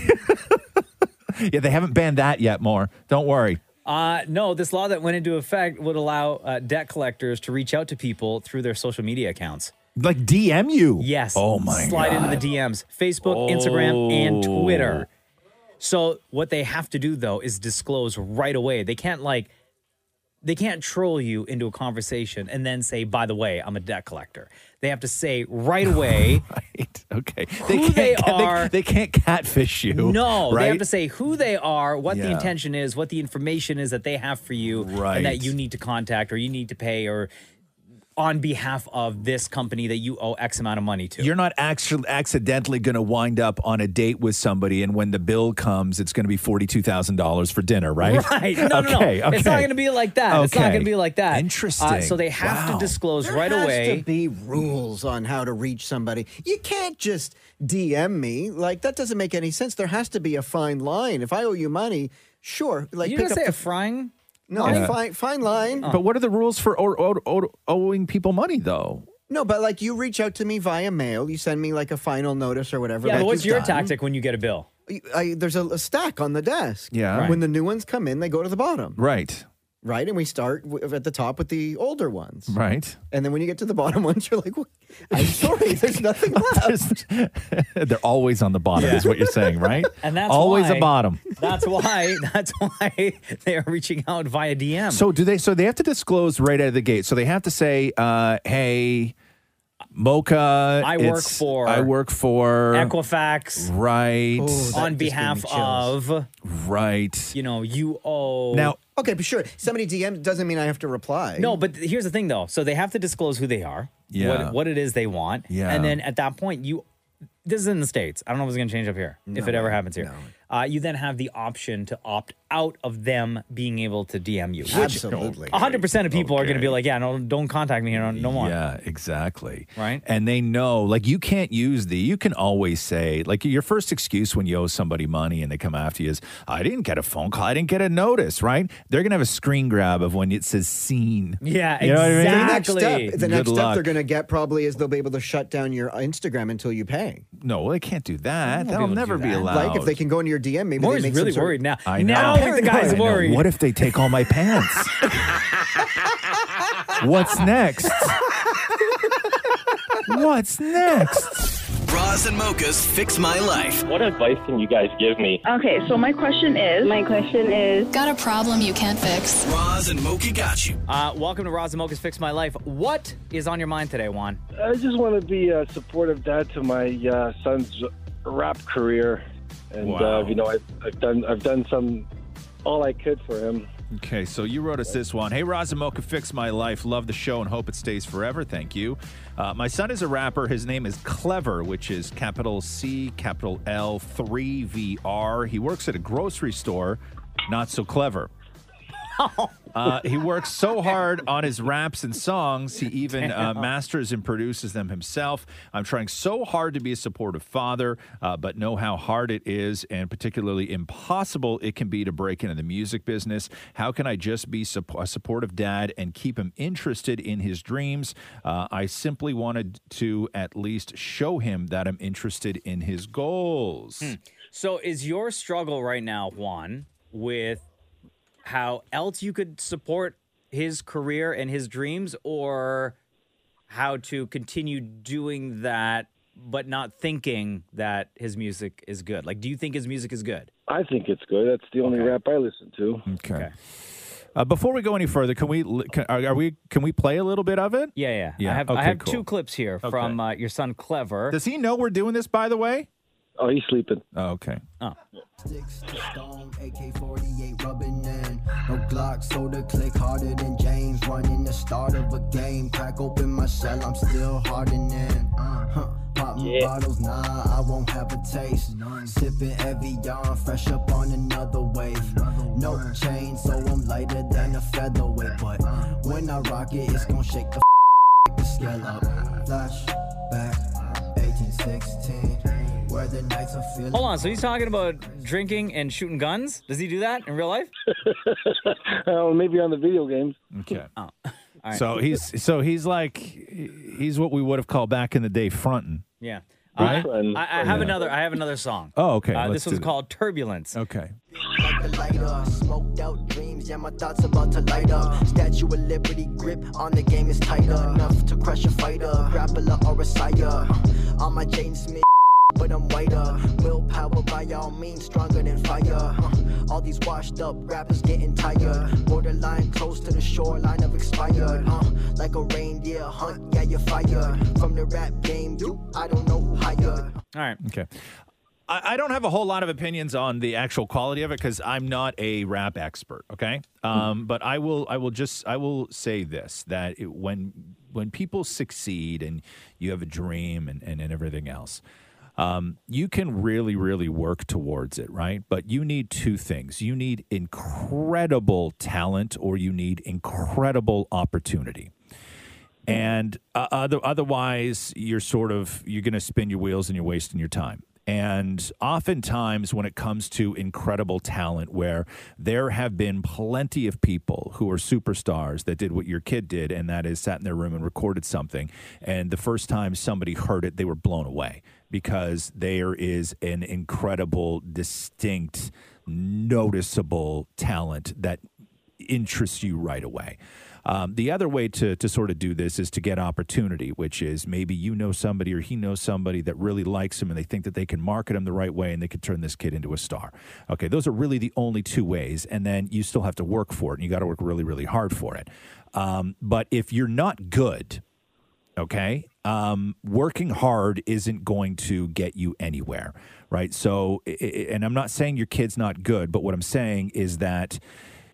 Speaker 5: Yeah, they haven't banned that yet, Moore. Don't worry.
Speaker 1: Uh, no, this law that went into effect would allow uh, debt collectors to reach out to people through their social media accounts.
Speaker 5: Like DM you.
Speaker 1: Yes.
Speaker 5: Oh my
Speaker 1: Slide
Speaker 5: God. Oh.
Speaker 1: into the DMs Facebook, Instagram, and Twitter. So what they have to do though is disclose right away. They can't like they can't troll you into a conversation and then say, by the way, I'm a debt collector. They have to say
Speaker 5: <laughs>
Speaker 1: right away
Speaker 5: Okay.
Speaker 1: who
Speaker 5: can't,
Speaker 1: they
Speaker 5: ca-
Speaker 1: are.
Speaker 5: They, can't catfish you.
Speaker 1: No,
Speaker 5: right?
Speaker 1: they have to say who they are, what the
Speaker 5: Yeah.
Speaker 1: intention is, what the information is that they have for you,
Speaker 5: Right.
Speaker 1: and that you need to contact or you need to pay or on behalf of this company that you owe X amount of money to.
Speaker 5: You're not actually accidentally going to wind up on a date with somebody, and when the bill comes, it's going to be forty-two thousand dollars for
Speaker 1: <laughs>
Speaker 5: dinner, right?
Speaker 19: <laughs> Right. No, no, no.
Speaker 5: okay, Okay.
Speaker 19: It's not going to be like that. It's not
Speaker 5: Okay.
Speaker 19: going to be like that.
Speaker 5: Interesting.
Speaker 19: Uh, so they have
Speaker 20: Wow.
Speaker 19: to disclose
Speaker 20: There
Speaker 19: right
Speaker 20: has
Speaker 19: away.
Speaker 20: To be rules on how to reach somebody. You can't just DM me. Like that doesn't make any sense. There has to be a fine line. If I owe you money, sure. Like
Speaker 19: you
Speaker 20: pick
Speaker 19: just
Speaker 20: up
Speaker 19: say
Speaker 20: the
Speaker 19: a Oh. frying.
Speaker 20: no
Speaker 5: Yeah.
Speaker 20: fine fine line.
Speaker 1: Uh-huh.
Speaker 5: But what are the rules for o- o- o- owing people money, though?
Speaker 20: no, but like you reach out to me via mail. You send me like a final notice or whatever.
Speaker 1: Yeah,
Speaker 20: like
Speaker 1: but what's
Speaker 20: you've
Speaker 1: your
Speaker 20: done.
Speaker 1: tactic when you get a bill?
Speaker 20: I, there's a, a stack on the desk.
Speaker 5: Yeah. Right.
Speaker 20: When the new ones come in, they go to the bottom.
Speaker 5: Right.
Speaker 20: Right. And we start w- at the top with the older ones.
Speaker 5: Right. <laughs>
Speaker 20: And then when you get to the <laughs> bottom ones, you're like, "What? I'm <laughs> sorry, there's nothing
Speaker 5: <laughs>
Speaker 20: left.
Speaker 5: They're always on the bottom, is what you're saying,
Speaker 19: <laughs>
Speaker 5: right?
Speaker 1: And that's
Speaker 5: always
Speaker 1: why-
Speaker 5: a bottom.
Speaker 1: <laughs> That's why. That's why they are reaching out via DM.
Speaker 5: So do they? So they have to disclose right out of the gate. So they have to say, uh, "Hey, Mocha,
Speaker 1: I work
Speaker 5: it's-
Speaker 1: for-
Speaker 5: I work for
Speaker 1: Equifax,
Speaker 5: right?
Speaker 1: on behalf of
Speaker 5: right.
Speaker 1: You know, you owe
Speaker 5: Now-
Speaker 20: Okay, but sure. Somebody DM doesn't mean I have to reply.
Speaker 1: No, but th- here's the thing, though. So they have to disclose who they are,
Speaker 20: Yeah.
Speaker 1: what, what it is they want,
Speaker 20: Yeah.
Speaker 1: and then at that point, you. This is in the states. I don't know if it's going to change up here, if
Speaker 19: No
Speaker 1: it ever
Speaker 19: way.
Speaker 1: happens here. Uh, you then have the option to opt out of them being able to DM you. Which
Speaker 5: Absolutely.
Speaker 1: 100% of people are going to be like, yeah, no, don't contact me here, no, no more.
Speaker 5: Yeah, exactly.
Speaker 1: Right?
Speaker 5: And they know, like, you can't use the, you can always say, like, your first excuse when you owe somebody money and they come after you is, I didn't get a phone call. I didn't get a notice, right? They're going to have a screen grab of when it says seen.
Speaker 1: Yeah,
Speaker 5: You know what I mean?
Speaker 20: The next step, the
Speaker 5: Good
Speaker 20: next step
Speaker 5: luck.
Speaker 20: they're going to get probably is they'll be able to shut down your Instagram until you pay.
Speaker 5: No, well, they can't do that.
Speaker 20: won't be
Speaker 5: That'll
Speaker 20: able to
Speaker 5: never
Speaker 20: do
Speaker 5: be
Speaker 20: that.
Speaker 5: allowed.
Speaker 20: Like if they can go into your DM, maybe
Speaker 5: Maury's
Speaker 20: they make
Speaker 5: really
Speaker 20: some sort
Speaker 5: worried now.
Speaker 20: Of,
Speaker 5: I Now know. the guy's I know. worried. What if they take all my <laughs> pants? What's next? What's next?
Speaker 8: Bras and mochas fix my life.
Speaker 24: What advice can you guys give me?
Speaker 8: Okay,
Speaker 11: so my question is. My question is. Got a problem you can't fix?
Speaker 8: Bras and mocha got you.
Speaker 1: Uh, welcome to Razamoka's Fix My Life. What is on your mind today, Juan?
Speaker 23: I just want to be a supportive dad to my uh, son's rap career, and
Speaker 5: Wow.
Speaker 23: uh, you know I've, I've done I've done some all I could for him.
Speaker 5: Okay, so you wrote us this one. Hey, Razamoka, fix my life. Love the show and hope it stays forever. Thank you. Uh, my son is a rapper. His name is Clever, which is capital C, capital L, 3 VR. He works at a grocery store. Not so clever. Uh, he works so hard on his raps and songs. He even uh,
Speaker 25: Damn.
Speaker 5: masters and produces them himself. I'm trying so hard to be a supportive father, uh, but know how hard it is and particularly impossible it can be to break into the music business. How can I just be sup- a supportive dad and keep him interested in his dreams? Uh, I simply wanted to at least show him that I'm interested in his goals.
Speaker 1: Hmm. So, is your struggle right now, Juan, with how else you could support his career and his dreams, or how to continue doing that but not thinking that his music is good? Like, do you think his music is good?
Speaker 23: I think it's good. That's the only rap I listen to.
Speaker 5: Okay. Uh, before we go any further, can we li- can, are, are we can we play a little bit of it?
Speaker 1: Yeah, yeah.
Speaker 5: Yeah,
Speaker 1: I have,
Speaker 5: okay,
Speaker 1: I have
Speaker 5: cool.
Speaker 1: two clips here from uh, your son, Clever.
Speaker 5: Does he know we're doing this? By the way.
Speaker 23: Oh, he's sleeping.
Speaker 5: Oh, okay.
Speaker 1: Oh.
Speaker 26: Sticks to stone, AK-48 rubbing in. No Glock, soda click harder than James. Running the start of a game. Crack open my shell, I'm still hardening. Uh, huh. Pop my bottles, nah, I won't have a taste. Sipping Evian, fresh up on another wave. No chain, so I'm lighter than a featherweight. But when I rock it, it's gonna shake the, the scale up. Flash back, 1816. Where the nights are feeling.
Speaker 1: Hold on. So he's talking about drinking and shooting guns. Does he do that in
Speaker 23: <laughs>
Speaker 1: real life?
Speaker 23: Oh, maybe on the video games.
Speaker 5: Okay.
Speaker 1: Oh. <laughs> right.
Speaker 5: So he's so he's like he's what we would have called back in the day frontin'.
Speaker 1: Yeah.
Speaker 5: Right?
Speaker 1: Uh, I, I have
Speaker 5: Yeah.
Speaker 1: another. I have another song.
Speaker 5: Oh, okay,
Speaker 1: Uh, this
Speaker 5: let's do
Speaker 1: one's
Speaker 5: that.
Speaker 1: called Turbulence.
Speaker 5: Okay.
Speaker 26: like a lighter. Smoked out dreams, yeah, my thoughts about to light up. Statue of Liberty grip on the game is tighter. Enough to crush a fighter, grappler or a sire. On my James Smith. But I'm whiter. Willpower by all means stronger than fire. Huh. All these washed up rappers getting tired. Borderline close to the shoreline of expired. Huh. Like a reindeer hunt, yeah, you're fired. From the rap game, you, I don't know who hired.
Speaker 1: All right.
Speaker 5: Okay. I, I don't have a whole lot of opinions on the actual quality of it because I'm not a rap expert. Okay,
Speaker 1: Hmm.
Speaker 5: um, but I will. I will just. I will say this: that it, when when people succeed and you have a dream and and, and everything else. Um, you can really, really work towards it, right? But you need two things. You need incredible talent or you need incredible opportunity and uh, other, otherwise you're sort of you're going to spin your wheels and you're wasting your time and oftentimes when it comes to incredible talent where there have been plenty of people who are superstars that did what your kid did and that is sat in their room and recorded something and the first time somebody heard it they were blown away because there is an incredible distinct noticeable talent that interests you right away. Um, the other way to, to sort of do this is to get opportunity, which is maybe you know somebody or he knows somebody that really likes him and they think that they can market him the right way and they can turn this kid into a star. Okay, those are really the only two ways. And then you still have to work for it and you got to work really, really hard for it. Um, but if you're not good, okay um, working hard isn't going to get you anywhere right so i- i- and i'm not saying your kid's not good but what i'm saying is that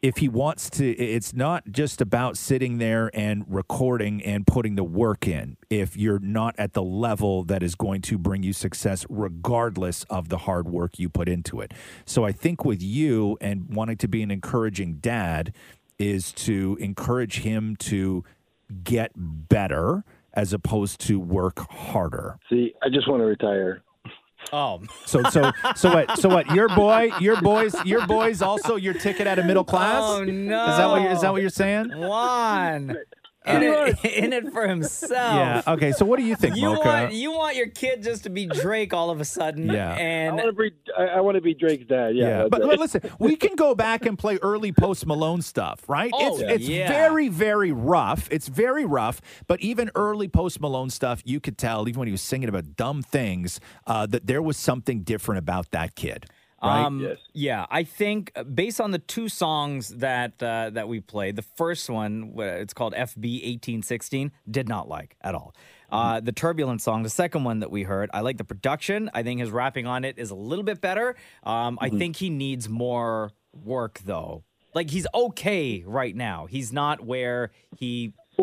Speaker 5: if he wants to i- it's not just about sitting there and recording and putting the work in if you're not at the level that is going to bring you success regardless of the hard work you put into it so i think with you and wanting to be an encouraging dad is to encourage him to get better as opposed to work harder.
Speaker 23: See, I just want to retire.
Speaker 1: Oh,
Speaker 5: So so so what so what your boy your boys your boys also your ticket out of middle class?
Speaker 1: Oh, no.
Speaker 5: Is that what you're, is that what you're saying?
Speaker 23: <laughs>
Speaker 1: Juan. In it, <laughs> in it for himself.
Speaker 5: Yeah. Okay. So what do you think,
Speaker 1: You
Speaker 5: Mocha?
Speaker 1: want you want your kid just to be Drake all of a sudden.
Speaker 5: Yeah.
Speaker 1: And
Speaker 23: I want to be. I, I want to be Drake's dad. Yeah, that's
Speaker 5: but,
Speaker 23: it.
Speaker 5: but listen, we can go back and play early Post Malone stuff, right?
Speaker 23: Oh,
Speaker 5: it's it's
Speaker 23: yeah.
Speaker 5: very very rough. It's very rough. But even early Post Malone stuff, you could tell even when he was singing about dumb things uh, that there was something different about that kid. Right?
Speaker 1: Um, Yeah, I think uh, based on the two songs that uh, that we played, the first one wh- it's called FB eighteen sixteen did not like at all. Uh, the turbulent song, the second one that we heard, I like the production. I think his rapping on it is a little bit better. Um, I think he needs more work though. Like he's okay right now. He's not where he
Speaker 23: <laughs>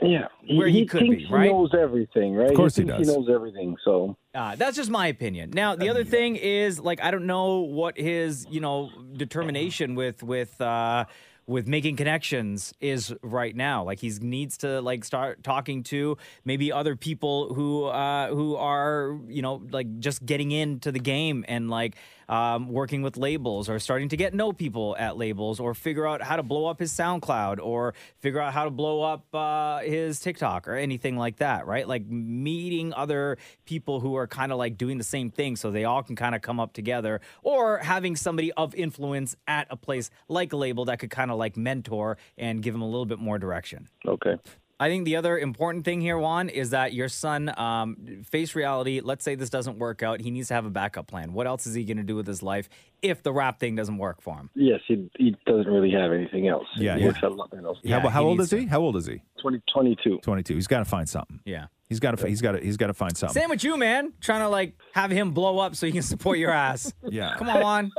Speaker 23: yeah,
Speaker 1: where he, could
Speaker 23: thinks
Speaker 1: be. Right?
Speaker 23: He knows everything, right?
Speaker 1: Of course he
Speaker 23: thinks
Speaker 1: does.
Speaker 23: He knows everything. So
Speaker 1: Uh, that's just my opinion. Now, the other thing is, like, I don't know what his, you know, determination with with uh, with making connections is right now. Like, he needs to like start talking to maybe other people who uh, who are, you know, like just getting into the game and like um, working with labels or starting to get know people at labels or figure out how to blow up his SoundCloud or figure out how to blow up uh, his TikTok or anything like that, right? Like meeting other people who are kind of like doing the same thing so they all can kind of come up together or having somebody of influence at a place like a label that could kind of like mentor and give him a little bit more direction.
Speaker 23: okay.
Speaker 1: I think the other important thing here, Juan, is that your son um, face reality. Let's say this doesn't work out. He needs to have a backup plan. What else is he going to do with his life if the rap thing doesn't work for him?
Speaker 23: Yes, he he doesn't really have anything else.
Speaker 5: Yeah,
Speaker 23: he
Speaker 5: yeah.
Speaker 23: works out nothing else.
Speaker 5: how, how old is he? How old is he?
Speaker 23: 20, 22.
Speaker 5: 22. He's got to find something.
Speaker 1: Yeah.
Speaker 5: He's got to. He's got to. He's got to find something.
Speaker 1: Same with you, man. Trying to like have him blow up so you can support your ass.
Speaker 5: <laughs> Yeah.
Speaker 1: Come
Speaker 23: <laughs>
Speaker 1: on, Juan.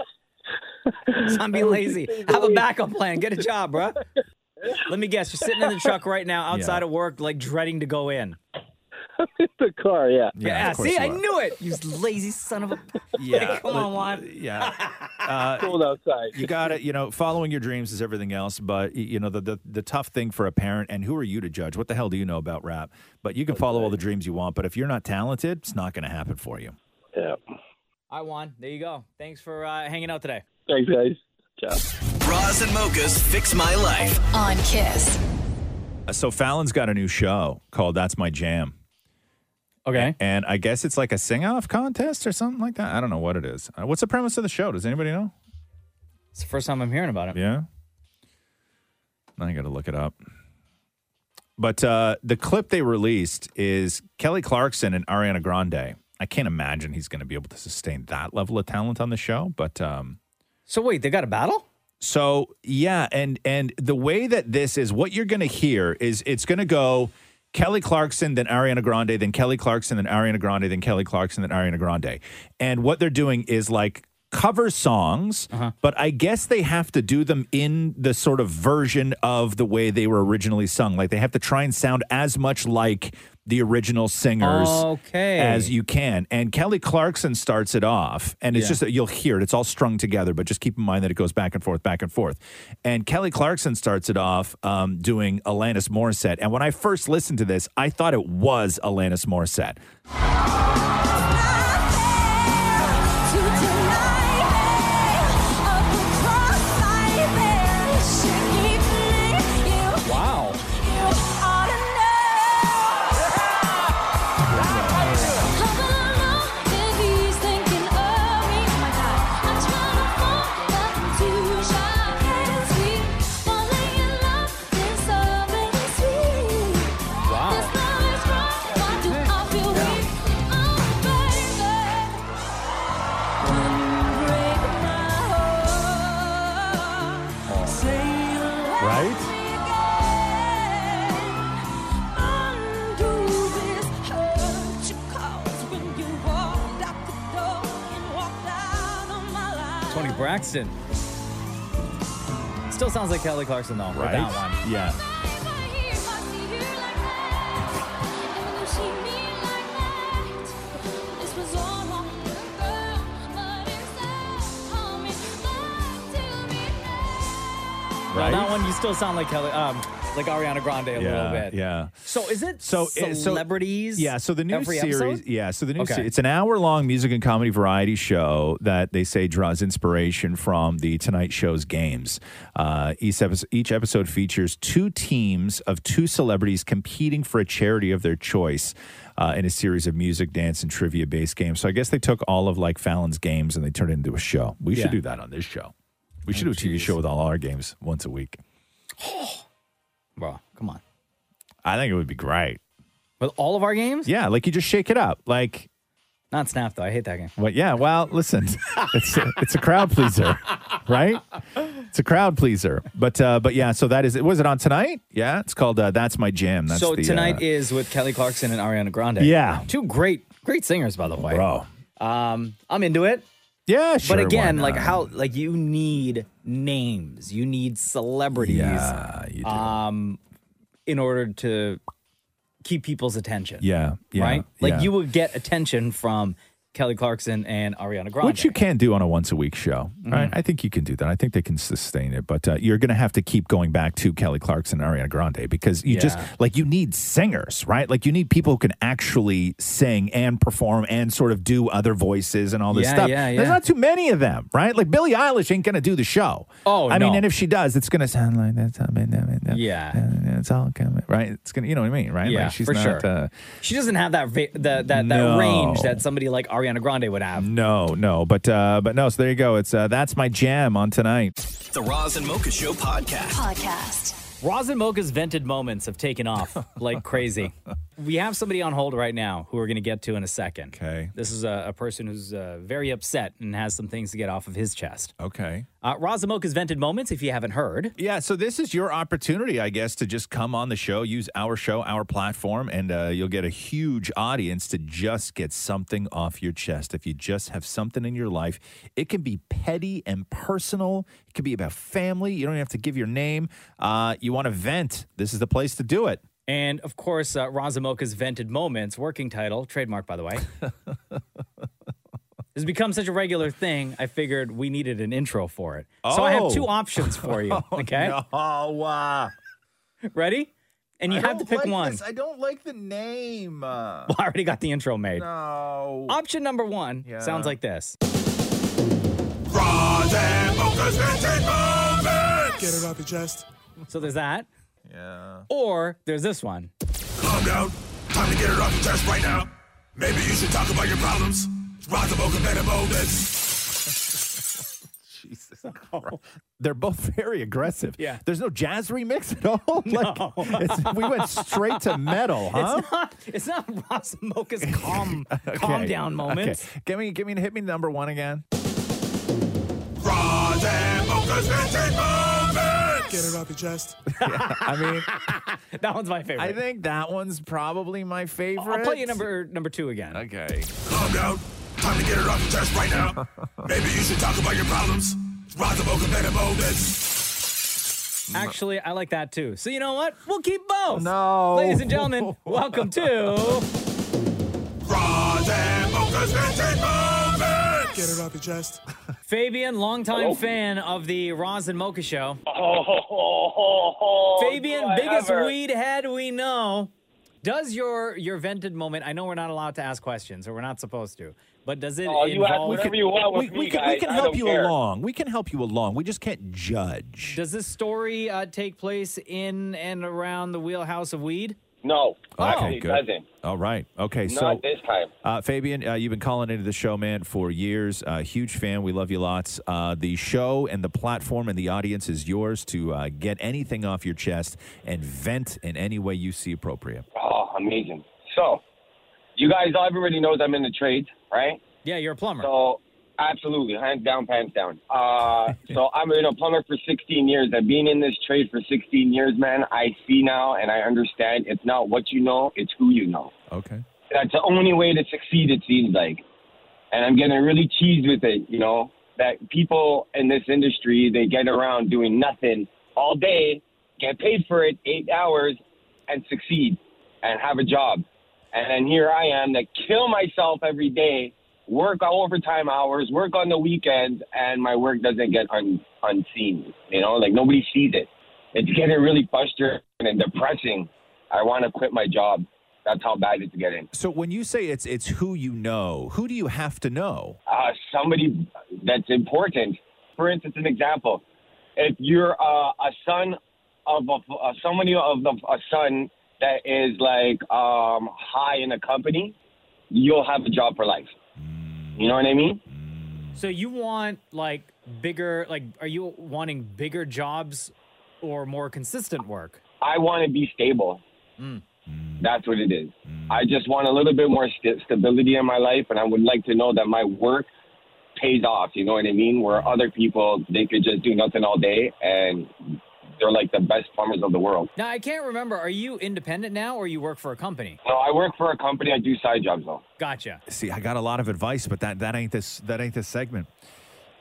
Speaker 1: Son, be lazy. Have a backup plan. Get a job, bruh. Let me guess. You're sitting
Speaker 23: <laughs>
Speaker 1: in the truck right now, outside of work, like dreading to go in.
Speaker 23: the car, yeah.
Speaker 1: Yeah. Ah, see, I knew it. You lazy son of a. <laughs>
Speaker 5: Yeah.
Speaker 1: Like, come on, Juan.
Speaker 23: <laughs>
Speaker 5: Yeah. Uh,
Speaker 23: Cold outside.
Speaker 5: You got it. You know, following your dreams is everything else, but y- you know the, the the tough thing for a parent. And who are you to judge? What the hell do you know about rap? But you can follow all the dreams you want. But if you're not talented, it's not going to happen for you.
Speaker 23: Yeah.
Speaker 1: I won. There you go. Thanks for uh, hanging out today.
Speaker 23: Thanks, guys.
Speaker 2: Bras and mochas fix my life.
Speaker 11: on Kiss.
Speaker 5: Uh, So Fallon's got a new show called "That's My Jam."
Speaker 1: Okay.
Speaker 5: And I guess it's like a sing-off contest or something like that. I don't know what it is. Uh, what's the premise of the show? Does anybody know?
Speaker 1: It's the first time I'm hearing about it.
Speaker 5: Yeah. I got to look it up. But uh, the clip they released is Kelly Clarkson and Ariana Grande. I can't imagine he's going to be able to sustain that level of talent on the show. But um,
Speaker 1: so wait, they got a battle?
Speaker 5: So yeah, and and the way that this is, what you're going to hear is it's going to go Kelly Clarkson, then Ariana Grande, then Kelly Clarkson, then Ariana Grande, then Kelly Clarkson, then Ariana Grande. And what they're doing is like cover songs,
Speaker 1: Uh-huh.
Speaker 5: but I guess they have to do them in the sort of version of the way they were originally sung. Like they have to try and sound as much like the original singers
Speaker 1: Okay.
Speaker 5: as you can. And Kelly Clarkson starts it off, and it's
Speaker 1: Yeah.
Speaker 5: just that you'll hear it. It's all strung together, but just keep in mind that it goes back and forth, back and forth. And Kelly Clarkson starts it off um, doing Alanis Morissette. And when I first listened to this, I thought it was Alanis Morissette.
Speaker 1: Wow.
Speaker 27: Ah,
Speaker 5: Right?
Speaker 1: Tony Braxton. Still sounds like Kelly Clarkson though. with
Speaker 5: Right?
Speaker 1: that one.
Speaker 5: Yeah.
Speaker 1: Right.
Speaker 5: Right?
Speaker 1: that one you still sound like Kelly, um, like Ariana Grande a little bit.
Speaker 5: Yeah.
Speaker 1: So is it
Speaker 5: So it- so-
Speaker 1: celebrities?
Speaker 5: Yeah, so the new
Speaker 1: every
Speaker 5: series,
Speaker 1: episode?
Speaker 5: yeah, so the new
Speaker 1: Okay.
Speaker 5: series, it's an hour-long music and comedy variety show that they say draws inspiration from the Tonight Show's games. Uh, each, episode, each episode features two teams of two celebrities competing for a charity of their choice uh, in a series of music, dance, and trivia-based games. So I guess they took all of like Fallon's games and they turned it into a show. We
Speaker 1: Yeah.
Speaker 5: should do that on this show. We should do a TV show with all our games once a week.
Speaker 1: Bro, come on.
Speaker 5: I think it would be great.
Speaker 1: With all of our games?
Speaker 5: Yeah, like you just shake it up, like.
Speaker 1: Not Snap though. I hate that game.
Speaker 5: Well, yeah. Well, listen, <laughs> it's a, it's a crowd pleaser, right? It's a crowd pleaser. But uh, but yeah. So that is. Was it on tonight? Yeah. It's called uh, "That's My Jam." That's
Speaker 1: so
Speaker 5: the,
Speaker 1: tonight
Speaker 5: uh,
Speaker 1: is with Kelly Clarkson and Ariana Grande.
Speaker 5: Yeah.
Speaker 1: two great, great singers, by the way.
Speaker 5: Bro,
Speaker 1: um, I'm into it.
Speaker 5: Yeah, sure, why
Speaker 1: But again, like
Speaker 5: not?
Speaker 1: how, like you need names, you need celebrities,
Speaker 5: Yeah, you do.
Speaker 1: um, in order to keep people's attention.
Speaker 5: Yeah, yeah,
Speaker 1: right. Like
Speaker 5: yeah.
Speaker 1: you would get attention from Kelly Clarkson and Ariana Grande.
Speaker 5: Which you can do on a once a week show, right?
Speaker 1: Mhm.
Speaker 5: I think you can do that. I think they can sustain it, but uh, you're going to have to keep going back to Kelly Clarkson and Ariana Grande because you just
Speaker 1: Yeah.
Speaker 5: like you need singers, right? Like you need people who can actually sing and perform and sort of do other voices and all this
Speaker 1: Yeah,
Speaker 5: stuff.
Speaker 1: yeah,
Speaker 5: There's
Speaker 1: yeah.
Speaker 5: not too many of them, right? Like Billie Eilish ain't going to do the show.
Speaker 1: Oh,
Speaker 5: I mean,
Speaker 1: no.
Speaker 5: and if she does, it's going to sound like that's
Speaker 1: yeah,
Speaker 5: it's all coming right. It's gonna, you know what I mean, right?
Speaker 1: Yeah,
Speaker 5: like she's
Speaker 1: for
Speaker 5: not.
Speaker 1: sure.
Speaker 5: Uh,
Speaker 1: she doesn't have that va- the, that that
Speaker 5: No.
Speaker 1: range that somebody like Ariana Grande would have.
Speaker 5: no, no, but uh, but no. So there you go. It's uh, that's my jam on tonight.
Speaker 28: The Roz and Mocha Show podcast.
Speaker 29: Podcast.
Speaker 1: Roz and Mocha's vented moments have taken
Speaker 5: <laughs>
Speaker 1: off like crazy. We have somebody on hold right now who we're going to get to in a second.
Speaker 5: Okay.
Speaker 1: This is a, a person who's uh, very upset and has some things to get off of his chest.
Speaker 5: Okay.
Speaker 1: Uh, Roz and Mocha's vented moments, if you haven't heard.
Speaker 5: Yeah, so this is your opportunity, I guess, to just come on the show, use our show, our platform, and uh, you'll get a huge audience to just get something off your chest. If you just have something in your life, it can be petty and personal. It can be about family. You don't even have to give your name. Uh, you want to vent? This is the place to do it.
Speaker 1: And of course, uh, Roz and Mocha's vented moments, working title, trademark, by the
Speaker 5: <laughs>
Speaker 1: way. this has become such a regular thing, I figured we needed an intro for it. So I
Speaker 5: Oh.
Speaker 1: have <gasps> two options for you.
Speaker 5: <laughs> Oh,
Speaker 1: Okay.
Speaker 5: Oh, wow.
Speaker 1: Ready? And you have to pick one.
Speaker 5: I don't like the
Speaker 1: <laughs>
Speaker 5: name.
Speaker 1: Well, I already got the intro made.
Speaker 5: No.
Speaker 1: Option number one
Speaker 5: Yeah.
Speaker 1: sounds like this.
Speaker 27: Get it off your chest.
Speaker 1: So there's that.
Speaker 5: Yeah.
Speaker 1: Or there's this one.
Speaker 27: Calm down. Time to get it off your chest right now. Maybe you should talk about your problems. Rise above competitive moments.
Speaker 5: They're both <laughs> very aggressive.
Speaker 1: Yeah.
Speaker 5: There's no jazz remix at all. <laughs>
Speaker 1: No.
Speaker 5: Like it's, we went straight
Speaker 1: <laughs>
Speaker 5: to metal, huh?
Speaker 1: It's not, it's not Ross and Mocha's
Speaker 5: <laughs>
Speaker 1: calm, <laughs> calm
Speaker 5: Okay.
Speaker 1: down moments.
Speaker 5: Okay. Give me, give me, hit me number one again.
Speaker 27: Ah, Rise and focus, venting moments. Get it off
Speaker 5: <laughs>
Speaker 27: your chest.
Speaker 5: I mean,
Speaker 1: <laughs> that one's my favorite.
Speaker 5: I think that one's probably my favorite.
Speaker 1: I'll play you number number two again.
Speaker 5: Okay.
Speaker 27: Calm down. Time to get it off your chest right now. Maybe you should talk about your problems. Razabo Competitivo, that's
Speaker 5: Mm.
Speaker 1: Actually, I like that too. So you know what? We'll keep both.
Speaker 27: Oh.
Speaker 5: No.
Speaker 1: Ladies and
Speaker 27: <laughs>
Speaker 1: gentlemen, welcome to
Speaker 27: Razaboka's Vintage Moments. Get it off your chest. <laughs>
Speaker 1: Fabian, longtime
Speaker 5: Oh.
Speaker 1: fan of the Roz and Mocha Show.
Speaker 5: Oh.
Speaker 3: Oh, do
Speaker 1: Fabian,
Speaker 3: I
Speaker 1: biggest
Speaker 3: ever.
Speaker 1: weed head we know. Does your your vented moment? I know we're not allowed to ask questions, or we're not supposed to. But does it
Speaker 3: Oh, you ask
Speaker 1: involve?
Speaker 3: whatever Oh, you want with
Speaker 5: we, we
Speaker 3: me,
Speaker 5: can, we
Speaker 3: guys.
Speaker 5: can
Speaker 3: I
Speaker 5: help
Speaker 3: don't
Speaker 5: you
Speaker 3: care.
Speaker 5: along. We can help you along. We just can't judge.
Speaker 1: Does this story uh, take place in and around the wheelhouse of weed?
Speaker 3: No,
Speaker 5: Okay,
Speaker 3: actually,
Speaker 5: good.
Speaker 3: doesn't.
Speaker 5: All right. Okay,
Speaker 3: Oh, Not
Speaker 5: so
Speaker 3: this time.
Speaker 5: Uh, Fabian, uh, you've been calling into the show, man, for years. Uh, huge fan. We love you lots. Uh, the show and the platform and the audience is yours to uh, get anything off your chest and vent in any way you see appropriate.
Speaker 3: Oh, amazing. So, you guys, everybody knows I'm in the trades, right?
Speaker 1: Yeah, you're a plumber.
Speaker 3: So, absolutely, hands down, pants down.
Speaker 1: <laughs>
Speaker 3: Uh, so, I've been a plumber for 16 years. I've been in this trade for 16 years, man. I see now and I understand. It's not what you know; it's who you know.
Speaker 5: Okay.
Speaker 3: That's the only way to succeed. It seems like, and I'm getting really cheesed with it. You know that people in this industry they get around doing nothing all day, get paid for it eight hours, and succeed and have a job. And then here I am that kill myself every day, work all overtime hours, work on the weekends, and my work doesn't get un- unseen. You know, like nobody sees it. It's getting really frustrating and depressing. I want to quit my job. That's how bad it's getting.
Speaker 5: So when you say it's it's who you know, who do you have to know?
Speaker 3: Uh, somebody that's important. For instance, an example: if you're uh, a son of a, uh, somebody of the, a son that is like um, high in a company, you'll have a job for life.
Speaker 5: Mm.
Speaker 3: You know what I mean?
Speaker 1: So you want like bigger? Like, are you wanting bigger jobs or more consistent work?
Speaker 3: I want to be stable. That's what it is. I just want a little bit more st- stability in my life, and I would like to know that my work pays off. You know what I mean? Where other people they could just do nothing all day, and they're like the best plumbers of the world.
Speaker 1: Now I can't remember. Are you independent now, or you work for a company?
Speaker 3: So I work for a company. I do side jobs though.
Speaker 1: Gotcha.
Speaker 5: See, I got a lot of advice, but that that ain't this that ain't this segment.
Speaker 1: <laughs>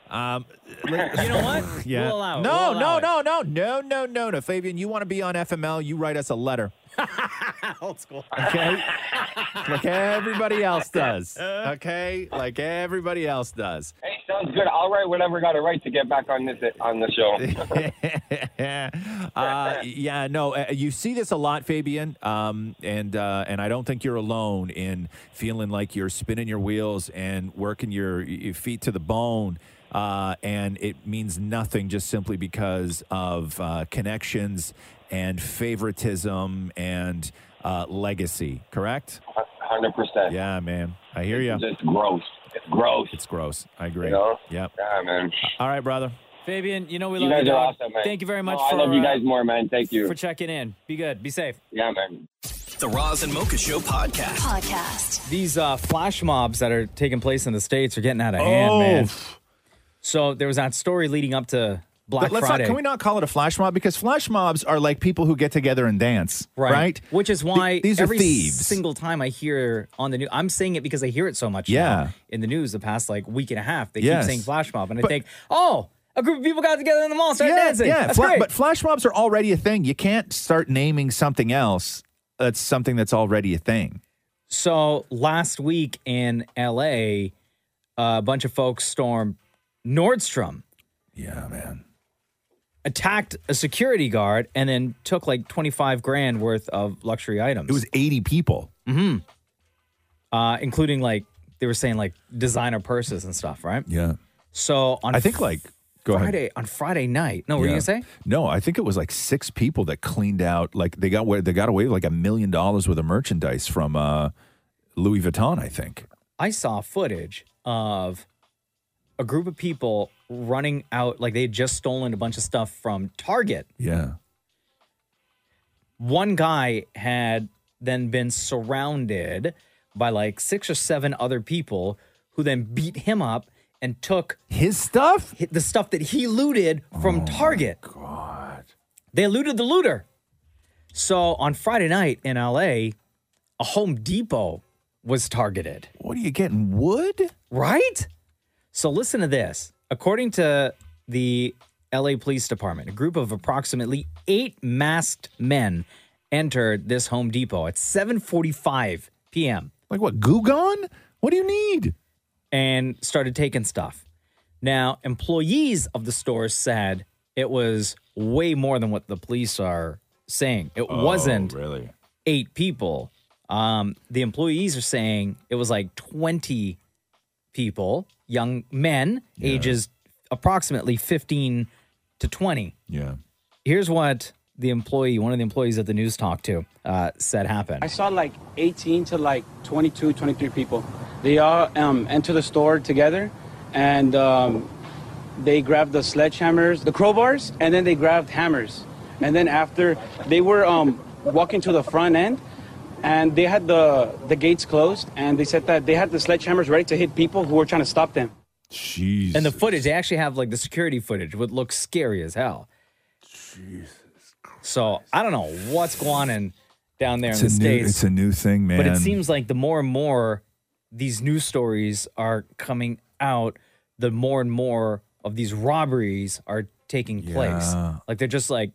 Speaker 5: Um, you
Speaker 1: know what?
Speaker 5: <laughs> Yeah.
Speaker 1: We'll allow it.
Speaker 5: No,
Speaker 1: We'll
Speaker 5: no,
Speaker 1: allow it.
Speaker 5: no, no, no, no, no, no. Fabian, you want to be on FML? You write us
Speaker 1: <laughs>
Speaker 5: a letter.
Speaker 1: Old school.
Speaker 5: Okay. like everybody else does.
Speaker 1: <laughs>
Speaker 5: Okay. Like everybody else does.
Speaker 3: Hey, sounds good. I'll write whatever I got to write to get back on this on the
Speaker 5: <laughs>
Speaker 3: show.
Speaker 5: uh, yeah, no, uh, you see this a lot, Fabian, um, and uh, and I don't think you're alone in feeling like you're spinning your wheels and working your, your feet to the bone, uh, and it means nothing just simply because of uh, connections and favoritism and uh, legacy. Correct?
Speaker 3: Hundred percent.
Speaker 5: Yeah, man, I hear you.
Speaker 3: It's gross. It's gross.
Speaker 5: It's gross. I agree.
Speaker 3: You know?
Speaker 5: Yep.
Speaker 3: Yeah, man.
Speaker 5: All right, brother.
Speaker 1: Fabian, you know we
Speaker 3: You
Speaker 1: love
Speaker 3: guys
Speaker 1: you.
Speaker 3: are
Speaker 1: dog.
Speaker 3: awesome, man.
Speaker 1: Thank you very
Speaker 3: No,
Speaker 1: much.
Speaker 3: I
Speaker 1: for,
Speaker 3: love you
Speaker 1: uh,
Speaker 3: guys more, man. Thank you.
Speaker 1: for checking in. Be good. Be safe.
Speaker 3: Yeah, man.
Speaker 2: The Roz and Mocha Show podcast. Podcast.
Speaker 1: These uh, flash mobs that are taking place in the states are getting out of
Speaker 5: Oh.
Speaker 1: hand, man. So there was that story leading up to Black
Speaker 5: Let- let's
Speaker 1: Friday,
Speaker 5: Not, can we not call it a flash mob? Because flash mobs are like people who get together and dance, right?
Speaker 1: Which is why
Speaker 5: Th- these are
Speaker 1: every
Speaker 5: thieves.
Speaker 1: single time I hear on the news, I'm saying it because I hear it so much.
Speaker 5: Yeah.
Speaker 1: now in the news the past like week and a half, they
Speaker 5: Yes.
Speaker 1: keep saying flash mob, and I think, oh, a group of people got together in the mall, started
Speaker 5: yeah,
Speaker 1: dancing.
Speaker 5: yeah.
Speaker 1: That's
Speaker 5: fla-
Speaker 1: great.
Speaker 5: But flash mobs are already a thing. You can't start naming something else. That's something that's already a thing.
Speaker 1: So last week in LA, a bunch of folks stormed Nordstrom.
Speaker 5: Yeah, man.
Speaker 1: Attacked a security guard and then took like 25 grand worth of luxury items. It was
Speaker 5: 80 people.
Speaker 1: hmm Uh, including like, they were saying like designer purses and stuff, right?
Speaker 5: Yeah.
Speaker 1: So on
Speaker 5: I think like go ahead.
Speaker 1: Friday, on Friday night. No, were you
Speaker 5: Yeah.
Speaker 1: going to say?
Speaker 5: No, I think it was like six people that cleaned out. Like they got wa- they got away with like a million dollars worth of merchandise from uh, Louis Vuitton. I think.
Speaker 1: I saw footage of a group of people running out, like they had just stolen a bunch of stuff from Target.
Speaker 5: Yeah.
Speaker 1: One guy had then been surrounded by like six or seven other people who then beat him up and took
Speaker 5: his stuff, Oh
Speaker 1: the stuff that he looted from Target. God. They looted the looter. So on Friday night in LA, a Home Depot was targeted.
Speaker 5: What are you getting? Wood?
Speaker 1: Right? So listen to this. According to the LA Police Department, a group of approximately eight masked men entered this Home Depot at 7:45 p.m.
Speaker 5: Like what? Goo gone? What do you need?
Speaker 1: And started taking stuff. Now, employees of the store said it was way more than what the police are saying. It wasn't
Speaker 5: Oh, really
Speaker 1: eight people. Um, the employees are saying it was like 20 people, young men, ages approximately 15 to 20.
Speaker 5: Yeah.
Speaker 1: Here's what the employee, one of the employees at the news talk to, uh, said happened.
Speaker 30: I saw like 18 to like 22, 23 people. They all um, entered the store together and um, they grabbed the sledgehammers, the crowbars, and then they grabbed hammers. And then after they were um, walking to the front end and they had the, the gates closed and they said that they had the sledgehammers ready to hit people who were trying to stop them.
Speaker 5: Jeez.
Speaker 1: And the footage, they actually have like the security footage, would look scary as hell.
Speaker 5: Jesus
Speaker 1: So I don't know what's going on down there
Speaker 5: It's
Speaker 1: in
Speaker 5: a
Speaker 1: the
Speaker 5: new.
Speaker 1: States.
Speaker 5: It's a new thing, man.
Speaker 1: But it seems like the more and more these news stories are coming out, the more and more of these robberies are taking place.
Speaker 5: Yeah.
Speaker 1: Like they're just like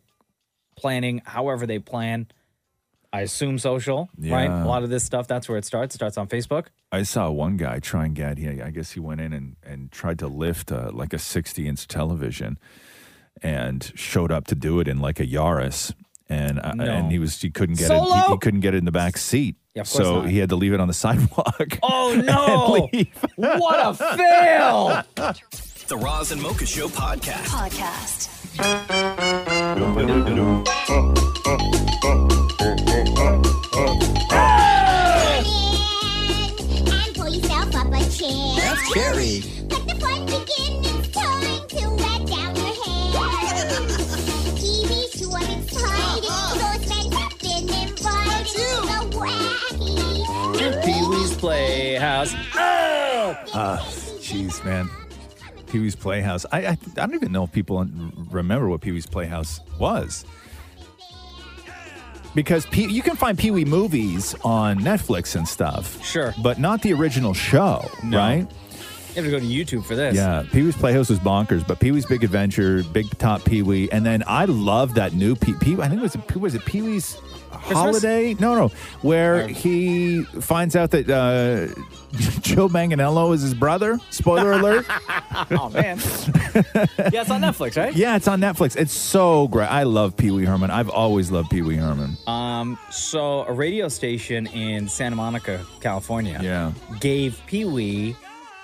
Speaker 1: planning however they plan. I assume social, right?
Speaker 5: Yeah.
Speaker 1: A lot of this stuff, that's where it starts. It starts on Facebook.
Speaker 5: I saw one guy try and get. He, I guess he went in and, and tried to lift uh, like a 60 inch television, and showed up to do it in like a Yaris, and uh,
Speaker 1: No.
Speaker 5: and he was he couldn't get it. He,
Speaker 1: Solo?
Speaker 5: he couldn't get it in the back seat.
Speaker 1: Yeah, of course
Speaker 5: so
Speaker 1: not.
Speaker 5: he had to leave it on the <laughs> sidewalk. <laughs>
Speaker 1: Oh no! what a fail!
Speaker 2: The Roz and Mocha Show podcast.
Speaker 31: Podcast.
Speaker 8: And pull yourself up a chair.
Speaker 10: That's <laughs> Cherry.
Speaker 8: Let the fun begin. It's time to let down your hair. TV's too unexciting. Those men have been invited. The wacky.
Speaker 1: Pee Wee's Playhouse.
Speaker 5: Ah, jeez, man. Pee Wee's Playhouse. I, I I don't even know if people un- remember what Pee Wee's Playhouse was. Because Pee- you can find Pee Wee movies on Netflix and stuff.
Speaker 1: Sure.
Speaker 5: But not the original show, right?
Speaker 1: You have to go to YouTube for this.
Speaker 5: Yeah. Pee Wee's Playhouse was bonkers, but Pee Wee's Big Adventure, Big Top Pee Wee. And then I love that new Pee Pee. I think it was, was it Pee Wee's Holiday? No, no. Where he finds out that uh, <laughs> Joe Manganello is his brother. Spoiler alert.
Speaker 1: <laughs> oh
Speaker 5: <laughs>
Speaker 1: man. <laughs> yeah, it's on Netflix, right?
Speaker 5: Yeah, it's on Netflix. It's so great. I love Pee Wee Herman. I've always loved Pee Wee Herman.
Speaker 1: Um, so a radio station in Santa Monica, California,
Speaker 5: yeah,
Speaker 1: gave Pee Wee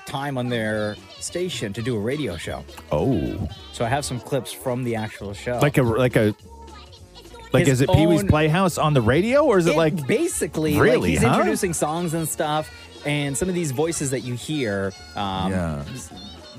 Speaker 1: time on their station to do a radio show.
Speaker 5: Oh,
Speaker 1: So I have some clips from the actual show.
Speaker 5: like a like a like
Speaker 1: Oh. His
Speaker 5: is it Pee Wee's
Speaker 1: own-
Speaker 5: Playhouse on the radio or is it,
Speaker 1: It
Speaker 5: like
Speaker 1: basically like,
Speaker 5: really?
Speaker 1: he's
Speaker 5: huh?
Speaker 1: introducing songs and stuff, and some of these voices that you hear um, s-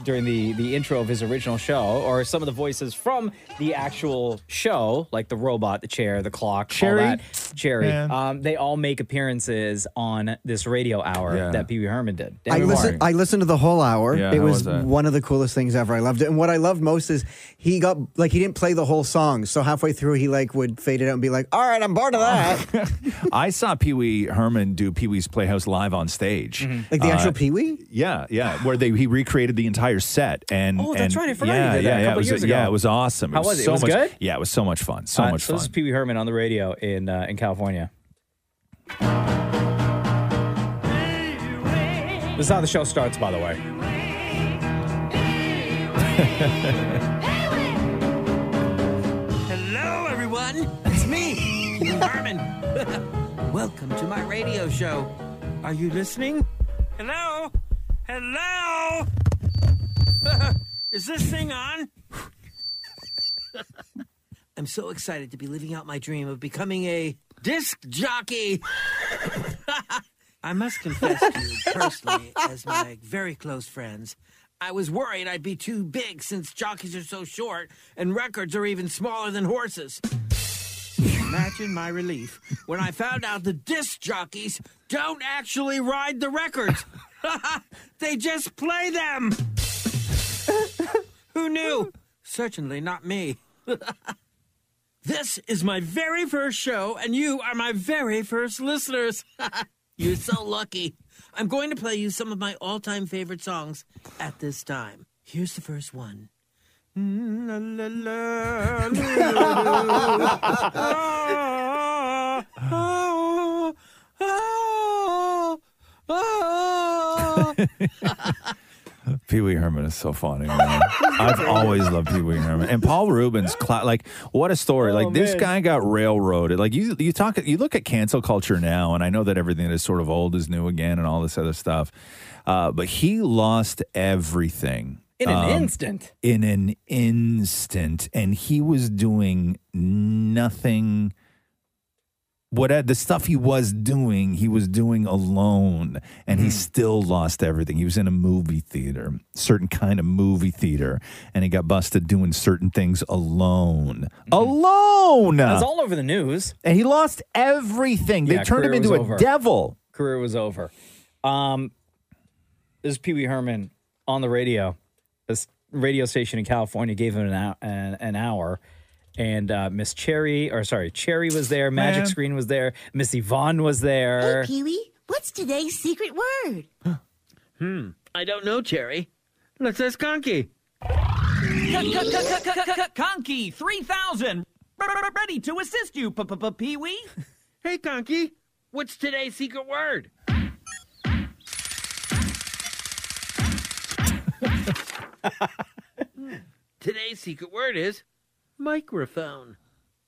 Speaker 1: during the the intro of his original show, or some of the voices from the actual show, like the robot, the chair, the clock,
Speaker 5: Cherry?
Speaker 1: all that. Cherry,
Speaker 5: Man.
Speaker 1: um, they all make appearances on this radio hour
Speaker 5: Yeah.
Speaker 1: that Pee Wee Herman did.
Speaker 20: I
Speaker 1: Damn it,
Speaker 20: listened.
Speaker 1: Mark.
Speaker 20: I listened to the whole hour.
Speaker 1: Yeah,
Speaker 20: it
Speaker 1: how was
Speaker 20: was,
Speaker 1: that?
Speaker 20: one of the coolest things ever. I loved it. And what I loved most is he got like he didn't play the whole song. So halfway through, he like would fade it out and be like, "All right, I'm bored of that."
Speaker 5: I saw Pee Wee Herman do Pee Wee's Playhouse live on stage,
Speaker 1: Mm-hmm.
Speaker 20: Like the actual
Speaker 5: Uh,
Speaker 20: Pee Wee.
Speaker 5: Yeah, yeah, where they he recreated the entire set and
Speaker 1: Oh, that's
Speaker 5: and-
Speaker 1: right, I forgot you
Speaker 5: yeah,
Speaker 1: did that
Speaker 5: yeah,
Speaker 1: a
Speaker 5: yeah,
Speaker 1: couple
Speaker 5: it was,
Speaker 1: years
Speaker 5: yeah,
Speaker 1: ago.
Speaker 5: it was awesome. It
Speaker 1: How
Speaker 5: was,
Speaker 1: was it? It
Speaker 5: so
Speaker 1: was
Speaker 5: much,
Speaker 1: good?
Speaker 5: Yeah, it was so much fun, so
Speaker 1: Uh,
Speaker 5: much
Speaker 1: so
Speaker 5: fun.
Speaker 1: this is Pee Wee Herman on the radio in uh, in California. This is how the show starts, by the way.
Speaker 10: Hello, everyone. It's me, Hugh Herman. <laughs> Welcome to my radio show. Are you listening? Hello? Hello? <laughs> Is this thing on? <laughs> I'm so excited to be living out my dream of becoming a disc jockey. I must confess to you personally, as my very close friends, I was worried I'd be too big since jockeys are so short and records are even smaller than horses. Imagine my relief when I found out the disc jockeys don't actually ride the records. <laughs> they just play them. <laughs> <laughs> Who knew? Certainly not me. This is my very first show, and you are my very first listeners. <laughs> You're so lucky. I'm going to play you some of my all time favorite songs at this time. Here's the first one. Oh.
Speaker 5: Pee Wee Herman is so funny.
Speaker 1: <laughs>
Speaker 5: man. I've always loved Pee Wee Herman and Paul Rubens. Cla- like, what a story!
Speaker 1: Oh,
Speaker 5: like, this
Speaker 16: man.
Speaker 5: guy got railroaded. Like, you you talk you look at cancel culture now, and I know that everything that is sort of old is new again, and all this other stuff. Uh, but he lost everything
Speaker 1: In an
Speaker 5: Um,
Speaker 1: instant.
Speaker 5: In an instant, and he was doing nothing what the stuff he was doing, he was doing alone, and he
Speaker 8: Hmm.
Speaker 5: still lost everything. He was in a movie theater, certain kind of movie theater, and he got busted doing certain things alone. Alone.
Speaker 8: It was Mm-hmm. all over the news.
Speaker 5: Oh, and he lost everything. They
Speaker 8: Yeah,
Speaker 5: turned him
Speaker 8: career was
Speaker 5: into a
Speaker 8: over.
Speaker 5: devil.
Speaker 8: Career was over. Um, this is Pee Wee Herman on the radio. This radio station in California gave him an hour, an, an hour and uh, Miss Cherry, or sorry, Cherry was there. Magic
Speaker 1: Man.
Speaker 8: Screen was there. Miss Yvonne was there.
Speaker 17: Pee-wee, what's today's secret word?
Speaker 10: Hmm. I don't know, Cherry. Let's ask Conky.
Speaker 19: Conky 3000, r- r- r- ready to assist you, p- p- p- Pee Wee.
Speaker 10: <laughs> Hey, Conky. What's today's secret
Speaker 19: <laughs>
Speaker 10: word? today's secret word is microphone.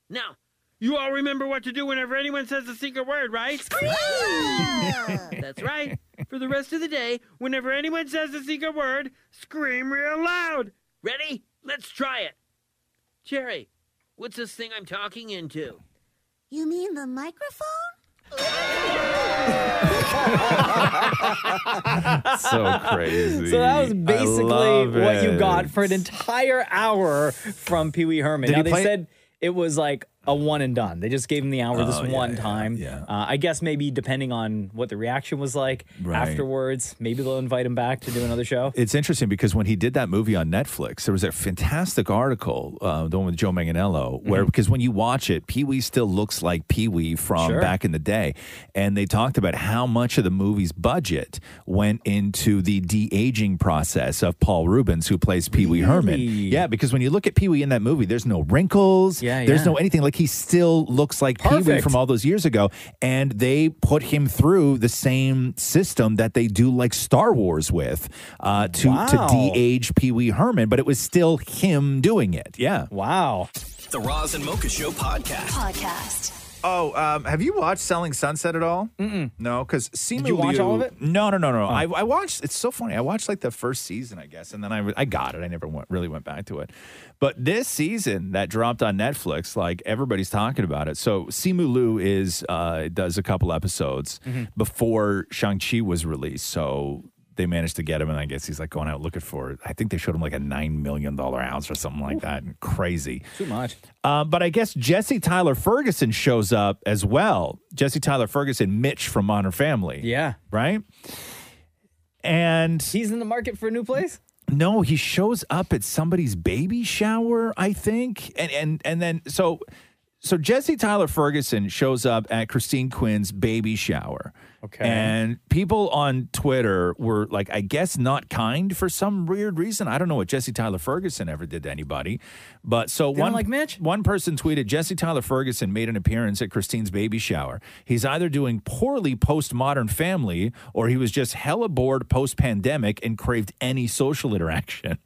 Speaker 10: Now, you all remember what to do whenever anyone says the secret word, right? <laughs> That's right. For the rest of the day, whenever anyone says the secret word, scream real loud. Ready? Let's try it. Cherry, what's this thing I'm talking into?
Speaker 17: You mean the microphone?
Speaker 5: so crazy.
Speaker 8: So that was basically what you got
Speaker 5: it.
Speaker 8: for an entire hour from Pee Wee Herman.
Speaker 5: Did
Speaker 8: now
Speaker 5: he
Speaker 8: they
Speaker 5: play-
Speaker 8: said it was like a one and done. They just gave him the hour this
Speaker 5: Oh, yeah,
Speaker 8: one
Speaker 5: yeah,
Speaker 8: time. Uh, I guess maybe depending on what the reaction was like
Speaker 5: Right.
Speaker 8: afterwards, maybe they'll invite him back to do another show.
Speaker 5: It's interesting because when he did that movie on Netflix, there was a fantastic article, uh, the one with Joe Manganiello, where
Speaker 16: Mm-hmm.
Speaker 5: because when you watch it, Pee Wee still looks like Pee Wee from
Speaker 16: Sure.
Speaker 5: back in the day, and they talked about how much of the movie's budget went into the de aging process of Paul Rubens, who plays Pee Wee Herman. Yeah, because when you look at Pee Wee in that movie, there's no wrinkles,
Speaker 16: Yeah,
Speaker 5: there's
Speaker 16: yeah.
Speaker 5: no anything. Like he still looks like Pee Wee
Speaker 16: Perfect.
Speaker 5: from all those years ago, and they put him through the same system that they do like Star Wars with uh, to to
Speaker 2: Wow.
Speaker 5: de-age Pee Wee Herman, but it was still him doing it. Yeah.
Speaker 8: Wow.
Speaker 2: The Roz and Mocha Show podcast.
Speaker 11: Podcast.
Speaker 5: Oh, um, have you watched Selling Sunset at all? Mm-mm. No, because Simu
Speaker 2: you watch
Speaker 5: Liu-
Speaker 2: all of it? Oh.
Speaker 5: No, no, no, no. I, I watched. It's so funny. I watched like the first season, I guess, and then I re- I got it. I never went, really went back to it. But this season that dropped on Netflix, like everybody's talking about it. So Simu Liu is uh, does a couple episodes
Speaker 2: Mm-hmm.
Speaker 16: Mhm.
Speaker 5: before Shang Chi was released. So. They managed to get him, and I guess he's like going out looking for. I think they showed him like a nine million dollar ounce or something like that. Crazy.
Speaker 8: Too much.
Speaker 5: Uh, but I guess Jesse Tyler Ferguson shows up as well. Jesse Tyler Ferguson, Mitch from Modern Family.
Speaker 8: Yeah.
Speaker 5: Right? And
Speaker 8: he's in the market for a new place?
Speaker 5: No, he shows up at somebody's baby shower, I think. And and and then so so Jesse Tyler Ferguson shows up at Christine Quinn's baby shower. Okay. And people on Twitter were like, I guess not kind for some weird reason. I don't know what Jesse Tyler Ferguson ever did to anybody. But so
Speaker 8: They don't
Speaker 5: one
Speaker 8: like
Speaker 5: Mitch? one person tweeted Jesse Tyler Ferguson made an appearance at Christine's baby shower. He's either doing poorly post modern family or he was just hella bored post pandemic and craved any social interaction.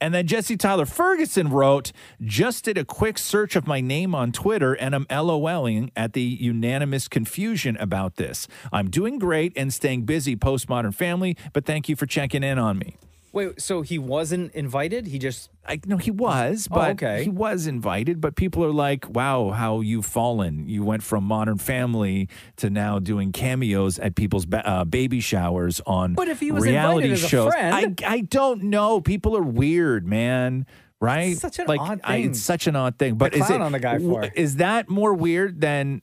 Speaker 5: And then Jesse Tyler Ferguson wrote, just did a quick search of my name on Twitter and I'm LOLing at the unanimous confusion about this. I'm doing great and staying busy postmodern family, but thank you for checking in on me.
Speaker 8: Wait, so he wasn't invited? He just
Speaker 5: I no, he was,
Speaker 8: Oh,
Speaker 5: but
Speaker 8: okay.
Speaker 5: he was invited. But people are like, wow, how you've fallen. You went from modern family to now doing cameos at people's ba- uh, baby showers on
Speaker 8: But if he was
Speaker 5: reality
Speaker 8: invited as a
Speaker 5: shows.
Speaker 8: friend-
Speaker 5: I, I don't know. People are weird, man. Right?
Speaker 8: Such an
Speaker 5: like,
Speaker 8: odd
Speaker 5: I-
Speaker 8: thing.
Speaker 5: it's such an odd thing. But is
Speaker 8: clown
Speaker 5: it
Speaker 8: on the guy
Speaker 5: w-
Speaker 8: for it.
Speaker 5: is that more weird than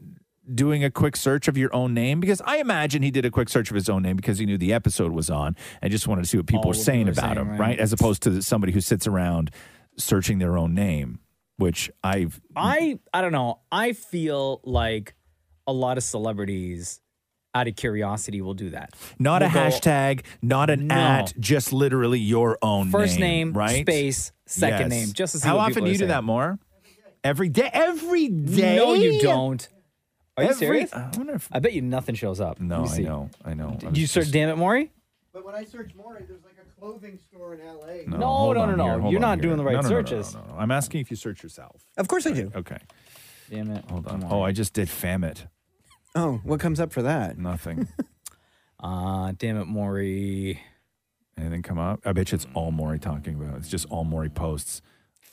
Speaker 5: doing a quick search of your own name? Because I imagine he did a quick search of his own name because he knew the episode was on and just wanted to see what people
Speaker 8: All
Speaker 5: were
Speaker 8: what
Speaker 5: saying
Speaker 8: people were
Speaker 5: about
Speaker 8: saying,
Speaker 5: him,
Speaker 8: right.
Speaker 5: right? As opposed to somebody who sits around searching their own name. which I've
Speaker 8: I I don't know. I feel like a lot of celebrities out of curiosity will do that.
Speaker 5: not a
Speaker 8: Will go
Speaker 5: hashtag, not an
Speaker 8: No.
Speaker 5: at, just literally your own
Speaker 8: First name,
Speaker 5: right?
Speaker 8: space, second name, just to see
Speaker 5: How
Speaker 8: what
Speaker 5: often
Speaker 8: people
Speaker 5: do
Speaker 8: are
Speaker 5: you do
Speaker 8: saying.
Speaker 5: that more? Every day, every day.
Speaker 8: No, you don't. Are you
Speaker 5: Every-
Speaker 8: serious?
Speaker 5: I wonder if
Speaker 8: I bet you nothing shows up.
Speaker 5: No,
Speaker 8: Let me
Speaker 5: I
Speaker 8: see.
Speaker 5: know, I know. I
Speaker 8: Did
Speaker 5: was
Speaker 8: you search
Speaker 5: just-
Speaker 8: damn it, Maury?
Speaker 15: But when I search Maury, there's like a clothing store in LA.
Speaker 8: No, No, no, no, no.
Speaker 5: hold
Speaker 8: You're
Speaker 5: on
Speaker 8: not
Speaker 5: here.
Speaker 8: doing the right
Speaker 5: No, no, no, no,
Speaker 8: searches.
Speaker 5: no, no, no. I'm asking if you search yourself.
Speaker 15: Of course I do.
Speaker 5: Okay.
Speaker 8: Damn it.
Speaker 5: Hold on. Oh, I just did famit.
Speaker 15: Oh, what comes up for that?
Speaker 5: Nothing.
Speaker 15: <laughs>
Speaker 8: Uh, damn it, Maury.
Speaker 5: Anything come up? I bet you it's all Maury talking about. It's just all Maury posts.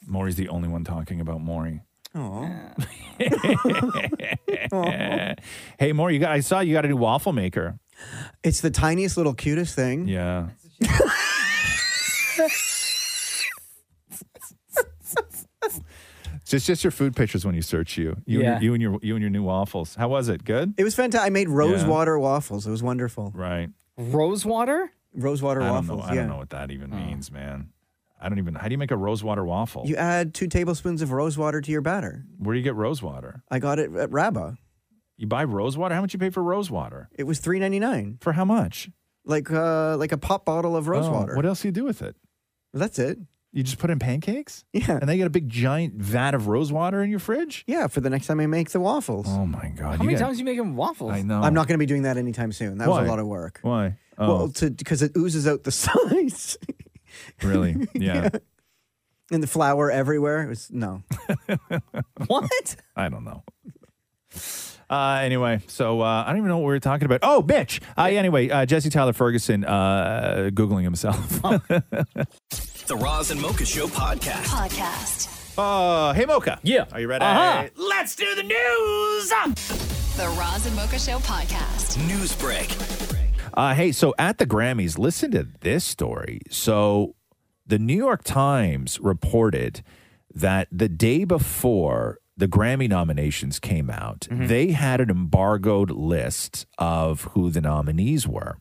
Speaker 5: Maury's the only one talking about Maury.
Speaker 15: Oh.
Speaker 5: hey, Maury, you got, I saw you got a new waffle maker.
Speaker 15: It's the tiniest little cutest thing.
Speaker 5: Yeah. <laughs> It's just, just your food pictures when you search you. You,
Speaker 15: Yeah.
Speaker 5: and your, you and your you and your new waffles. How was it? Good?
Speaker 15: It was fantastic. I made rose
Speaker 5: Yeah.
Speaker 15: water waffles. It was wonderful.
Speaker 5: Right.
Speaker 8: Rose water?
Speaker 15: Rose water
Speaker 5: I don't
Speaker 15: waffles.
Speaker 5: know. I
Speaker 15: yeah. Oh.
Speaker 5: don't know what that even means, man. I don't even. How do you make a rosewater waffle?
Speaker 15: You add two tablespoons of rose water to your batter.
Speaker 5: Where do you get rosewater?
Speaker 15: I got it at Rabba.
Speaker 5: You buy rosewater? How much you pay for rosewater?
Speaker 15: It was three ninety nine.
Speaker 5: For how much?
Speaker 15: Like uh like a pop bottle of rose
Speaker 5: Oh,
Speaker 15: water.
Speaker 5: What else do you do with it?
Speaker 15: That's it.
Speaker 5: You just put in pancakes?
Speaker 15: Yeah.
Speaker 5: And they got a big giant vat of rose water in your fridge?
Speaker 15: Yeah, for the next time I make the waffles.
Speaker 5: Oh my god.
Speaker 8: How many times you making waffles?
Speaker 5: I know.
Speaker 15: I'm not going to be doing that anytime soon. That was
Speaker 5: Why?
Speaker 15: a lot of work.
Speaker 5: Why? Oh,
Speaker 15: Well, to because it oozes out the <laughs> sides
Speaker 5: really? <laughs> Yeah.
Speaker 15: <laughs> and the flour everywhere. It
Speaker 5: <laughs>
Speaker 15: was no.
Speaker 8: what?
Speaker 5: I don't know. Uh, anyway, so uh, I don't even know what we were talking about. Oh, bitch. Uh, anyway, uh, Jesse Tyler Ferguson uh, Googling himself. <laughs>
Speaker 2: The Roz and Mocha Show podcast.
Speaker 11: Podcast.
Speaker 5: Uh, hey, Mocha. Yeah. Are you ready?
Speaker 2: Uh-huh.
Speaker 11: Let's do the news. The Roz and Mocha Show podcast.
Speaker 2: News break.
Speaker 5: Uh, hey, so at the Grammys, listen to this story. So the New York Times reported that the day before the Grammy nominations came out, they had an embargoed list of who the nominees were.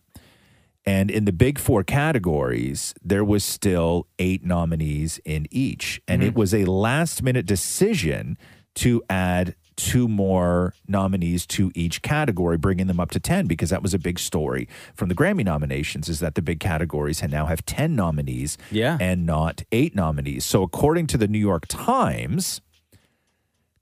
Speaker 5: And in the big four categories, there was still eight nominees in each. And it was a last minute decision to add two more nominees to each category, bringing them up to 10, because that was a big story from the Grammy nominations is that the big categories had now have 10 nominees
Speaker 8: Yeah.
Speaker 5: and not eight nominees. So according to the New York Times,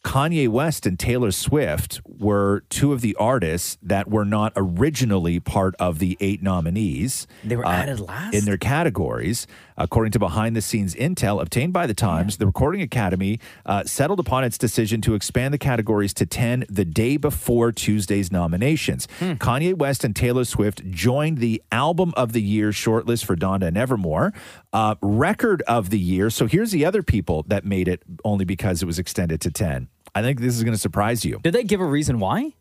Speaker 5: Kanye West and Taylor Swift were two of the artists that were not originally part of the eight nominees. Uh,
Speaker 8: They were added last?
Speaker 5: in their categories, according to behind-the-scenes intel obtained by the Times. The Recording Academy uh, settled upon its decision to expand the categories to ten the day before Tuesday's nominations.
Speaker 8: Hmm.
Speaker 5: Kanye West and Taylor Swift joined the Album of the Year shortlist for Donda and Evermore, uh, Record of the Year. So here's the other people that made it only because it was extended to ten. I think this is going to surprise you.
Speaker 8: Did they give a reason why?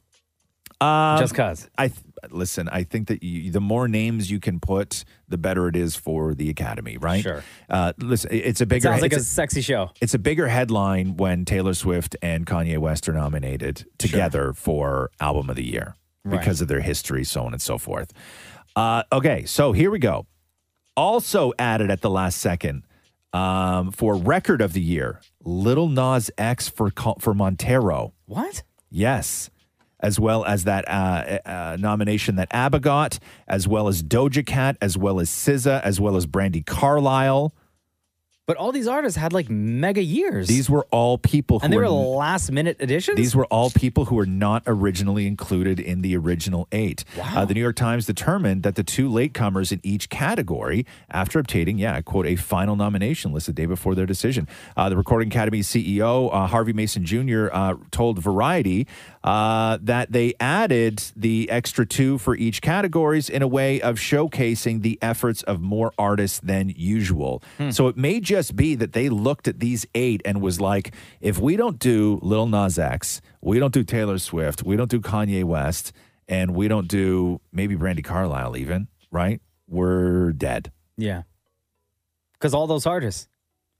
Speaker 5: Um,
Speaker 8: Just cause.
Speaker 5: I th- listen. I think that you, the more names you can put, the better it is for the academy, right? Sure. Uh, listen, it- it's a bigger.
Speaker 8: sounds like
Speaker 5: it's
Speaker 8: a sexy show.
Speaker 5: It's a bigger headline when Taylor Swift and Kanye West are nominated together for album of the year
Speaker 8: Right.
Speaker 5: because of their history, so on and so forth. Uh, okay, so here we go. Also added at the last second um, for record of the year, Little Nas X for Col- for Montero.
Speaker 8: What?
Speaker 5: Yes. As well as that uh, uh, nomination that ABBA got, as well as Doja Cat, as well as SZA, as well as Brandy Carlisle.
Speaker 8: But all these artists had like mega years.
Speaker 5: These were all people who
Speaker 8: and they were
Speaker 5: were
Speaker 8: last minute additions?
Speaker 5: These were all people who were not originally included in the original eight. Uh, the New York Times determined that the two latecomers in each category, after obtaining, yeah, quote, a final nomination list the day before their decision. Uh, the Recording Academy CEO, uh, Harvey Mason Jr., uh, told Variety uh, that they added the extra two for each categories in a way of showcasing the efforts of more artists than usual. So it may just be that they looked at these eight and was like, if we don't do Lil Nas X, we don't do Taylor Swift, we don't do Kanye West, and we don't do maybe Brandy Carlisle even, right? We're dead.
Speaker 8: Yeah. Because all those artists,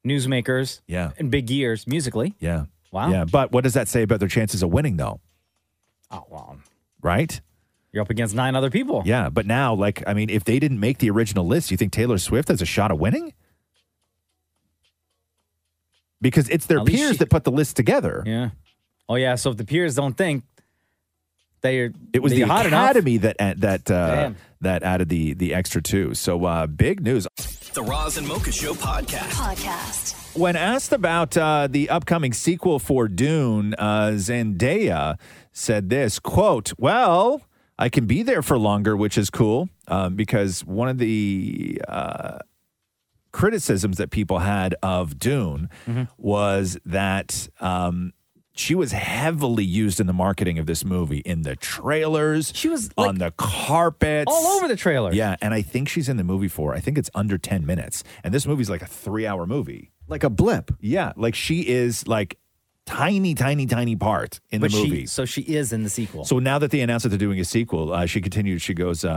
Speaker 8: newsmakers,
Speaker 5: yeah,
Speaker 8: and big years musically.
Speaker 5: Yeah.
Speaker 8: Wow.
Speaker 5: Yeah. But what does that say about their chances of winning though?
Speaker 8: Oh, well,
Speaker 5: Right?
Speaker 8: You're up against nine other people.
Speaker 5: Yeah. But now, like, I mean, if they didn't make the original list, you think Taylor Swift has a shot of winning? because it's their
Speaker 1: At least
Speaker 5: peers
Speaker 1: she-
Speaker 5: that put the list together.
Speaker 1: Yeah. Oh yeah. So if the peers don't think that you're,
Speaker 5: It was
Speaker 1: that
Speaker 5: the
Speaker 1: you're hot enough,
Speaker 5: Academy that that uh,
Speaker 1: Damn.
Speaker 5: that added the the extra two. So uh, big news.
Speaker 2: The Roz and Mocha Show podcast.
Speaker 11: Podcast.
Speaker 5: When asked about uh, the upcoming sequel for Dune, uh, Zendaya said this quote, "Well, I can be there for longer, which is cool um, because one of the." Uh, criticisms that people had of Dune was that um, she was heavily used in the marketing of this movie in the trailers. She was on the carpets,
Speaker 1: all over the trailers.
Speaker 5: Yeah, and I think she's in the movie for I think it's under ten minutes, and this movie's like a three-hour movie, like a blip. Yeah, like she is like tiny, tiny, tiny part in
Speaker 1: but
Speaker 5: the movie.
Speaker 1: She, so she is in the sequel.
Speaker 5: So now that they announced that they're doing a sequel, uh, she continued. She goes, uh,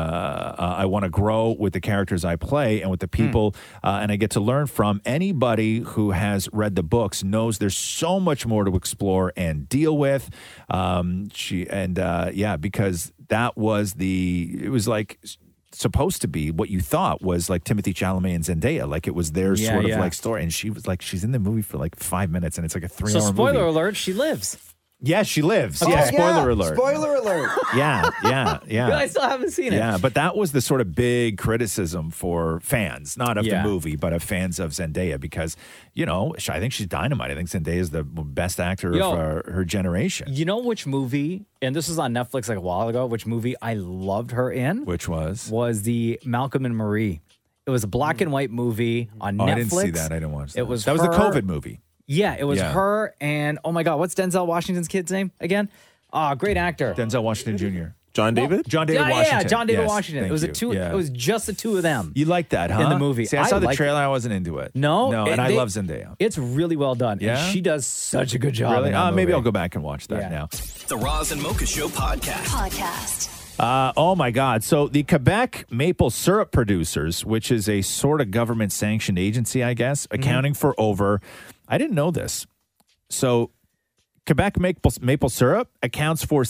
Speaker 5: uh, "I want to grow with the characters I play and with the
Speaker 1: Hmm.
Speaker 5: people, uh, and I get to learn from anybody who has read the books. Knows there's so much more to explore and deal with." Um, she and uh, yeah, because that was the it was like s- supposed to be what you thought was like Timothy Chalamet and Zendaya, like it was their
Speaker 1: Yeah,
Speaker 5: sort of
Speaker 1: yeah.
Speaker 5: like story, and she was like she's in the movie for like five minutes, and it's like a three
Speaker 1: So
Speaker 5: hour
Speaker 1: spoiler
Speaker 5: movie.
Speaker 1: alert, she lives.
Speaker 5: Yeah, she lives.
Speaker 1: Okay.
Speaker 5: Yeah,
Speaker 1: Oh,
Speaker 5: spoiler
Speaker 1: yeah.
Speaker 5: alert.
Speaker 1: Spoiler
Speaker 20: alert.
Speaker 5: <laughs> Yeah,
Speaker 1: <laughs>
Speaker 5: yeah, yeah.
Speaker 1: I still haven't seen it.
Speaker 5: Yeah, but that was the sort of big criticism for fans, not of
Speaker 1: Yeah.
Speaker 5: the movie, but of fans of Zendaya, because, you know, sh- I think she's dynamite. I think Zendaya is the best actor
Speaker 1: Yo.
Speaker 5: of uh, her, her generation.
Speaker 1: You know which movie, and this was on Netflix like a while ago, which movie I loved her in?
Speaker 5: Which was?
Speaker 1: Was the Malcolm and Marie. It was a black and white movie on
Speaker 5: Oh,
Speaker 1: Netflix.
Speaker 5: I didn't see that. I didn't watch that.
Speaker 1: It was
Speaker 5: that was the
Speaker 1: her-
Speaker 5: COVID movie.
Speaker 1: Yeah, it was
Speaker 5: Yeah.
Speaker 1: her and oh my god, what's Denzel Washington's kid's name again? Ah, great actor.
Speaker 5: Denzel Washington Jr.
Speaker 1: John
Speaker 5: David? John David
Speaker 1: yeah,
Speaker 5: Washington.
Speaker 1: Yeah, John David
Speaker 5: Yes,
Speaker 1: Washington.
Speaker 5: thank
Speaker 1: It was a
Speaker 5: you.
Speaker 1: two
Speaker 5: Yeah.
Speaker 1: it was just the two of them.
Speaker 5: You like that, huh?
Speaker 1: In the movie.
Speaker 5: See, I, saw the
Speaker 1: liked it.
Speaker 5: trailer. I wasn't into it.
Speaker 1: No,
Speaker 5: No,
Speaker 1: it-
Speaker 5: and I
Speaker 1: they-
Speaker 5: love Zendaya.
Speaker 1: It's really well done. and
Speaker 5: Yeah?
Speaker 1: she does such a good job.
Speaker 5: Really?
Speaker 1: in that
Speaker 5: Uh, maybe
Speaker 1: movie.
Speaker 5: I'll go back and watch that
Speaker 1: Yeah.
Speaker 5: now.
Speaker 2: The Roz and Mocha Show podcast.
Speaker 11: Podcast.
Speaker 5: Uh, oh my God. So, the Quebec Maple Syrup Producers, which is a sort of government sanctioned agency, I guess, accounting for over, I didn't know this. So, Quebec maple, maple syrup accounts for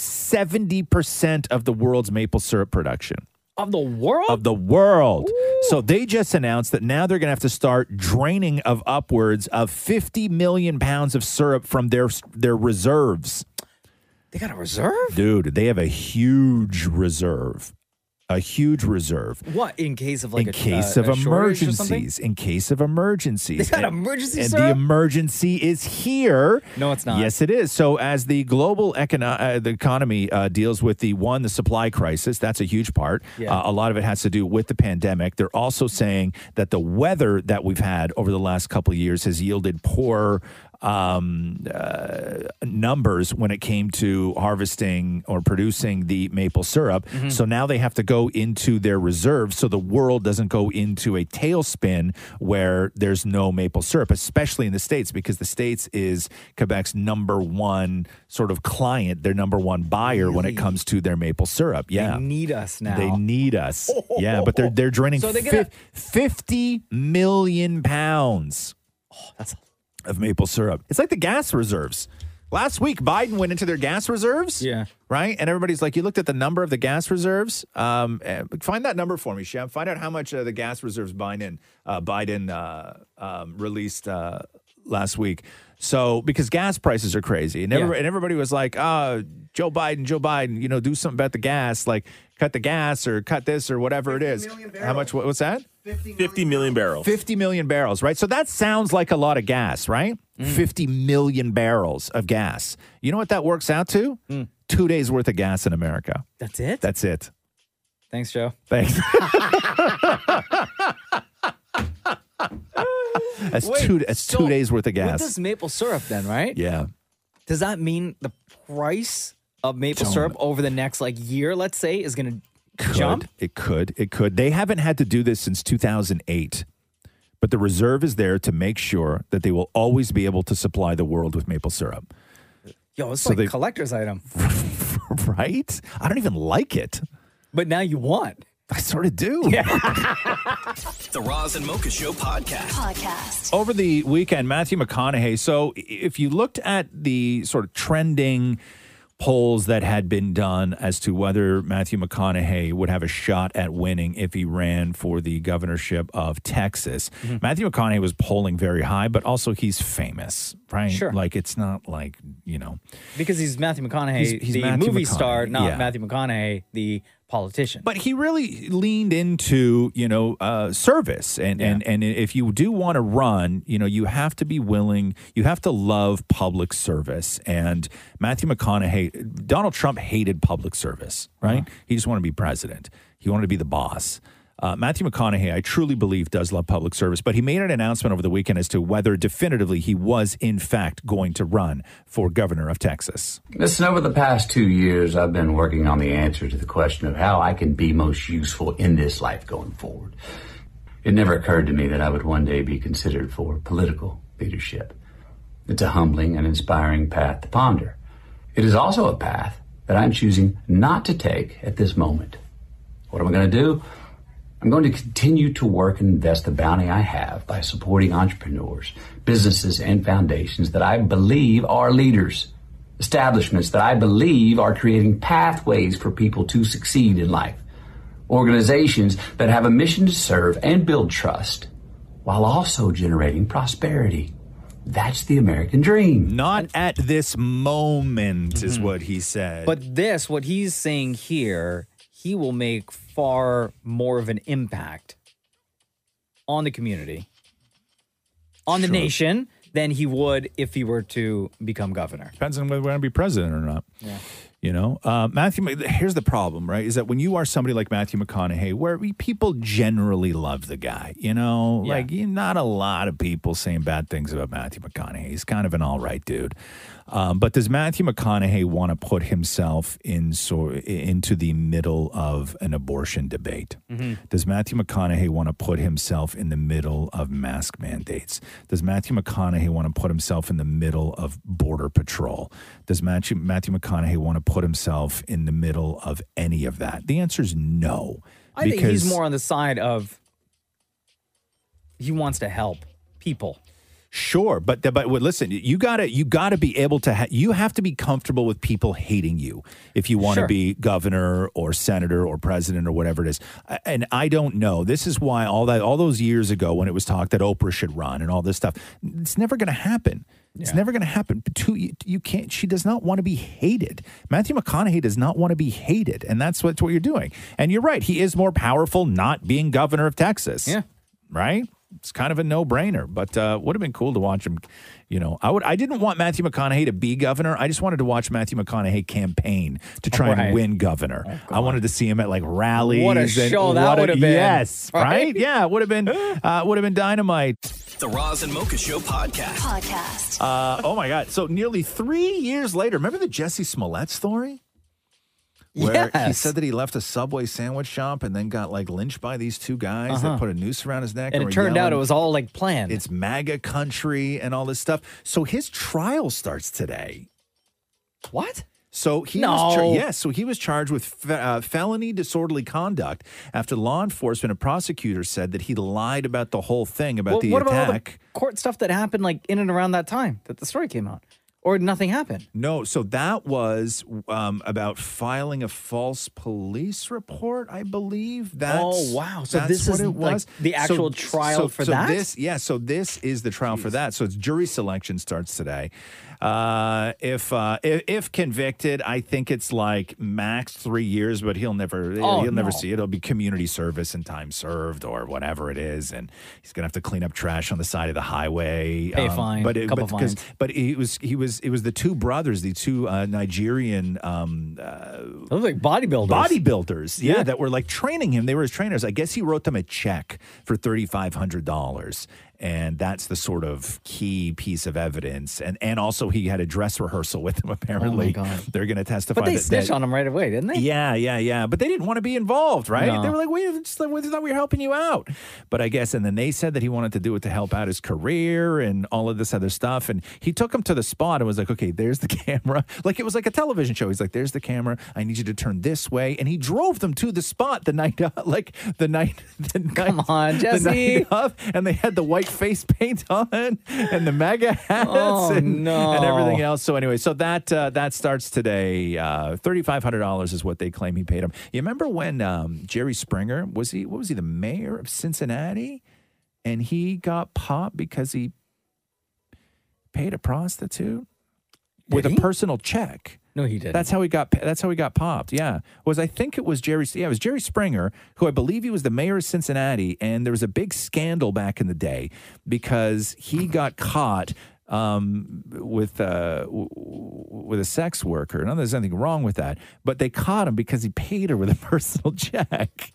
Speaker 5: 70% of the world's maple syrup production.
Speaker 1: Of the world?
Speaker 5: Of the world. So they just announced that now they're going to have to start draining of upwards of 50 million pounds of syrup from their their reserves.
Speaker 1: They got a reserve?
Speaker 5: Dude, they have a huge reserve. A huge reserve.
Speaker 1: What in case of like
Speaker 5: in
Speaker 1: a,
Speaker 5: case
Speaker 1: a-
Speaker 5: of
Speaker 1: a shortage or something?
Speaker 5: emergencies, in case of emergencies,
Speaker 1: They got
Speaker 5: And-
Speaker 1: emergency
Speaker 5: and the
Speaker 1: syrup?
Speaker 5: emergency is here.
Speaker 1: No, it's not.
Speaker 5: Yes, it is. So as the global econo- uh, the economy uh, deals with the one the supply crisis, that's a huge part.
Speaker 1: Yeah.
Speaker 5: Uh, a lot of it has to do with the pandemic. They're also saying that the weather that we've had over the last couple of years has yielded poor um, uh, numbers when it came to harvesting or producing the maple syrup.
Speaker 1: Mm-hmm.
Speaker 5: So now they have to go into their reserves so the world doesn't go into a tailspin where there's no maple syrup, especially in the States, because the States is Quebec's number one sort of client, their number one buyer when it comes to their maple syrup. Yeah.
Speaker 1: They need us now.
Speaker 5: They need us. Yeah, but they're they're draining
Speaker 1: So they're
Speaker 5: fif-
Speaker 1: gonna-
Speaker 5: 50 million pounds of maple syrup. It's like the gas reserves. Last week, Biden went into their gas reserves. Yeah. Right? And everybody's like, you looked at the number of the gas reserves. Um, eh, find that number for me, Shem. Find out how much uh, the gas reserves Biden, uh, Biden uh, um, released uh, last week. So, because gas prices are crazy. And, everybody, and everybody was like, uh, Joe Biden, Joe Biden, you know, do something about the gas, like cut the gas or cut this or whatever it is. How much? what- What's that?
Speaker 7: 50 million barrels.
Speaker 5: 50 million barrels, right? So that sounds like a lot of gas, right?
Speaker 1: Mm.
Speaker 5: 50 million barrels of gas. You know what that works out to? Two days worth of gas in America.
Speaker 1: Mm. That's it?
Speaker 5: That's it.
Speaker 1: Thanks, Joe. <laughs>
Speaker 5: Thanks. that's
Speaker 1: Wait,
Speaker 5: two. That's
Speaker 1: so
Speaker 5: two days worth of
Speaker 1: With
Speaker 5: gas.
Speaker 1: this maple syrup, then, right?
Speaker 5: yeah.
Speaker 1: Does that mean the price of maple
Speaker 5: Don't-
Speaker 1: syrup over the next like year, let's say, is going to
Speaker 5: Could.
Speaker 1: jump?
Speaker 5: It could. It could. They haven't had to do this since 2008. But the reserve is there to make sure that they will always be able to supply the world with maple syrup. <laughs>
Speaker 1: Yo, it's
Speaker 5: So
Speaker 1: like
Speaker 5: they-
Speaker 1: a collector's item.
Speaker 5: right? I don't even like it.
Speaker 1: But now you want.
Speaker 5: I sort of do. <laughs>
Speaker 2: <laughs> The Roz and Mocha Show podcast.
Speaker 11: Podcast.
Speaker 5: Over the weekend, Matthew McConaughey. So, if you looked at the sort of trending polls that had been done as to whether Matthew McConaughey would have a shot at winning if he ran for the governorship of Texas. Matthew McConaughey was polling very high, but also he's famous, right?
Speaker 1: Sure.
Speaker 5: Like it's not like, you know.
Speaker 1: because he's Matthew McConaughey,
Speaker 5: He's- he's
Speaker 1: the
Speaker 5: Matthew
Speaker 1: movie
Speaker 5: McConaughey,
Speaker 1: star, not
Speaker 5: yeah.
Speaker 1: Matthew McConaughey, the politician.
Speaker 5: But he really leaned into, you know, uh, service. And, and, and if you do want to run, you know, you have to be willing, you have to love public service. And Matthew McConaughey, Donald Trump hated public service, right? He just wanted to be president, he wanted to be the boss. Uh, Matthew McConaughey, I truly believe, does love public service, but he made an announcement over the weekend as to whether definitively he was, in fact, going to run for governor of Texas.
Speaker 32: Listen, over the past two years, I've been working on the answer to the question of how I can be most useful in this life going forward. It never occurred to me that I would one day be considered for political leadership. It's a humbling and inspiring path to ponder. It is also a path that I'm choosing not to take at this moment. What am I going to do? I'm going to continue to work and invest the bounty I have by supporting entrepreneurs, businesses, and foundations that I believe are leaders establishments that I believe are creating pathways for people to succeed in life. Organizations that have a mission to serve and build trust while also generating prosperity. That's the American dream.
Speaker 5: Not at this moment, is what he said.
Speaker 1: But this, what he's saying here, he will make far more of an impact on the community, on the
Speaker 5: Sure.
Speaker 1: nation, than he would if he were to become governor.
Speaker 5: Depends on whether we're going to be president or not.
Speaker 1: Yeah.
Speaker 5: You know, uh, Matthew. Mc- Here's the problem, right? Is that when you are somebody like Matthew McConaughey, where we, people generally love the guy, you know, like you, not a lot of people saying bad things about Matthew McConaughey. He's kind of an all right dude. Um, but does Matthew McConaughey want to put himself in so into the middle of an abortion debate? Does Matthew McConaughey want to put himself in the middle of mask mandates? Does Matthew McConaughey want to put himself in the middle of border patrol? Does Matthew, Matthew McConaughey want to put himself in the middle of any of that? The answer is no.
Speaker 1: I think he's more on the side of he wants to help people.
Speaker 5: Sure, but but well, listen, you gotta you gotta be able to ha- you have to be comfortable with people hating you if you want to
Speaker 1: Sure.
Speaker 5: be governor or senator or president or whatever it is. I- And I don't know. This is why all that all those years ago when it was talked that Oprah should run and all this stuff, it's never going to happen. It's never going to happen. But two, you, you can't. She does not want to be hated. Matthew McConaughey does not want to be hated, and that's what, what you're doing. And you're right. He is more powerful not being governor of Texas. Yeah right? It's kind of a no-brainer, but uh, would have been cool to watch him. You know, I would. I didn't want Matthew McConaughey to be governor. I just wanted to watch Matthew McConaughey campaign to try
Speaker 1: Right. Oh,
Speaker 5: and win governor. I wanted to see him at like rallies.
Speaker 1: What a
Speaker 5: and
Speaker 1: show that
Speaker 5: what a-
Speaker 1: would have been,
Speaker 5: Yes, right?
Speaker 2: right?
Speaker 5: Yeah, would have been. Uh, would have been dynamite.
Speaker 2: The Roz and Mocha Show podcast.
Speaker 33: Podcast.
Speaker 5: Uh, oh my God! So nearly three years later, remember the Jesse Smollett story? Where he
Speaker 1: Yes.
Speaker 5: said that he left a Subway sandwich shop and then got like lynched by these two guys
Speaker 1: Uh-huh.
Speaker 5: that put a noose around his neck.
Speaker 1: And it
Speaker 5: were
Speaker 1: turned out it
Speaker 5: yelling,
Speaker 1: was all like planned.
Speaker 5: It's MAGA country and all this stuff. So his trial starts today.
Speaker 1: What?
Speaker 5: So he
Speaker 1: No.
Speaker 5: was char- yes, so he was charged with fe- uh, felony disorderly conduct after law enforcement and prosecutors said that he lied about the whole thing about
Speaker 1: Well,
Speaker 5: the
Speaker 1: what about all
Speaker 5: attack.
Speaker 1: the court stuff that happened like in and around that time that the story came out, or nothing happened?
Speaker 5: No, so that was um, about filing a false police report, I believe. That's,
Speaker 1: Oh, wow. So
Speaker 5: that's
Speaker 1: this
Speaker 5: what
Speaker 1: is,
Speaker 5: it
Speaker 1: like,
Speaker 5: was.
Speaker 1: the actual trial
Speaker 5: so-
Speaker 1: for
Speaker 5: so
Speaker 1: that?
Speaker 5: This, yeah, so this is the trial for that. So it's jury selection starts today. Uh, if, uh, if if convicted, I think it's like max three years, but he'll never
Speaker 1: Oh,
Speaker 5: he'll never
Speaker 1: no.
Speaker 5: see it. It'll be community service and time served or whatever it is, and he's gonna have to clean up trash on the side of the highway. um,
Speaker 1: Pay fine,
Speaker 5: but it,
Speaker 1: couple
Speaker 5: but 'cause-
Speaker 1: fines.
Speaker 5: but it was he was it was the two brothers, the two uh, Nigerian um, uh,
Speaker 1: Those like bodybuilders,
Speaker 5: bodybuilders, yeah,
Speaker 1: Yeah.
Speaker 5: that were like training him. They were his trainers. I guess he wrote them a check for thirty five hundred dollars, and that's the sort of key piece of evidence. And and also he had a dress rehearsal with <laughs> them. Apparently,
Speaker 1: Oh God.
Speaker 5: they're going to testify.
Speaker 1: But they
Speaker 5: that,
Speaker 1: snitched
Speaker 5: that-
Speaker 1: on him right away, didn't they?
Speaker 5: yeah, yeah, yeah. But they didn't want to be involved, right?
Speaker 1: No.
Speaker 5: They were like, we just we thought we were helping you out. <laughs> But I guess, and then they said that he wanted to do it to help out his career and all of this other stuff. And he took him to the spot and was like, okay, there's the <laughs> camera. Like it was like a television show. He's like, there's the camera. I need you to turn this way. And he drove them <laughs> to the spot the night, of, like the night, the night,
Speaker 1: Come on,
Speaker 5: the
Speaker 1: Jesse.
Speaker 5: night of. And they had the white like face paint on and the mega hats
Speaker 8: Oh,
Speaker 5: and,
Speaker 8: no.
Speaker 5: and everything else. So anyway, so that uh, that starts today. Uh, Thirty five hundred dollars is what they claim he paid him. You remember when um, Jerry Springer was he? What was he? The mayor of Cincinnati, and he got popped because he paid a prostitute with a personal check.
Speaker 8: No, he didn't.
Speaker 5: That's how he got. That's how he got popped. Yeah, was I think it was Jerry. Yeah, it was Jerry Springer, who I believe he was the mayor of Cincinnati, and there was a big scandal back in the day because he got caught um, with uh, w- w- with a sex worker. Now there's nothing wrong with that, but they caught him because he paid her with a <laughs> personal check.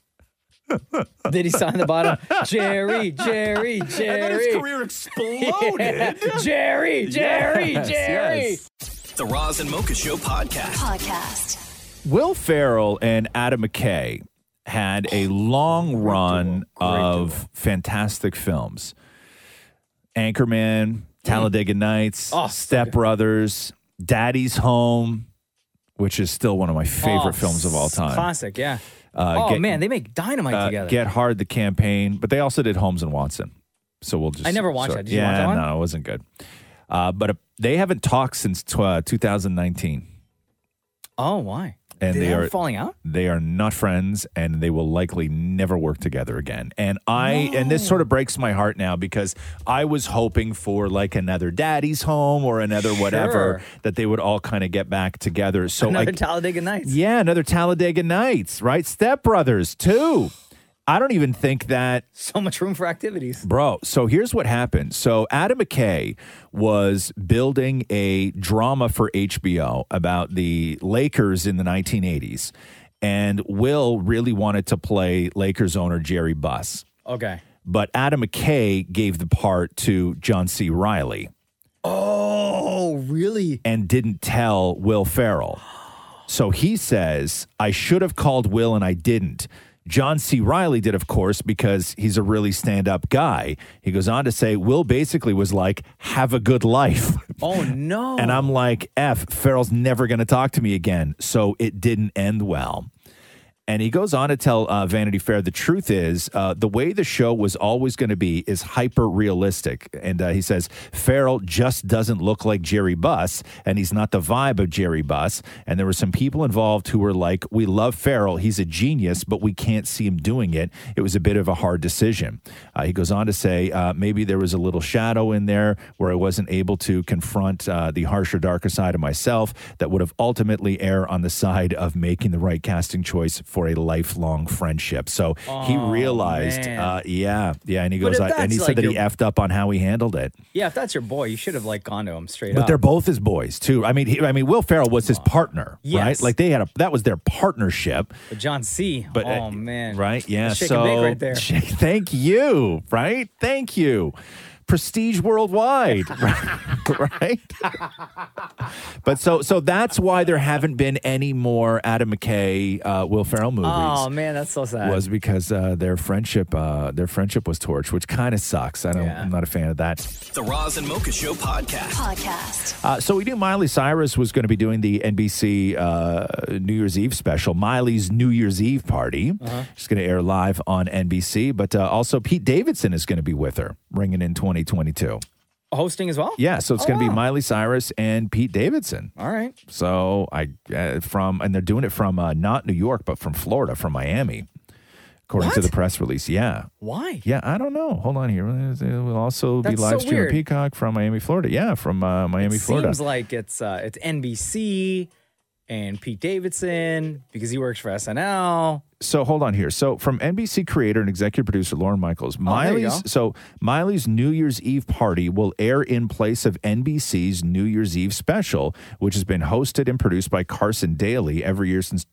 Speaker 8: Did he sign the
Speaker 5: <laughs>
Speaker 8: bottom? Jerry, Jerry, Jerry.
Speaker 2: And then his career
Speaker 8: <laughs>
Speaker 1: <laughs>
Speaker 8: Yeah. Jerry, Jerry,
Speaker 5: <laughs> Yes,
Speaker 8: Jerry.
Speaker 5: yes.
Speaker 2: The Roz and Mocha Show podcast.
Speaker 11: Podcast.
Speaker 5: Will Farrell and Adam McKay had a long run of fantastic films.
Speaker 8: Mm.
Speaker 5: Anchorman, Talladega Nights,
Speaker 8: Oh,
Speaker 5: Step Brothers, Daddy's Home, which is still one of my favorite
Speaker 8: Oh,
Speaker 5: films of all time.
Speaker 8: Classic, yeah.
Speaker 5: Uh,
Speaker 8: oh
Speaker 5: get-
Speaker 8: man, they make dynamite
Speaker 5: Uh,
Speaker 8: together.
Speaker 5: Get Hard, the campaign, but they also did Holmes and Watson. So we'll just.
Speaker 8: I never watched
Speaker 5: so-
Speaker 8: that. Did you
Speaker 5: yeah,
Speaker 8: watch that one?
Speaker 5: no, it wasn't good. Uh, but uh, they haven't talked since tw- uh, 2019
Speaker 8: oh, why?
Speaker 5: and
Speaker 8: Did
Speaker 5: they
Speaker 8: have
Speaker 5: are
Speaker 8: it falling out.
Speaker 5: They are not friends, and they will likely never work together again. And I and this sort of breaks my heart now because I was hoping for like another Daddy's Home or another whatever
Speaker 8: Sure.
Speaker 5: that they would all kind of get back together. So
Speaker 8: Another
Speaker 5: I,
Speaker 8: Talladega Nights.
Speaker 5: yeah, another Talladega Nights, right? Step Brothers too. I don't even think that
Speaker 8: <laughs> so much room for activities.
Speaker 5: Bro, so here's what happened. So Adam McKay was building a drama for HBO about the Lakers in the 1980s, and Will really wanted to play Lakers owner Jerry Buss.
Speaker 8: Okay.
Speaker 5: But Adam McKay gave the part to John C. Riley.
Speaker 8: Oh, really?
Speaker 5: And didn't tell Will Farrell. So he says, I should have called Will and I didn't. John C. Riley did, of course, because he's a really stand up guy. He goes on to say, Will basically was like, have a good life. <laughs>
Speaker 8: Oh no.
Speaker 5: And I'm like, F, Farrell's never going to talk to me again. So it didn't end well. And he goes on to tell uh, Vanity Fair the truth is uh, the way the show was always going to be is hyper realistic. And uh, he says Farrell just doesn't look like Jerry Buss, and he's not the vibe of Jerry Buss. And there were some people involved who were like, "We love Farrell; he's a genius, but we can't see him doing it." It was a bit of a hard decision. Uh, he goes on to say uh, maybe there was a little shadow in there where I wasn't able to confront uh, the harsher, darker side of myself that would have ultimately err on the side of making the right casting choice for a lifelong friendship. So he
Speaker 8: Oh,
Speaker 5: realized,
Speaker 8: man.
Speaker 5: uh, yeah, yeah, and he
Speaker 8: But
Speaker 5: goes,
Speaker 8: if
Speaker 5: I, and
Speaker 8: that's
Speaker 5: he
Speaker 8: like
Speaker 5: said that he
Speaker 8: your-
Speaker 5: effed up on how he handled it.
Speaker 8: Yeah, if that's your boy, you should have like gone to him straight
Speaker 5: But
Speaker 8: up.
Speaker 5: they're both his boys too. I mean, he, I mean, Will Farrell was his partner, right?
Speaker 8: Yes.
Speaker 5: Like they had a that was their partnership.
Speaker 8: But John C.
Speaker 5: But, uh,
Speaker 8: oh man.
Speaker 5: Right? Yeah.
Speaker 8: That's shake
Speaker 5: so
Speaker 8: and bake right there.
Speaker 5: shake- <laughs> thank you. Right? Thank you. Prestige worldwide. <laughs> right? right? but so so that's why there haven't been any more Adam McKay, uh, Will Ferrell movies.
Speaker 8: Oh man, that's so sad.
Speaker 5: was because uh, their friendship uh, their friendship was torched, which kind of sucks. I don't I'm not a fan of that.
Speaker 2: The Roz and Mocha Show podcast.
Speaker 11: Podcast.
Speaker 5: Uh, so we knew Miley Cyrus was going to be doing the NBC uh, New Year's Eve special, Miley's New Year's Eve party.
Speaker 8: Uh-huh.
Speaker 5: She's going to air live on NBC, but uh, also Pete Davidson is going to be with her, ringing in 2022.
Speaker 8: Hosting as well?
Speaker 5: Yeah, so it's
Speaker 8: Oh,
Speaker 5: going to be
Speaker 8: wow.
Speaker 5: Miley Cyrus and Pete Davidson.
Speaker 8: All right.
Speaker 5: So I uh, from and they're doing it from uh, not New York, but from Florida, from Miami, according to the press release. Yeah.
Speaker 8: Why?
Speaker 5: Yeah, I don't know. Hold on here. We'll also
Speaker 8: That's
Speaker 5: be
Speaker 8: so
Speaker 5: live streaming
Speaker 8: weird.
Speaker 5: Peacock from Miami, Florida. Yeah, from uh, Miami,
Speaker 8: it
Speaker 5: Florida.
Speaker 8: Seems like it's uh, it's NBC and Pete Davidson because he works for SNL.
Speaker 5: so hold on here. So from NBC creator and executive producer Lauren Michaels,
Speaker 8: Oh, there you
Speaker 5: Miley's
Speaker 8: go.
Speaker 5: so Miley's New Year's Eve party will air in place of NBC's New Year's Eve special, which has been hosted and produced by Carson Daly every year since